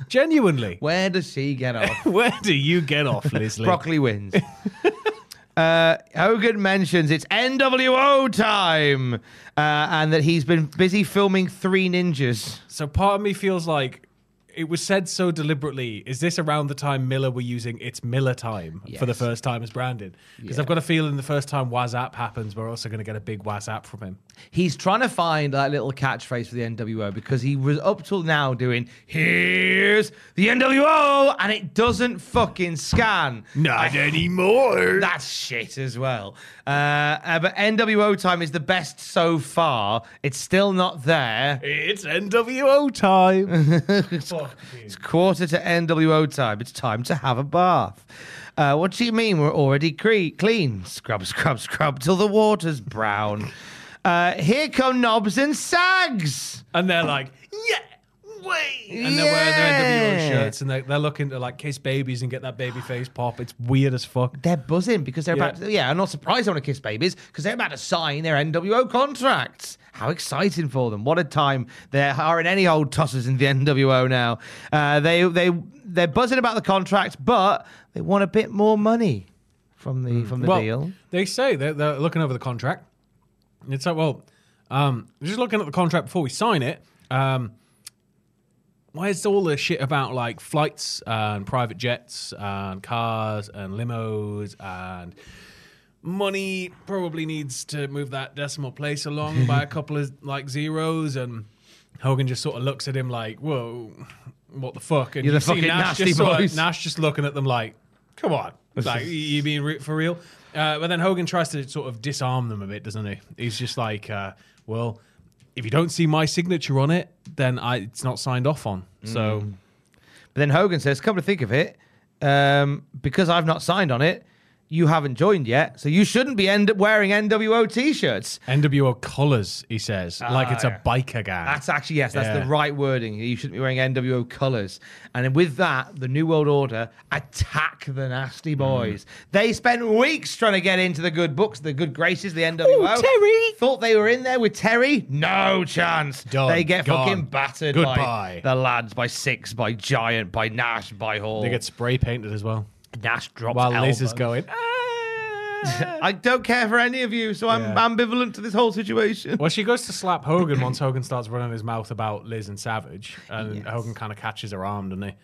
[SPEAKER 6] Genuinely.
[SPEAKER 5] Where does she get off?
[SPEAKER 6] Where do you get off, Leslie?
[SPEAKER 5] Broccoli wins. Uh, Hogan mentions it's NWO time uh, and that he's been busy filming Three Ninjas.
[SPEAKER 6] So part of me feels like it was said so deliberately. Is this around the time Miller were using it's Miller time for the
[SPEAKER 5] Yes.
[SPEAKER 6] first time as branded? Because I've got a feeling the first time WhatsApp happens, we're also going to get a big WhatsApp from him.
[SPEAKER 5] He's trying to find that little catchphrase for the NWO because he was up till now doing "Here's the NWO" and it doesn't fucking scan.
[SPEAKER 6] Not anymore.
[SPEAKER 5] That's shit as well. Uh, uh, but NWO time is the best so far. It's still not there.
[SPEAKER 6] It's NWO time.
[SPEAKER 5] It's quarter to NWO time. It's time to have a bath. Uh, what do you mean we're already cre- clean? Scrub, scrub, scrub till the water's brown. Uh, here come knobs and sags.
[SPEAKER 6] and they're like, yeah, wait. And they're wearing their NWO
[SPEAKER 5] Yeah.
[SPEAKER 6] shirts and they're, they're looking to like kiss babies and get that baby face pop. It's weird as fuck.
[SPEAKER 5] They're buzzing because they're
[SPEAKER 6] Yeah.
[SPEAKER 5] about to, yeah, I'm not surprised they want to kiss babies because they're about to sign their NWO contracts. How exciting for them. What a time. There aren't any old tossers in the NWO now. Uh, they, they, they're buzzing about the contracts, but they want a bit more money from the, from the
[SPEAKER 6] Mm. well,
[SPEAKER 5] deal.
[SPEAKER 6] They say they're, they're looking over the contract. And it's like, well, um, just looking at the contract before we sign it. Um, why is all the shit about like flights and private jets and cars and limos and money probably needs to move that decimal place along by a couple of like zeros and Hogan just sort of looks at him like, "Whoa, what the fuck? And
[SPEAKER 5] You're the
[SPEAKER 6] see
[SPEAKER 5] fucking nasty
[SPEAKER 6] just sort of-
[SPEAKER 5] boys.
[SPEAKER 6] Nash just looking at them like, come on,
[SPEAKER 5] This
[SPEAKER 6] like
[SPEAKER 5] is-
[SPEAKER 6] you being re- for real. Uh, but then Hogan tries to sort of disarm them a bit, doesn't he? He's just like, uh, well, if you don't see my signature on it, then I, it's not signed off on.
[SPEAKER 5] Mm.
[SPEAKER 6] So
[SPEAKER 5] But then Hogan says, "Come to think of it, um, because I've not signed on it, you haven't joined yet, so you shouldn't be end- wearing NWO t-shirts."
[SPEAKER 6] NWO collars, he says, like
[SPEAKER 5] Ah,
[SPEAKER 6] it's
[SPEAKER 5] yeah.
[SPEAKER 6] a biker gang.
[SPEAKER 5] That's actually yes, that's
[SPEAKER 6] Yeah.
[SPEAKER 5] the right wording. You shouldn't be wearing NWO colours. And then with that, the New World Order attack the Nasty
[SPEAKER 6] Hmm.
[SPEAKER 5] Boys. They spent weeks trying to get into the good books, the good graces, the NWO. Terry thought they were in there with Terry. No chance.
[SPEAKER 6] Done.
[SPEAKER 5] They get
[SPEAKER 6] Gone.
[SPEAKER 5] fucking battered.
[SPEAKER 6] Goodbye.
[SPEAKER 5] By the lads by six, by Giant, by Nash, by Hall.
[SPEAKER 6] They get spray painted as well.
[SPEAKER 5] Nash drops
[SPEAKER 6] While Liz is
[SPEAKER 5] elbows.
[SPEAKER 6] going,
[SPEAKER 5] I don't care for any of you, so I'm
[SPEAKER 6] Yeah.
[SPEAKER 5] ambivalent to this whole situation.
[SPEAKER 6] Well, she goes to slap Hogan once Hogan starts running his mouth about Liz and Savage, and Hogan kind of catches her arm, doesn't he?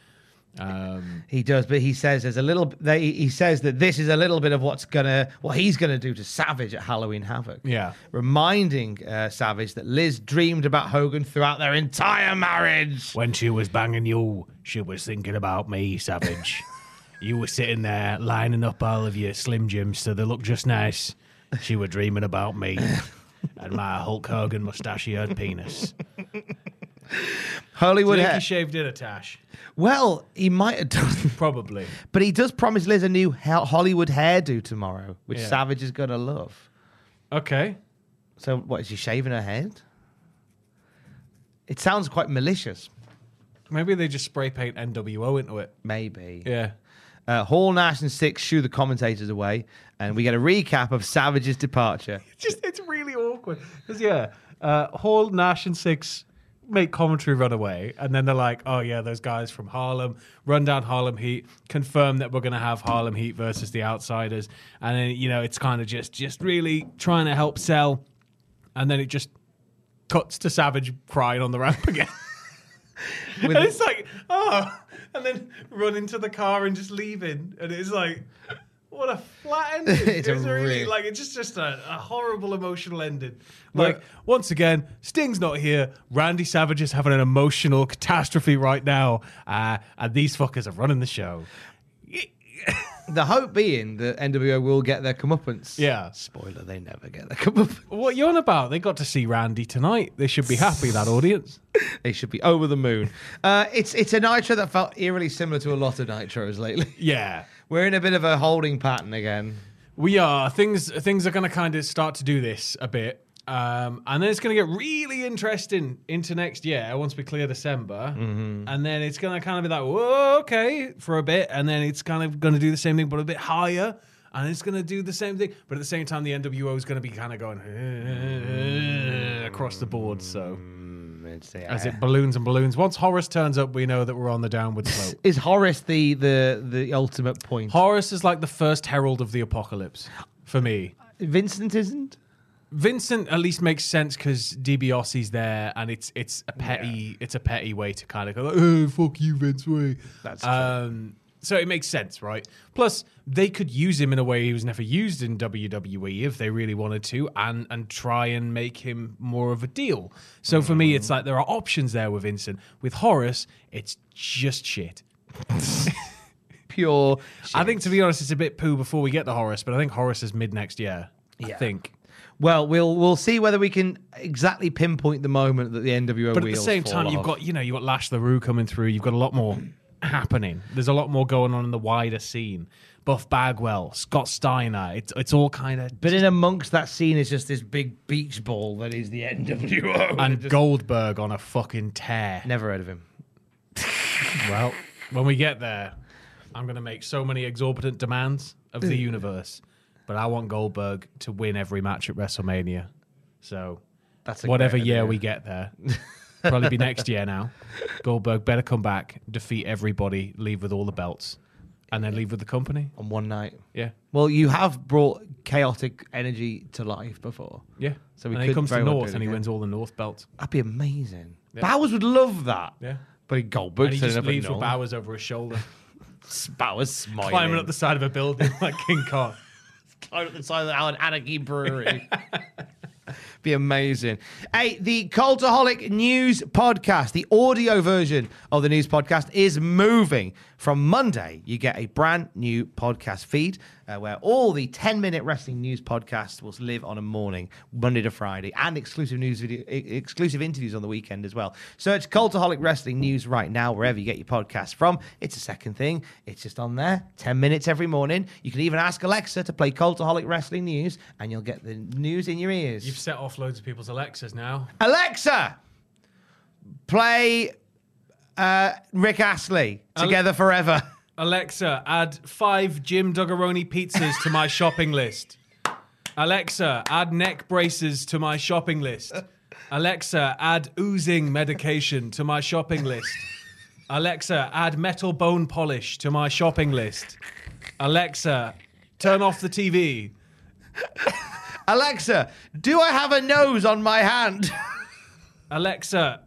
[SPEAKER 6] Um,
[SPEAKER 5] He does, but he says there's a little. They, he says that this is a little bit of what's gonna, what he's gonna do to Savage at Halloween Havoc.
[SPEAKER 6] Yeah.
[SPEAKER 5] reminding uh, Savage that Liz dreamed about Hogan throughout their entire marriage.
[SPEAKER 6] when she was banging you, she was thinking about me, Savage. you were sitting there lining up all of your Slim Jims so they look just nice. She were dreaming about me and my Hulk Hogan mustachioed penis.
[SPEAKER 5] Hollywood hair.
[SPEAKER 6] he shaved in a tash?
[SPEAKER 5] well, he might have done,
[SPEAKER 6] Probably.
[SPEAKER 5] but he does promise Liz a new he- Hollywood hairdo tomorrow, which
[SPEAKER 6] Yeah.
[SPEAKER 5] Savage is gonna love.
[SPEAKER 6] Okay.
[SPEAKER 5] So, what is she shaving her head? It sounds quite malicious.
[SPEAKER 6] Maybe they just spray paint NWO into it.
[SPEAKER 5] Maybe.
[SPEAKER 6] Yeah.
[SPEAKER 5] Uh, Hall, Nash, and Six shoo the commentators away, and we get a recap of Savage's departure.
[SPEAKER 6] just it's really awkward because yeah, uh, Hall, Nash, and Six make commentary run away, and then they're like, "Oh yeah, those guys from Harlem run down Harlem Heat, confirm that we're gonna have Harlem Heat versus the Outsiders," and then you know it's kind of just just really trying to help sell, and then it just cuts to Savage crying on the ramp again.
[SPEAKER 5] With-
[SPEAKER 6] and it's like, oh, and then run into the car and just leaving, and it's like, what a flat ending.
[SPEAKER 5] It's
[SPEAKER 6] it's
[SPEAKER 5] a
[SPEAKER 6] a really
[SPEAKER 5] real-
[SPEAKER 6] like it's just just a, a horrible emotional ending.
[SPEAKER 5] Well-
[SPEAKER 6] Like once again, Sting's not here. Randy Savage is having an emotional catastrophe right now, uh, and these fuckers are running the show.
[SPEAKER 5] The hope being that NWO will get their comeuppance.
[SPEAKER 6] Yeah.
[SPEAKER 5] Spoiler, they never get their comeuppance.
[SPEAKER 6] What you on about? They got to see Randy tonight. They should be happy that audience.
[SPEAKER 5] They should be over the moon. Uh, it's it's a Nitro that felt eerily similar to a lot of Nitros lately.
[SPEAKER 6] Yeah.
[SPEAKER 5] We're in a bit of a holding pattern again.
[SPEAKER 6] We are things. Things are going to kind of start to do this a bit, um, and then it's going to get really interesting into next year once we clear December, and then it's going to kind of be like, whoa, okay, for a bit, and then it's kind of going to do the same thing but a bit higher, and it's going to do the same thing, but at the same time, the NWO is going to be kind of going "Eh," across the board. So
[SPEAKER 5] It's,
[SPEAKER 6] as it balloons and balloons, once Horace turns up, we know that we're on the downward slope.
[SPEAKER 5] is Horace the the the ultimate point?
[SPEAKER 6] Horace is like the first herald of the apocalypse for me.
[SPEAKER 5] Vincent isn't.
[SPEAKER 6] Vincent at least makes sense because DiBiase's there, and it's it's a petty it's a petty way to kind of go, like, oh fuck you, Vince. Way.
[SPEAKER 5] That's true.
[SPEAKER 6] um, so it makes sense, right? Plus, they could use him in a way he was never used in WWE if they really wanted to, and and try and make him more of a deal. So for me,
[SPEAKER 5] Mm.
[SPEAKER 6] it's like there are options there with Vincent. With Horace, it's just shit.
[SPEAKER 5] Pure.
[SPEAKER 6] I think to be honest, it's a bit poo before we get the Horace, but I think Horace is mid next year. I
[SPEAKER 5] Yeah.
[SPEAKER 6] think.
[SPEAKER 5] Well, we'll we'll see whether we can exactly pinpoint the moment that the NWO.
[SPEAKER 6] But at the
[SPEAKER 5] wheels
[SPEAKER 6] same
[SPEAKER 5] fall
[SPEAKER 6] time, you've
[SPEAKER 5] off.
[SPEAKER 6] got you know you've got Lash LaRue coming through. You've got a lot more happening. There's a lot more going on in the wider scene. Buff Bagwell, Scott Steiner. It's it's all kind of
[SPEAKER 5] But in amongst that scene is just this big beach ball that is the NWO.
[SPEAKER 6] and Goldberg on a fucking tear.
[SPEAKER 5] Never heard of him.
[SPEAKER 6] Well, when we get there, I'm gonna make so many exorbitant demands of the
[SPEAKER 5] Mm.
[SPEAKER 6] universe. But I want Goldberg to win every match at WrestleMania. So
[SPEAKER 5] That's a
[SPEAKER 6] whatever
[SPEAKER 5] great
[SPEAKER 6] year
[SPEAKER 5] idea.
[SPEAKER 6] we get there. Probably be next year now. Goldberg better come back, defeat everybody, leave with all the belts, and then leave with the company.
[SPEAKER 5] on one night.
[SPEAKER 6] Yeah,
[SPEAKER 5] Well, you have brought chaotic energy to life before.
[SPEAKER 6] yeah.
[SPEAKER 5] So we
[SPEAKER 6] and then
[SPEAKER 5] could
[SPEAKER 6] he comes
[SPEAKER 5] very
[SPEAKER 6] to
[SPEAKER 5] well do
[SPEAKER 6] North
[SPEAKER 5] it
[SPEAKER 6] and he
[SPEAKER 5] again.
[SPEAKER 6] wins all the North belts.
[SPEAKER 5] That'd be amazing. Bowers would love that.
[SPEAKER 6] Yeah.
[SPEAKER 5] But Goldberg
[SPEAKER 6] and he
[SPEAKER 5] turning
[SPEAKER 6] just
[SPEAKER 5] up at
[SPEAKER 6] leaves with
[SPEAKER 5] North.
[SPEAKER 6] Bowers over his
[SPEAKER 5] Oh,
[SPEAKER 6] shoulder,
[SPEAKER 5] Bowers smiling.
[SPEAKER 6] climbing up the side of a building like King Kong.
[SPEAKER 5] climbing up the side of the Alan Anarchy Brewery. be amazing. Hey, the Cultaholic News Podcast, the audio version of the news podcast, is moving. From Monday, you get a brand new podcast feed uh, where all the 10 minute wrestling news podcasts will live on a morning, Monday to Friday, and exclusive news video, e- exclusive interviews on the weekend as well. Search Cultaholic Wrestling News right now, wherever you get your podcasts from. It's a second thing, it's just on there, 10 minutes every morning. You can even ask Alexa to play Cultaholic Wrestling News, and you'll get the news in your ears.
[SPEAKER 6] You've set off loads of people's Alexas now.
[SPEAKER 5] Alexa, play uh, Rick Astley together forever.
[SPEAKER 6] Alexa, add five Jim Duggaroni pizzas to my shopping list. Alexa, add neck braces to my shopping list. Alexa, add oozing medication to my shopping list. Alexa, add metal bone polish to my shopping list. Alexa, turn off the TV.
[SPEAKER 5] Alexa, do I have a nose on my hand?
[SPEAKER 6] Alexa,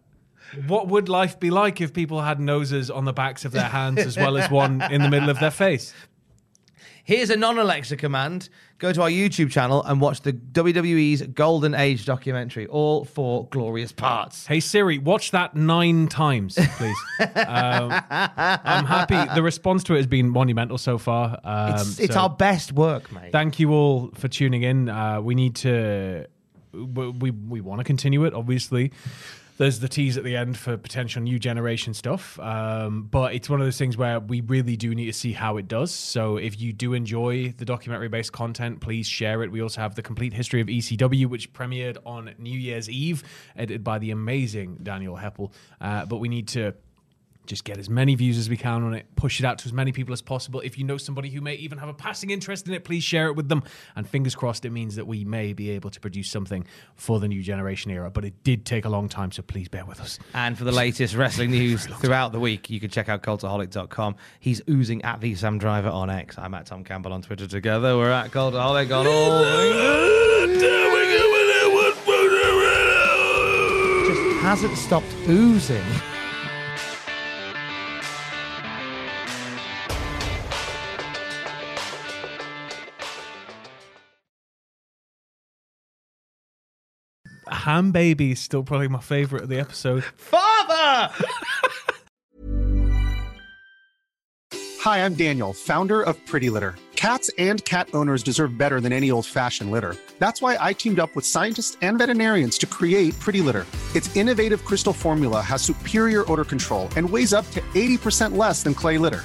[SPEAKER 6] what would life be like if people had noses on the backs of their hands as well as one in the middle of their face?
[SPEAKER 5] Here's a non Alexa command. Go to our YouTube channel and watch the WWE's Golden Age documentary, all four glorious parts.
[SPEAKER 6] Hey Siri, watch that nine times, please. um, I'm happy. The response to it has been monumental so far. Um,
[SPEAKER 5] It's- it's
[SPEAKER 6] so
[SPEAKER 5] our best work, mate.
[SPEAKER 6] Thank you all for tuning in. Uh, we need to. We we, we want to continue it, obviously. There's the tease at the end for potential new generation stuff, um, but it's one of those things where we really do need to see how it does. So if you do enjoy the documentary-based content, please share it. We also have the complete history of ECW, which premiered on New Year's Eve, edited by the amazing Daniel Heppel. Uh, but we need to just get as many views as we can on it, push it out to as many people as possible. If you know somebody who may even have a passing interest in it, please share it with them. And fingers crossed, it means that we may be able to produce something for the new generation era. But it did take a long time, so please bear with us.
[SPEAKER 5] And for the latest wrestling news throughout the week, you can check out cultaholic.com. He's oozing at the Sam Driver on X. I'm at Tom Campbell on Twitter together. We're at Cultaholic on all. Just hasn't stopped oozing.
[SPEAKER 6] Ham Baby is still probably my favorite of the episode.
[SPEAKER 5] Father!
[SPEAKER 10] Hi, I'm Daniel, founder of Pretty Litter. Cats and cat owners deserve better than any old fashioned litter. That's why I teamed up with scientists and veterinarians to create Pretty Litter. Its innovative crystal formula has superior odor control and weighs up to 80% less than clay litter.